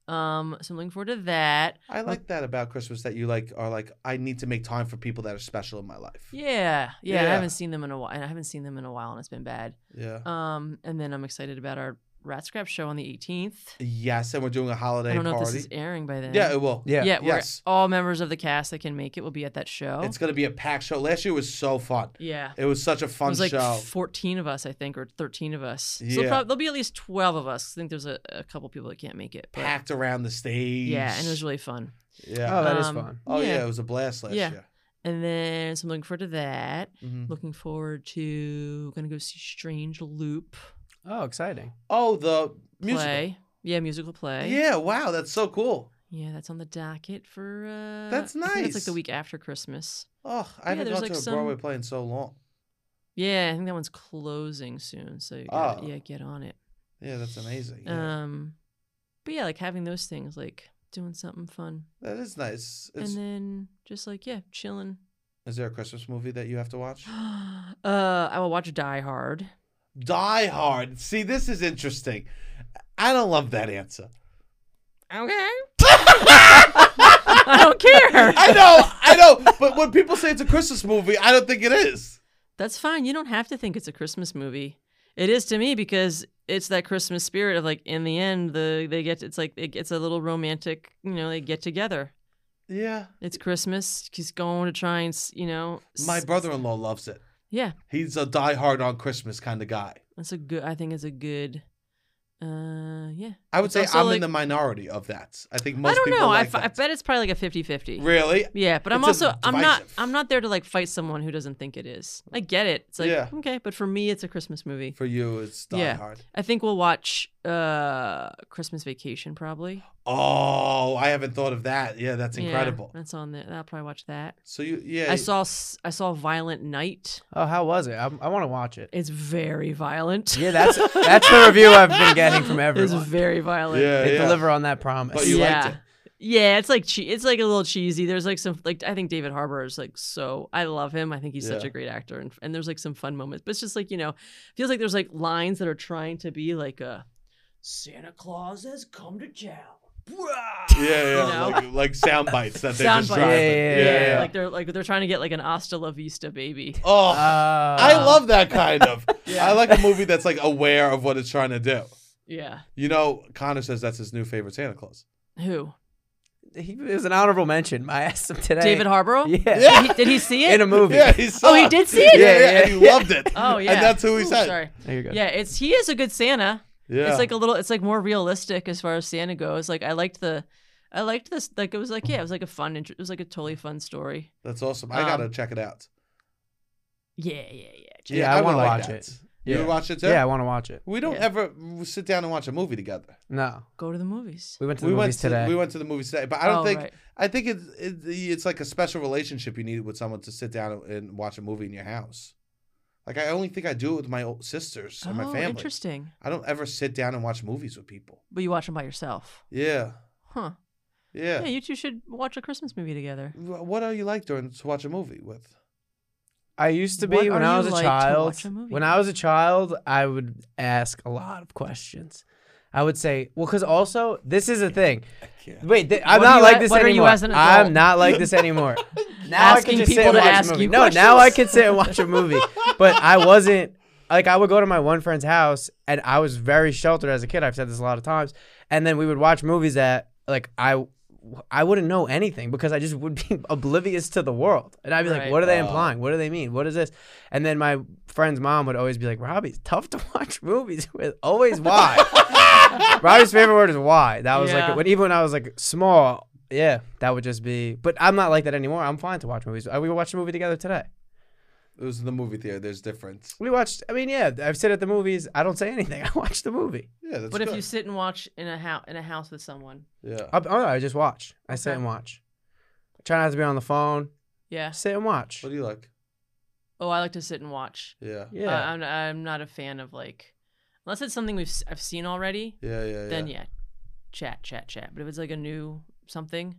[SPEAKER 3] Um, so I'm looking forward to that.
[SPEAKER 1] I like that about Christmas that you like are like I need to make time for people that are special in my life.
[SPEAKER 3] Yeah, yeah. I
[SPEAKER 1] Yeah.
[SPEAKER 3] haven't seen them in a while. I haven't seen them in a while, and it's been bad.
[SPEAKER 1] Yeah.
[SPEAKER 3] Um, and then I'm excited about our Rat Scrap show on the 18th.
[SPEAKER 1] yes, and we're doing a holiday
[SPEAKER 3] I don't know
[SPEAKER 1] party.
[SPEAKER 3] if this is airing by then.
[SPEAKER 1] yeah, it will.
[SPEAKER 2] Yeah.
[SPEAKER 3] yeah. We're,
[SPEAKER 1] yes.
[SPEAKER 3] All members of the cast that can make it will be at that show.
[SPEAKER 1] It's gonna be a packed show. Last year was so fun.
[SPEAKER 3] yeah.
[SPEAKER 1] It was such a
[SPEAKER 3] It
[SPEAKER 1] fun
[SPEAKER 3] was like
[SPEAKER 1] show.
[SPEAKER 3] 14 of us, I think, or 13 of us. So
[SPEAKER 1] Yeah.
[SPEAKER 3] there'll, prob- there'll be at least 12 of us. I think there's a, a couple people that can't make it. But
[SPEAKER 1] packed around the stage.
[SPEAKER 3] yeah, and it was really fun.
[SPEAKER 1] yeah.
[SPEAKER 2] Oh, that is
[SPEAKER 3] Um,
[SPEAKER 2] fun.
[SPEAKER 1] Oh yeah. it was a blast last
[SPEAKER 3] Yeah.
[SPEAKER 1] year.
[SPEAKER 3] And then so I'm looking forward to that.
[SPEAKER 1] Mhm.
[SPEAKER 3] Looking forward to gonna go see Strange Loop
[SPEAKER 2] Oh, exciting.
[SPEAKER 1] Oh, the musical.
[SPEAKER 3] play. Yeah, musical play.
[SPEAKER 1] Yeah, wow, that's so cool.
[SPEAKER 3] Yeah, that's on the docket for. Uh,
[SPEAKER 1] That's
[SPEAKER 3] I think It's
[SPEAKER 1] nice.
[SPEAKER 3] like the week after Christmas.
[SPEAKER 1] Oh, I
[SPEAKER 3] Yeah,
[SPEAKER 1] haven't
[SPEAKER 3] there's
[SPEAKER 1] gone
[SPEAKER 3] like
[SPEAKER 1] to a
[SPEAKER 3] some-
[SPEAKER 1] Broadway play in so long.
[SPEAKER 3] Yeah, I think that one's closing soon. So you gotta,
[SPEAKER 1] Oh.
[SPEAKER 3] yeah, get on it.
[SPEAKER 1] Yeah, that's amazing. Yeah.
[SPEAKER 3] Um, but yeah, like having those things, like doing something fun,
[SPEAKER 1] that is nice. It's,
[SPEAKER 3] and then just like yeah, chilling.
[SPEAKER 1] is there a Christmas movie that you have to watch? [GASPS]
[SPEAKER 3] [GASPS] uh, I will watch Die Hard.
[SPEAKER 1] Die Hard. See, this is interesting. I don't love that answer.
[SPEAKER 3] Okay. I don't care.
[SPEAKER 1] I know, I know. But when people say it's a Christmas movie, I don't think it is.
[SPEAKER 3] That's fine. You don't have to think it's a Christmas movie. It is to me because it's that Christmas spirit of like in the end the they get it's like it, it's a little romantic. You know, they get together.
[SPEAKER 1] Yeah.
[SPEAKER 3] It's Christmas. He's going to try and s- you know.
[SPEAKER 1] My
[SPEAKER 3] s-
[SPEAKER 1] brother-in-law loves it.
[SPEAKER 3] Yeah,
[SPEAKER 1] He's a die-hard on Christmas kind of guy.
[SPEAKER 3] that's a good. I think it's a good. Uh, yeah.
[SPEAKER 1] I would
[SPEAKER 3] It's
[SPEAKER 1] say
[SPEAKER 3] also
[SPEAKER 1] I'm in
[SPEAKER 3] like-
[SPEAKER 1] the minority of that. I think most
[SPEAKER 3] I don't
[SPEAKER 1] people
[SPEAKER 3] know. I
[SPEAKER 1] like
[SPEAKER 3] f I I
[SPEAKER 1] that.
[SPEAKER 3] bet it's probably like a 50-50.
[SPEAKER 1] Really?
[SPEAKER 3] Yeah, but I'm
[SPEAKER 1] It's a
[SPEAKER 3] also I'm not
[SPEAKER 1] divisive.
[SPEAKER 3] I'm not there to like fight someone who doesn't think it is. I get it. It's like
[SPEAKER 1] Yeah.
[SPEAKER 3] okay, but for me it's a Christmas movie.
[SPEAKER 1] For you, it's Die
[SPEAKER 3] Yeah.
[SPEAKER 1] Hard.
[SPEAKER 3] I think we'll watch uh Christmas Vacation probably.
[SPEAKER 1] Oh, I haven't thought of that. Yeah, that's
[SPEAKER 3] Yeah,
[SPEAKER 1] incredible.
[SPEAKER 3] that's on there. I'll probably watch that.
[SPEAKER 1] So you, yeah,
[SPEAKER 3] I saw s- I saw Violent Night.
[SPEAKER 2] Oh, how was it? I, I want to watch it.
[SPEAKER 3] It's very violent. [LAUGHS]
[SPEAKER 2] Yeah, that's that's the review I've been getting from
[SPEAKER 3] it's
[SPEAKER 2] everyone.
[SPEAKER 3] very violent.
[SPEAKER 1] yeah,
[SPEAKER 2] They
[SPEAKER 1] yeah.
[SPEAKER 2] deliver on that promise.
[SPEAKER 1] But you
[SPEAKER 3] yeah.
[SPEAKER 1] liked it.
[SPEAKER 3] Yeah, it's like che- it's like a little cheesy. There's like some like I think David Harbour is like so I love him. I think he's such
[SPEAKER 1] Yeah.
[SPEAKER 3] a great actor, and and there's like some fun moments. But it's just like you know, feels like there's like lines that are trying to be like a Santa Claus has come to town.
[SPEAKER 1] [LAUGHS] Yeah, yeah,
[SPEAKER 3] You know?
[SPEAKER 1] like, like sound bites that they
[SPEAKER 3] Sound
[SPEAKER 1] just
[SPEAKER 3] bites.
[SPEAKER 1] drive.
[SPEAKER 2] Yeah, yeah,
[SPEAKER 1] in.
[SPEAKER 2] yeah,
[SPEAKER 3] like they're like they're trying to get like an hasta la vista baby.
[SPEAKER 1] Oh,
[SPEAKER 2] Uh,
[SPEAKER 1] I love that kind
[SPEAKER 3] [LAUGHS]
[SPEAKER 1] of. I like a movie that's like aware of what it's trying to do.
[SPEAKER 3] Yeah,
[SPEAKER 1] You know, Connor says that's his new favorite Santa Claus.
[SPEAKER 3] who
[SPEAKER 2] He, it was an honorable mention. I asked him today.
[SPEAKER 3] David Harbour?
[SPEAKER 2] Yeah.
[SPEAKER 3] Did he, did he see it?
[SPEAKER 2] in a movie.
[SPEAKER 1] Yeah, he saw
[SPEAKER 3] [LAUGHS] oh, he
[SPEAKER 1] it.
[SPEAKER 3] did see it.
[SPEAKER 1] Yeah, yeah,
[SPEAKER 2] Yeah,
[SPEAKER 1] and he
[SPEAKER 2] yeah.
[SPEAKER 1] loved it.
[SPEAKER 3] [LAUGHS] Oh yeah.
[SPEAKER 1] And that's who he
[SPEAKER 3] Ooh,
[SPEAKER 1] said.
[SPEAKER 3] Sorry.
[SPEAKER 2] There you go.
[SPEAKER 3] Yeah, it's he is a good Santa.
[SPEAKER 1] Yeah.
[SPEAKER 3] It's like a little. It's like more realistic as far as Santa goes. Like I liked the, I liked this. Like it was like yeah, it was like a fun. int- It was like a totally fun story.
[SPEAKER 1] that's awesome. I
[SPEAKER 3] um,
[SPEAKER 1] gotta check it out.
[SPEAKER 3] Yeah, yeah, yeah.
[SPEAKER 2] Yeah, I
[SPEAKER 1] wanna
[SPEAKER 2] wanna
[SPEAKER 1] like
[SPEAKER 2] watch
[SPEAKER 1] that.
[SPEAKER 2] it.
[SPEAKER 1] You
[SPEAKER 2] Yeah.
[SPEAKER 1] would watch it too.
[SPEAKER 2] Yeah, I want to watch it.
[SPEAKER 1] We don't
[SPEAKER 3] Yeah.
[SPEAKER 1] ever sit down and watch a movie together.
[SPEAKER 2] No,
[SPEAKER 3] Go to the movies.
[SPEAKER 2] we went to the
[SPEAKER 1] we went
[SPEAKER 2] movies
[SPEAKER 1] to
[SPEAKER 2] today.
[SPEAKER 1] we went to the movies today, but I don't
[SPEAKER 3] Oh,
[SPEAKER 1] think
[SPEAKER 3] right.
[SPEAKER 1] I think it's it, it's like a special relationship you need with someone to sit down and watch a movie in your house. Like I only think I do it with my old sisters and my
[SPEAKER 3] oh,
[SPEAKER 1] family.
[SPEAKER 3] interesting.
[SPEAKER 1] I don't ever sit down and watch movies with people.
[SPEAKER 3] But you watch them by yourself,
[SPEAKER 1] Yeah,
[SPEAKER 3] huh?
[SPEAKER 1] yeah.
[SPEAKER 3] Yeah, you two should watch a Christmas movie together.
[SPEAKER 1] Wh- what are you like during to watch a movie with?
[SPEAKER 2] I used to be
[SPEAKER 3] What
[SPEAKER 2] when
[SPEAKER 3] are
[SPEAKER 2] I
[SPEAKER 3] you
[SPEAKER 2] was a
[SPEAKER 3] like to
[SPEAKER 2] child.
[SPEAKER 3] watch a movie
[SPEAKER 2] when
[SPEAKER 3] with?
[SPEAKER 2] I was a child, I would ask a lot of questions. I would say, well, because also this is a thing.
[SPEAKER 1] can't.
[SPEAKER 2] Wait, th- I'm
[SPEAKER 3] What are
[SPEAKER 2] not
[SPEAKER 3] you
[SPEAKER 2] like
[SPEAKER 3] a-
[SPEAKER 2] this
[SPEAKER 3] what are you
[SPEAKER 2] anymore.
[SPEAKER 3] as an adult?
[SPEAKER 2] I'm not like
[SPEAKER 3] [LAUGHS]
[SPEAKER 2] this anymore. now
[SPEAKER 3] Asking
[SPEAKER 2] I can just
[SPEAKER 3] people
[SPEAKER 2] sit and
[SPEAKER 3] to
[SPEAKER 2] watch a
[SPEAKER 3] ask
[SPEAKER 2] movie.
[SPEAKER 3] you
[SPEAKER 2] no, now I
[SPEAKER 3] questions?
[SPEAKER 2] could sit and watch a movie. but I wasn't like I would go to my one friend's house and I was very sheltered as a kid. I've said this a lot of times. And then we would watch movies that like I I wouldn't know anything because I just would be [LAUGHS] oblivious to the world. And I'd be like,
[SPEAKER 3] Right.
[SPEAKER 2] what are they
[SPEAKER 1] Oh.
[SPEAKER 2] implying? What do they mean? What is this? And then my friend's mom would always be like, Robbie, it's tough to [LAUGHS] watch movies with. Always
[SPEAKER 3] [LAUGHS]
[SPEAKER 2] why? Robbie's favorite word is why. That was
[SPEAKER 3] Yeah.
[SPEAKER 2] like, when, even when I was like small, yeah, that would just be. But I'm not like that anymore. I'm fine to watch movies. Uh, We watched a movie together today.
[SPEAKER 1] It was in the movie theater. There's difference.
[SPEAKER 2] We watched, I mean, yeah, I've sit at the movies. I don't say anything. [LAUGHS] I watch the movie.
[SPEAKER 1] Yeah, that's
[SPEAKER 3] But
[SPEAKER 1] good.
[SPEAKER 3] if you sit and watch in a house in a house with someone,
[SPEAKER 1] yeah.
[SPEAKER 2] I, oh, no, I just watch. I sit
[SPEAKER 3] Okay.
[SPEAKER 2] and watch. Try not to be on the phone.
[SPEAKER 3] yeah.
[SPEAKER 2] Sit and watch.
[SPEAKER 1] What do you like?
[SPEAKER 3] Oh, I like to sit and watch.
[SPEAKER 1] Yeah. Yeah,
[SPEAKER 3] Uh,
[SPEAKER 2] Yeah.
[SPEAKER 3] I'm I'm not a fan of like unless it's something we've s- I've seen already.
[SPEAKER 1] yeah, yeah.
[SPEAKER 3] Then yeah, chat, chat, chat. But if it's like a new something,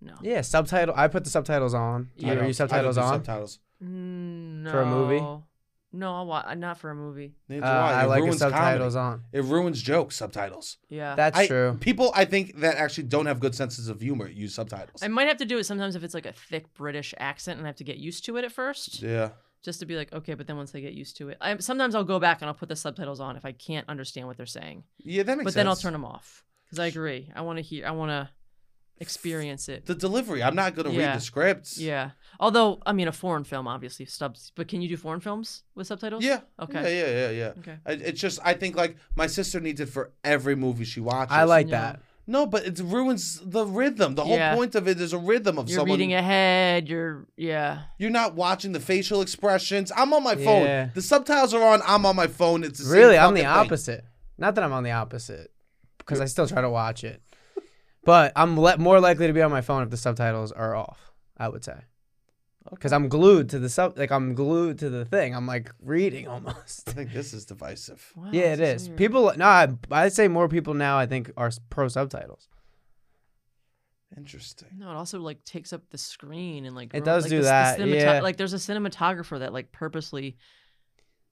[SPEAKER 3] no.
[SPEAKER 2] Yeah, subtitle. I put the subtitles on. Do
[SPEAKER 1] I
[SPEAKER 2] you,
[SPEAKER 3] Yeah.
[SPEAKER 2] are
[SPEAKER 1] don't-
[SPEAKER 2] you subtitles
[SPEAKER 1] I don't do
[SPEAKER 2] on?
[SPEAKER 1] Subtitles.
[SPEAKER 3] Mm, No.
[SPEAKER 2] For a movie?
[SPEAKER 3] No, I'll wa- not for a movie.
[SPEAKER 1] Neither
[SPEAKER 2] Uh,
[SPEAKER 1] do I.
[SPEAKER 2] I
[SPEAKER 1] It
[SPEAKER 2] like the
[SPEAKER 1] ruins comedy.
[SPEAKER 2] subtitles on.
[SPEAKER 1] It ruins jokes. Subtitles.
[SPEAKER 3] Yeah.
[SPEAKER 2] That's
[SPEAKER 1] I-
[SPEAKER 2] true.
[SPEAKER 1] People, I think that actually don't have good senses of humor use subtitles.
[SPEAKER 3] I might have to do it sometimes if it's like a thick British accent and I have to get used to it at first,
[SPEAKER 1] yeah.
[SPEAKER 3] just to be like, okay. But then once I get used to it, I, sometimes I'll go back and I'll put the subtitles on if I can't understand what they're saying.
[SPEAKER 1] Yeah, that makes
[SPEAKER 3] but
[SPEAKER 1] sense.
[SPEAKER 3] then I'll turn them off because I agree. I want to hear. I want to experience it.
[SPEAKER 1] the delivery. I'm not gonna
[SPEAKER 3] Yeah.
[SPEAKER 1] read the scripts.
[SPEAKER 3] yeah. Although I mean, a foreign film obviously subs. But can you do foreign films with subtitles?
[SPEAKER 1] Yeah.
[SPEAKER 3] Okay.
[SPEAKER 1] Yeah, yeah, yeah, yeah.
[SPEAKER 3] Okay.
[SPEAKER 1] I- It's just I think like my sister needs it for every movie she watches.
[SPEAKER 2] I like
[SPEAKER 3] Yeah.
[SPEAKER 2] that.
[SPEAKER 1] no, but it ruins the rhythm. The whole
[SPEAKER 3] Yeah.
[SPEAKER 1] point of it is a rhythm of
[SPEAKER 3] You're
[SPEAKER 1] someone.
[SPEAKER 3] reading ahead. You're yeah.
[SPEAKER 1] You're not watching the facial expressions. I'm on my phone.
[SPEAKER 2] Yeah.
[SPEAKER 1] The subtitles are on. I'm on my phone. It's the same
[SPEAKER 2] Really, I'm the
[SPEAKER 1] fucking thing.
[SPEAKER 2] opposite. Not that I'm on the opposite, because I still try to watch it. But I'm le- more likely to be on my phone if the subtitles are off. I would say, because I'm glued to the sub. Like I'm glued to the thing. I'm like reading [LAUGHS] almost.
[SPEAKER 1] I think this is divisive.
[SPEAKER 3] Wow,
[SPEAKER 2] yeah, it
[SPEAKER 3] this
[SPEAKER 2] is.
[SPEAKER 3] weird.
[SPEAKER 2] People. No, I, I'd say more people now. I think are s- pro subtitles.
[SPEAKER 1] Interesting.
[SPEAKER 3] No, it also like takes up the screen and like
[SPEAKER 2] It
[SPEAKER 3] ruin-
[SPEAKER 2] does
[SPEAKER 3] like,
[SPEAKER 2] do
[SPEAKER 3] the- the
[SPEAKER 2] that,
[SPEAKER 3] cinemata-
[SPEAKER 2] yeah.
[SPEAKER 3] Like there's a cinematographer that like purposely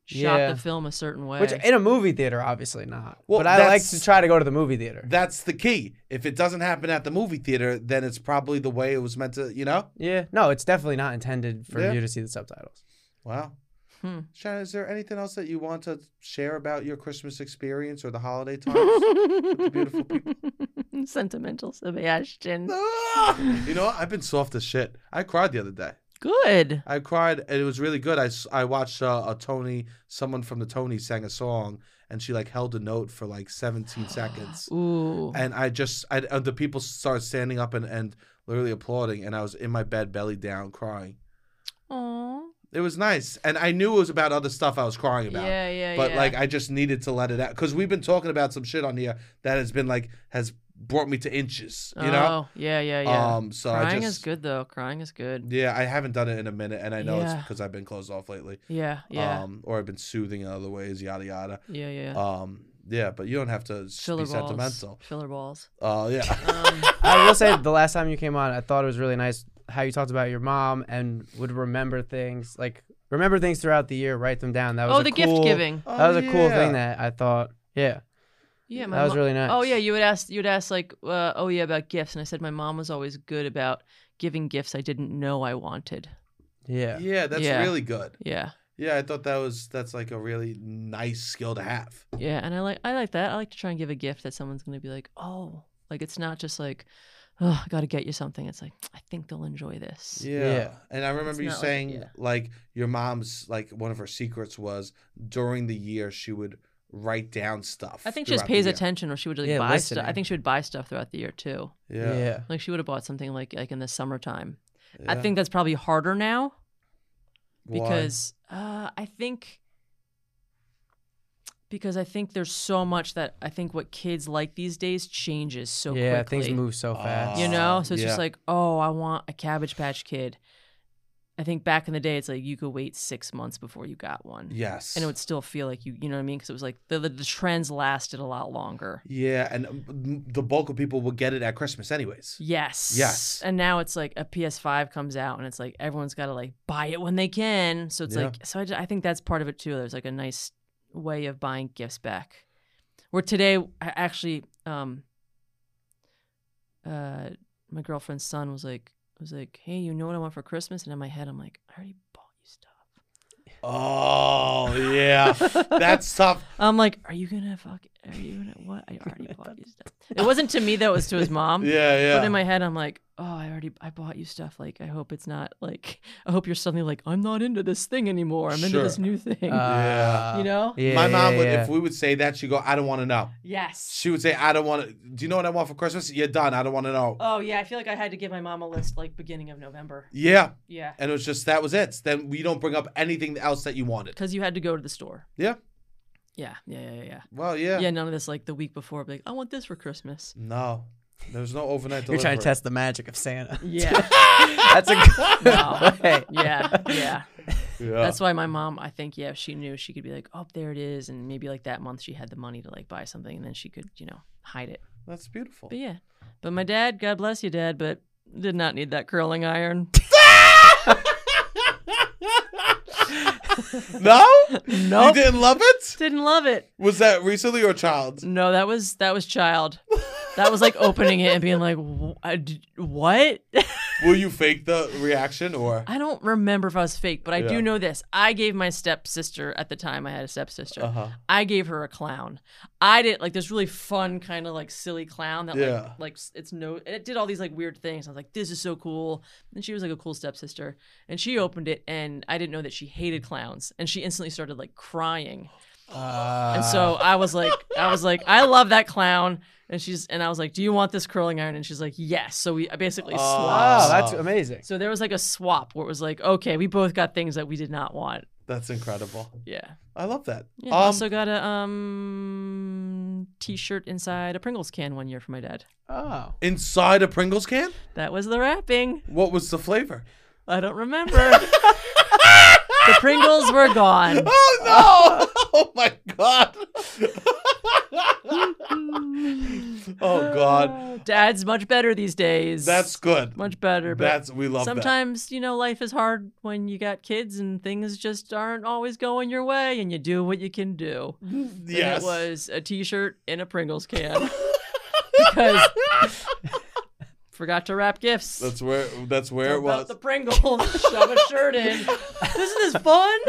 [SPEAKER 3] shot
[SPEAKER 2] Yeah.
[SPEAKER 3] the film a certain
[SPEAKER 2] [LAUGHS]
[SPEAKER 3] way.
[SPEAKER 2] Which in a movie theater, obviously not.
[SPEAKER 1] Well,
[SPEAKER 2] but I like
[SPEAKER 1] that's-
[SPEAKER 2] to try to go to the movie theater.
[SPEAKER 1] That's the key. If it doesn't happen at the movie theater, then it's probably the way it was meant to. You know?
[SPEAKER 2] Yeah. No, it's definitely not intended for
[SPEAKER 1] Yeah.
[SPEAKER 2] you to see the subtitles.
[SPEAKER 1] Wow.
[SPEAKER 3] Hmm.
[SPEAKER 1] Shannon, is there anything else that you want to share about your Christmas experience or the holiday times?
[SPEAKER 2] [LAUGHS]
[SPEAKER 1] beautiful
[SPEAKER 3] [LAUGHS] Sentimental Sebastian.
[SPEAKER 1] Ah! you know, what? I've been soft as shit. I cried the other day.
[SPEAKER 3] Good.
[SPEAKER 1] I cried, and it was really good. I, s- I watched uh, a Tony, someone from the Tony sang a song, and she like held a note for like 17 seconds.
[SPEAKER 3] [GASPS] Ooh.
[SPEAKER 1] And I just, I, uh, the people started standing up and, and literally applauding, and I was in my bed, belly down, crying.
[SPEAKER 3] Aw.
[SPEAKER 1] It was nice. And I knew it was about other stuff I was crying about.
[SPEAKER 3] Yeah, yeah,
[SPEAKER 1] But
[SPEAKER 3] yeah.
[SPEAKER 1] like I just needed to let it out because we've been talking about some shit on here that has been like has brought me to inches, you know.
[SPEAKER 3] Oh, yeah, yeah, yeah.
[SPEAKER 1] Um, so I
[SPEAKER 3] Crying
[SPEAKER 1] just, Mm.
[SPEAKER 3] is good though. Crying is good.
[SPEAKER 1] Yeah, I haven't done it in a minute, and I know it's
[SPEAKER 3] Yeah.
[SPEAKER 1] because I've been closed off lately.
[SPEAKER 3] Yeah, yeah,
[SPEAKER 1] Um, or I've been soothing in other ways, yada yada.
[SPEAKER 3] yeah, yeah.
[SPEAKER 1] Um, yeah, but you don't have to s-
[SPEAKER 3] Filler
[SPEAKER 1] be
[SPEAKER 3] balls.
[SPEAKER 1] sentimental.
[SPEAKER 3] Filler balls.
[SPEAKER 1] Oh yeah,
[SPEAKER 3] [LAUGHS]
[SPEAKER 1] [LAUGHS]
[SPEAKER 3] Um,
[SPEAKER 2] I will
[SPEAKER 3] [LAUGHS]
[SPEAKER 2] say the last time you came on, I thought it was really nice how you talked about your mom and would remember things like remember things throughout the year, write them down. That was
[SPEAKER 3] oh,
[SPEAKER 2] a
[SPEAKER 3] the
[SPEAKER 2] cool-
[SPEAKER 3] gift giving.
[SPEAKER 2] That was a cool
[SPEAKER 1] Oh, yeah.
[SPEAKER 2] thing that I thought. Yeah,
[SPEAKER 3] Yeah, my
[SPEAKER 2] that was
[SPEAKER 3] mo-
[SPEAKER 2] really nice.
[SPEAKER 3] Oh yeah, you would ask. You would ask like, uh, oh yeah, about gifts, and I said my mom was always good about giving gifts I didn't know I wanted.
[SPEAKER 2] yeah.
[SPEAKER 1] yeah, that's
[SPEAKER 3] Yeah.
[SPEAKER 1] really good.
[SPEAKER 3] Yeah,
[SPEAKER 1] Yeah, I thought that was that's like a really nice skill to have.
[SPEAKER 3] yeah, and I like I like that. I like to try and give a gift that someone's gonna be like, oh, like it's not just like, oh, I gotta get you something. It's like I think they'll enjoy this.
[SPEAKER 1] Yeah.
[SPEAKER 2] Yeah.
[SPEAKER 1] And I remember you
[SPEAKER 3] not like-
[SPEAKER 1] saying
[SPEAKER 3] yeah.
[SPEAKER 1] like your mom's like one of her secrets was during the year she would write down stuff.
[SPEAKER 3] I think she just
[SPEAKER 1] throughout the
[SPEAKER 3] pays
[SPEAKER 1] year.
[SPEAKER 3] attention, or she would like
[SPEAKER 2] Yeah,
[SPEAKER 3] buy stuff. I
[SPEAKER 2] listening.
[SPEAKER 3] think she would buy stuff throughout the year too.
[SPEAKER 2] yeah,
[SPEAKER 1] Yeah. yeah.
[SPEAKER 3] Like she would have bought something like like in the summertime. I think that's probably harder now.
[SPEAKER 1] Why?
[SPEAKER 3] because uh, I think because I think there's so much that I think what kids like these days changes so
[SPEAKER 2] Yeah,
[SPEAKER 3] quickly.
[SPEAKER 2] Things move so
[SPEAKER 1] Ah.
[SPEAKER 2] fast.
[SPEAKER 3] You know, so it's
[SPEAKER 1] Yeah.
[SPEAKER 3] just like, oh, I want a Cabbage Patch Kid. I think back in the day, it's like you could wait six months before you got one.
[SPEAKER 1] Yes.
[SPEAKER 3] And it would still feel like you, you know what I mean? Because it was like the, the, the trends lasted a lot longer.
[SPEAKER 1] yeah, and um, the bulk of people will get it at Christmas anyways.
[SPEAKER 3] Yes.
[SPEAKER 1] Yes.
[SPEAKER 3] And now it's like a PS5 comes out and it's like everyone's got to like buy it when they can. So it's
[SPEAKER 1] Yeah.
[SPEAKER 3] like, so I, ju- I think that's part of it too. There's like a nice way of buying gifts back. Where today, I actually, um, uh, my girlfriend's son was like, was like, hey, you know what I want for Christmas? And in my head, I'm like, I already bought you stuff.
[SPEAKER 1] Oh yeah,
[SPEAKER 3] [LAUGHS]
[SPEAKER 1] that's tough.
[SPEAKER 3] I'm like, are you gonna fuck? Are you gonna what? I
[SPEAKER 1] [LAUGHS]
[SPEAKER 3] already bought you stuff. It wasn't to me though; it was to his mom.
[SPEAKER 1] Yeah, yeah.
[SPEAKER 3] But in my head, I'm like, oh, I already I bought you stuff. Like, I hope it's not like [LAUGHS] I hope you're suddenly like I'm not into this thing anymore. I'm into
[SPEAKER 1] Sure. Uh,
[SPEAKER 3] this new thing.
[SPEAKER 1] Yeah.
[SPEAKER 3] [LAUGHS] you know?
[SPEAKER 2] Uh, Yeah,
[SPEAKER 1] my mom
[SPEAKER 2] yeah,
[SPEAKER 1] would,
[SPEAKER 2] yeah.
[SPEAKER 1] if we would say that, she'd go, "I don't want to know."
[SPEAKER 3] Yes.
[SPEAKER 1] She would say, "I don't want to." Do you know what I want for Christmas? You're done. I don't want to know.
[SPEAKER 3] Oh yeah, I feel like I had to give my mom a list like beginning of November.
[SPEAKER 1] yeah,
[SPEAKER 3] Yeah.
[SPEAKER 1] and it was just that was it. Then we don't bring up anything else that you wanted.
[SPEAKER 3] Because you had to go to the store.
[SPEAKER 1] Yeah.
[SPEAKER 3] Yeah. Yeah. Yeah. Yeah.
[SPEAKER 1] Well,
[SPEAKER 3] Yeah.
[SPEAKER 1] yeah.
[SPEAKER 3] yeah none of this like the week before. Be like, I want this for Christmas.
[SPEAKER 1] No, there's no overnight.
[SPEAKER 2] You're trying to
[SPEAKER 1] delivery.
[SPEAKER 2] test the magic of Santa.
[SPEAKER 1] [LAUGHS]
[SPEAKER 3] Yeah.
[SPEAKER 2] [LAUGHS] That's a good
[SPEAKER 3] No.
[SPEAKER 2] way.
[SPEAKER 3] yeah. Yeah.
[SPEAKER 1] [LAUGHS] Yeah.
[SPEAKER 3] That's why my mom, I think, yeah, if she knew, she could be like, oh, there it is. And maybe like that month she had the money to like buy something and then she could, you know, hide it.
[SPEAKER 1] That's beautiful.
[SPEAKER 3] But yeah. But my dad, God bless you, dad, but did not need that curling iron. [LAUGHS] [LAUGHS]
[SPEAKER 1] no,
[SPEAKER 3] No.
[SPEAKER 1] you didn't love it.
[SPEAKER 3] Didn't love it.
[SPEAKER 1] Was that recently or child?
[SPEAKER 3] No, that was, that was child. That was like opening it and being like, "Wh- I d- what? [LAUGHS]
[SPEAKER 1] Will you fake the reaction or?
[SPEAKER 3] I don't remember if I was fake, but I
[SPEAKER 1] Yeah.
[SPEAKER 3] do know this. I gave my stepsister at the time, I had a stepsister.
[SPEAKER 1] Uh huh.
[SPEAKER 3] I gave her a clown. I did like this really fun kind of like silly clown that
[SPEAKER 1] Yeah.
[SPEAKER 3] like like s- it's no it did all these like weird things. I was like, this is so cool. And she was like a cool stepsister, and she opened it, and I didn't know that she hated clowns, and she instantly started like crying. And
[SPEAKER 1] Ah,
[SPEAKER 3] so I was like, I was like, I love that clown. And she's and I was like, do you want this curling iron? And she's like, yes. So we I basically
[SPEAKER 1] Oh.
[SPEAKER 2] Wow,
[SPEAKER 3] swapped.
[SPEAKER 2] that's amazing.
[SPEAKER 3] So there was like a swap where it was like, okay, we both got things that we did not want.
[SPEAKER 1] That's incredible.
[SPEAKER 3] Yeah.
[SPEAKER 1] I love that.
[SPEAKER 3] Yeah, I
[SPEAKER 1] Um,
[SPEAKER 3] also got a um t-shirt inside a Pringles can one year for my dad.
[SPEAKER 2] Oh.
[SPEAKER 1] inside a Pringles can?
[SPEAKER 3] That was the wrapping.
[SPEAKER 1] What was the
[SPEAKER 3] [LAUGHS]
[SPEAKER 1] flavor?
[SPEAKER 3] I don't
[SPEAKER 1] [LAUGHS]
[SPEAKER 3] remember. the Pringles were gone.
[SPEAKER 1] Oh no! [LAUGHS] Oh my
[SPEAKER 3] [LAUGHS]
[SPEAKER 1] god! oh god,
[SPEAKER 3] Dad's much better these days.
[SPEAKER 1] that's good.
[SPEAKER 3] much better. But
[SPEAKER 1] That's we love that.
[SPEAKER 3] sometimes you know life is hard when you got kids and things just aren't always going your way, and you do what you can do. And
[SPEAKER 1] Yes.
[SPEAKER 3] it was a T-shirt and a
[SPEAKER 1] [LAUGHS]
[SPEAKER 3] Pringles can because [LAUGHS] forgot to wrap gifts.
[SPEAKER 1] That's where. That's where it
[SPEAKER 3] Dump out
[SPEAKER 1] was.
[SPEAKER 3] the Pringles, [LAUGHS] shove a shirt in. Isn't this [LAUGHS] fun?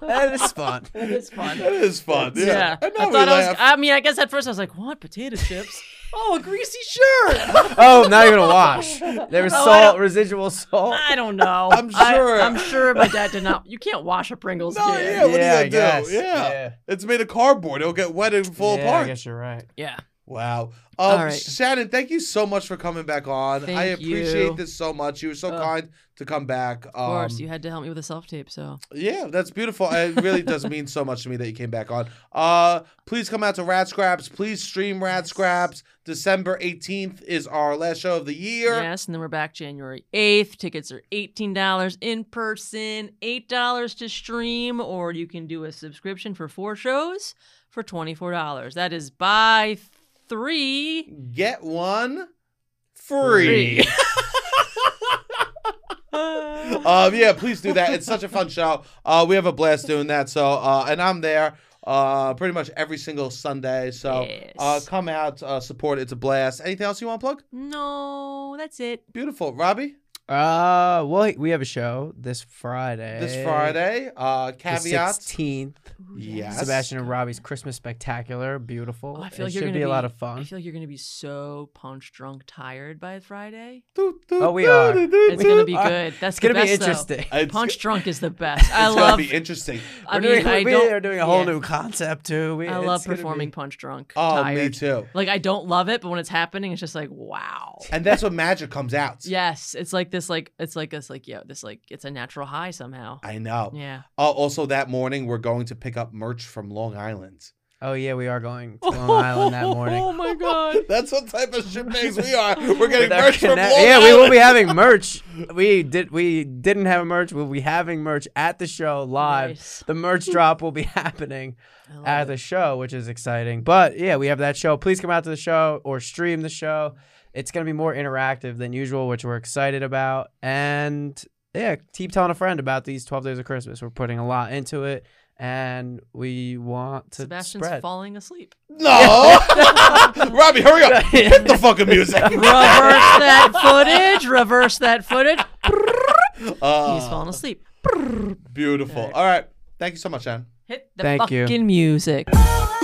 [SPEAKER 2] That is fun.
[SPEAKER 3] it is fun.
[SPEAKER 1] That is fun. Yeah.
[SPEAKER 3] I
[SPEAKER 1] And now we
[SPEAKER 3] thought I was.
[SPEAKER 1] laugh.
[SPEAKER 3] I mean, I guess at first I was like, "What potato chips? oh, a greasy
[SPEAKER 1] [LAUGHS]
[SPEAKER 3] shirt?
[SPEAKER 2] [LAUGHS] Oh, now you're gonna wash. There was
[SPEAKER 3] Oh, I
[SPEAKER 2] salt,
[SPEAKER 3] don't-
[SPEAKER 2] residual salt.
[SPEAKER 3] I don't know.
[SPEAKER 1] I'm
[SPEAKER 3] I-
[SPEAKER 1] sure.
[SPEAKER 3] I'm sure my dad did not. You can't wash a Pringles
[SPEAKER 1] No,
[SPEAKER 3] can.
[SPEAKER 1] yeah, what
[SPEAKER 2] Yeah, I
[SPEAKER 1] are you gonna
[SPEAKER 2] guess.
[SPEAKER 1] do? Yeah.
[SPEAKER 2] Yeah.
[SPEAKER 1] it's made of cardboard. It'll get wet and fall
[SPEAKER 2] yeah, I
[SPEAKER 1] apart.
[SPEAKER 2] guess you're right.
[SPEAKER 3] Yeah.
[SPEAKER 1] Wow. Um,
[SPEAKER 3] All right.
[SPEAKER 1] Shannon, thank you so much for coming back on. I
[SPEAKER 3] Thank
[SPEAKER 1] appreciate
[SPEAKER 3] you.
[SPEAKER 1] this so much. You were so
[SPEAKER 3] Ugh.
[SPEAKER 1] kind to come back. Um,
[SPEAKER 3] Of course, you had to help me with a self tape, so
[SPEAKER 1] Yeah, that's beautiful. It really does mean so much to me that you came back on. Uh, please come out to Rat Scraps. Please stream Rat Scraps. December 18th is our last show of the year.
[SPEAKER 3] yes. And then we're back January eighth. Tickets are eighteen dollars in person, eight dollars to stream, or you can do a subscription for four shows for twenty four dollars. That is by three.
[SPEAKER 1] Get one free. [LAUGHS] um, yeah, please do that. It's such a fun show. Uh, we have a blast doing that. So, uh, and I'm there uh, pretty much every single Sunday. So,
[SPEAKER 3] Yes.
[SPEAKER 1] uh, come out, uh, support. It's a blast. Anything else you want to plug?
[SPEAKER 2] [LAUGHS]
[SPEAKER 3] No, that's it.
[SPEAKER 1] Beautiful, Robbie.
[SPEAKER 2] Uh, well, we have a show this Friday.
[SPEAKER 1] This Friday, uh,
[SPEAKER 2] the
[SPEAKER 1] caveats.
[SPEAKER 2] 16th.
[SPEAKER 1] Yes.
[SPEAKER 2] Sebastian and Robbie's Christmas Spectacular. Beautiful.
[SPEAKER 3] Oh, I feel
[SPEAKER 2] it
[SPEAKER 3] like
[SPEAKER 2] should
[SPEAKER 3] you're gonna
[SPEAKER 2] be a lot of
[SPEAKER 3] I
[SPEAKER 2] fun.
[SPEAKER 3] feel like you're gonna be so punch drunk, tired
[SPEAKER 2] [LAUGHS]
[SPEAKER 3] by Friday.
[SPEAKER 2] Oh, we are.
[SPEAKER 3] It's gonna be
[SPEAKER 2] Uh,
[SPEAKER 3] good. That's
[SPEAKER 2] It's gonna
[SPEAKER 3] the
[SPEAKER 2] be
[SPEAKER 3] best, though.
[SPEAKER 2] interesting.
[SPEAKER 1] It's,
[SPEAKER 3] Punch
[SPEAKER 1] it's
[SPEAKER 2] [LAUGHS]
[SPEAKER 3] drunk is the best. I
[SPEAKER 1] gonna
[SPEAKER 3] love.
[SPEAKER 1] be interesting.
[SPEAKER 3] I
[SPEAKER 2] We're
[SPEAKER 3] mean,
[SPEAKER 2] doing,
[SPEAKER 3] I
[SPEAKER 2] we
[SPEAKER 3] don't.
[SPEAKER 2] are doing a whole
[SPEAKER 3] yeah.
[SPEAKER 2] new concept too. We,
[SPEAKER 3] I
[SPEAKER 2] it's
[SPEAKER 3] love
[SPEAKER 2] gonna be-
[SPEAKER 3] performing punch drunk.
[SPEAKER 1] Oh, me
[SPEAKER 3] tired.
[SPEAKER 1] too.
[SPEAKER 3] Like I don't love it, but when it's happening, it's just like wow.
[SPEAKER 1] And that's when magic comes out.
[SPEAKER 3] Yes, it's like this. Like it's like this. Like yeah, this like it's a natural high somehow.
[SPEAKER 1] I know. Oh,
[SPEAKER 3] Yeah.
[SPEAKER 1] Uh, also, that morning we're going to pick up merch from Long Island.
[SPEAKER 2] Oh yeah, we are going
[SPEAKER 3] [LAUGHS]
[SPEAKER 2] to Long Island that morning.
[SPEAKER 3] Oh my god.
[SPEAKER 2] [LAUGHS]
[SPEAKER 1] That's what type of shitbags we are. We're getting
[SPEAKER 2] With our
[SPEAKER 1] merch from Long
[SPEAKER 2] connect- yeah, we will
[SPEAKER 1] Island. [LAUGHS]
[SPEAKER 2] be having merch. We did. We didn't have merch. We'll be having merch at the show live.
[SPEAKER 3] Nice.
[SPEAKER 2] The merch drop will be [LAUGHS] happening
[SPEAKER 3] I love
[SPEAKER 2] at
[SPEAKER 3] it.
[SPEAKER 2] the show, which is exciting. But yeah, we have that show. Please come out to the show or stream the show. It's going to be more interactive than usual, which we're excited about. And yeah, keep telling a friend about these 12 days of Christmas. We're putting a lot into it and we want to
[SPEAKER 3] Sebastian's
[SPEAKER 2] spread.
[SPEAKER 3] falling asleep.
[SPEAKER 1] No. Robbie, hurry up. Hit the fucking music.
[SPEAKER 2] [LAUGHS]
[SPEAKER 3] Reverse that footage. Reverse that footage. He's
[SPEAKER 1] Uh,
[SPEAKER 3] falling asleep.
[SPEAKER 1] beautiful. All right. Thank you so much, Anne.
[SPEAKER 3] Hit the
[SPEAKER 2] Thank you.
[SPEAKER 3] fucking music.
[SPEAKER 4] All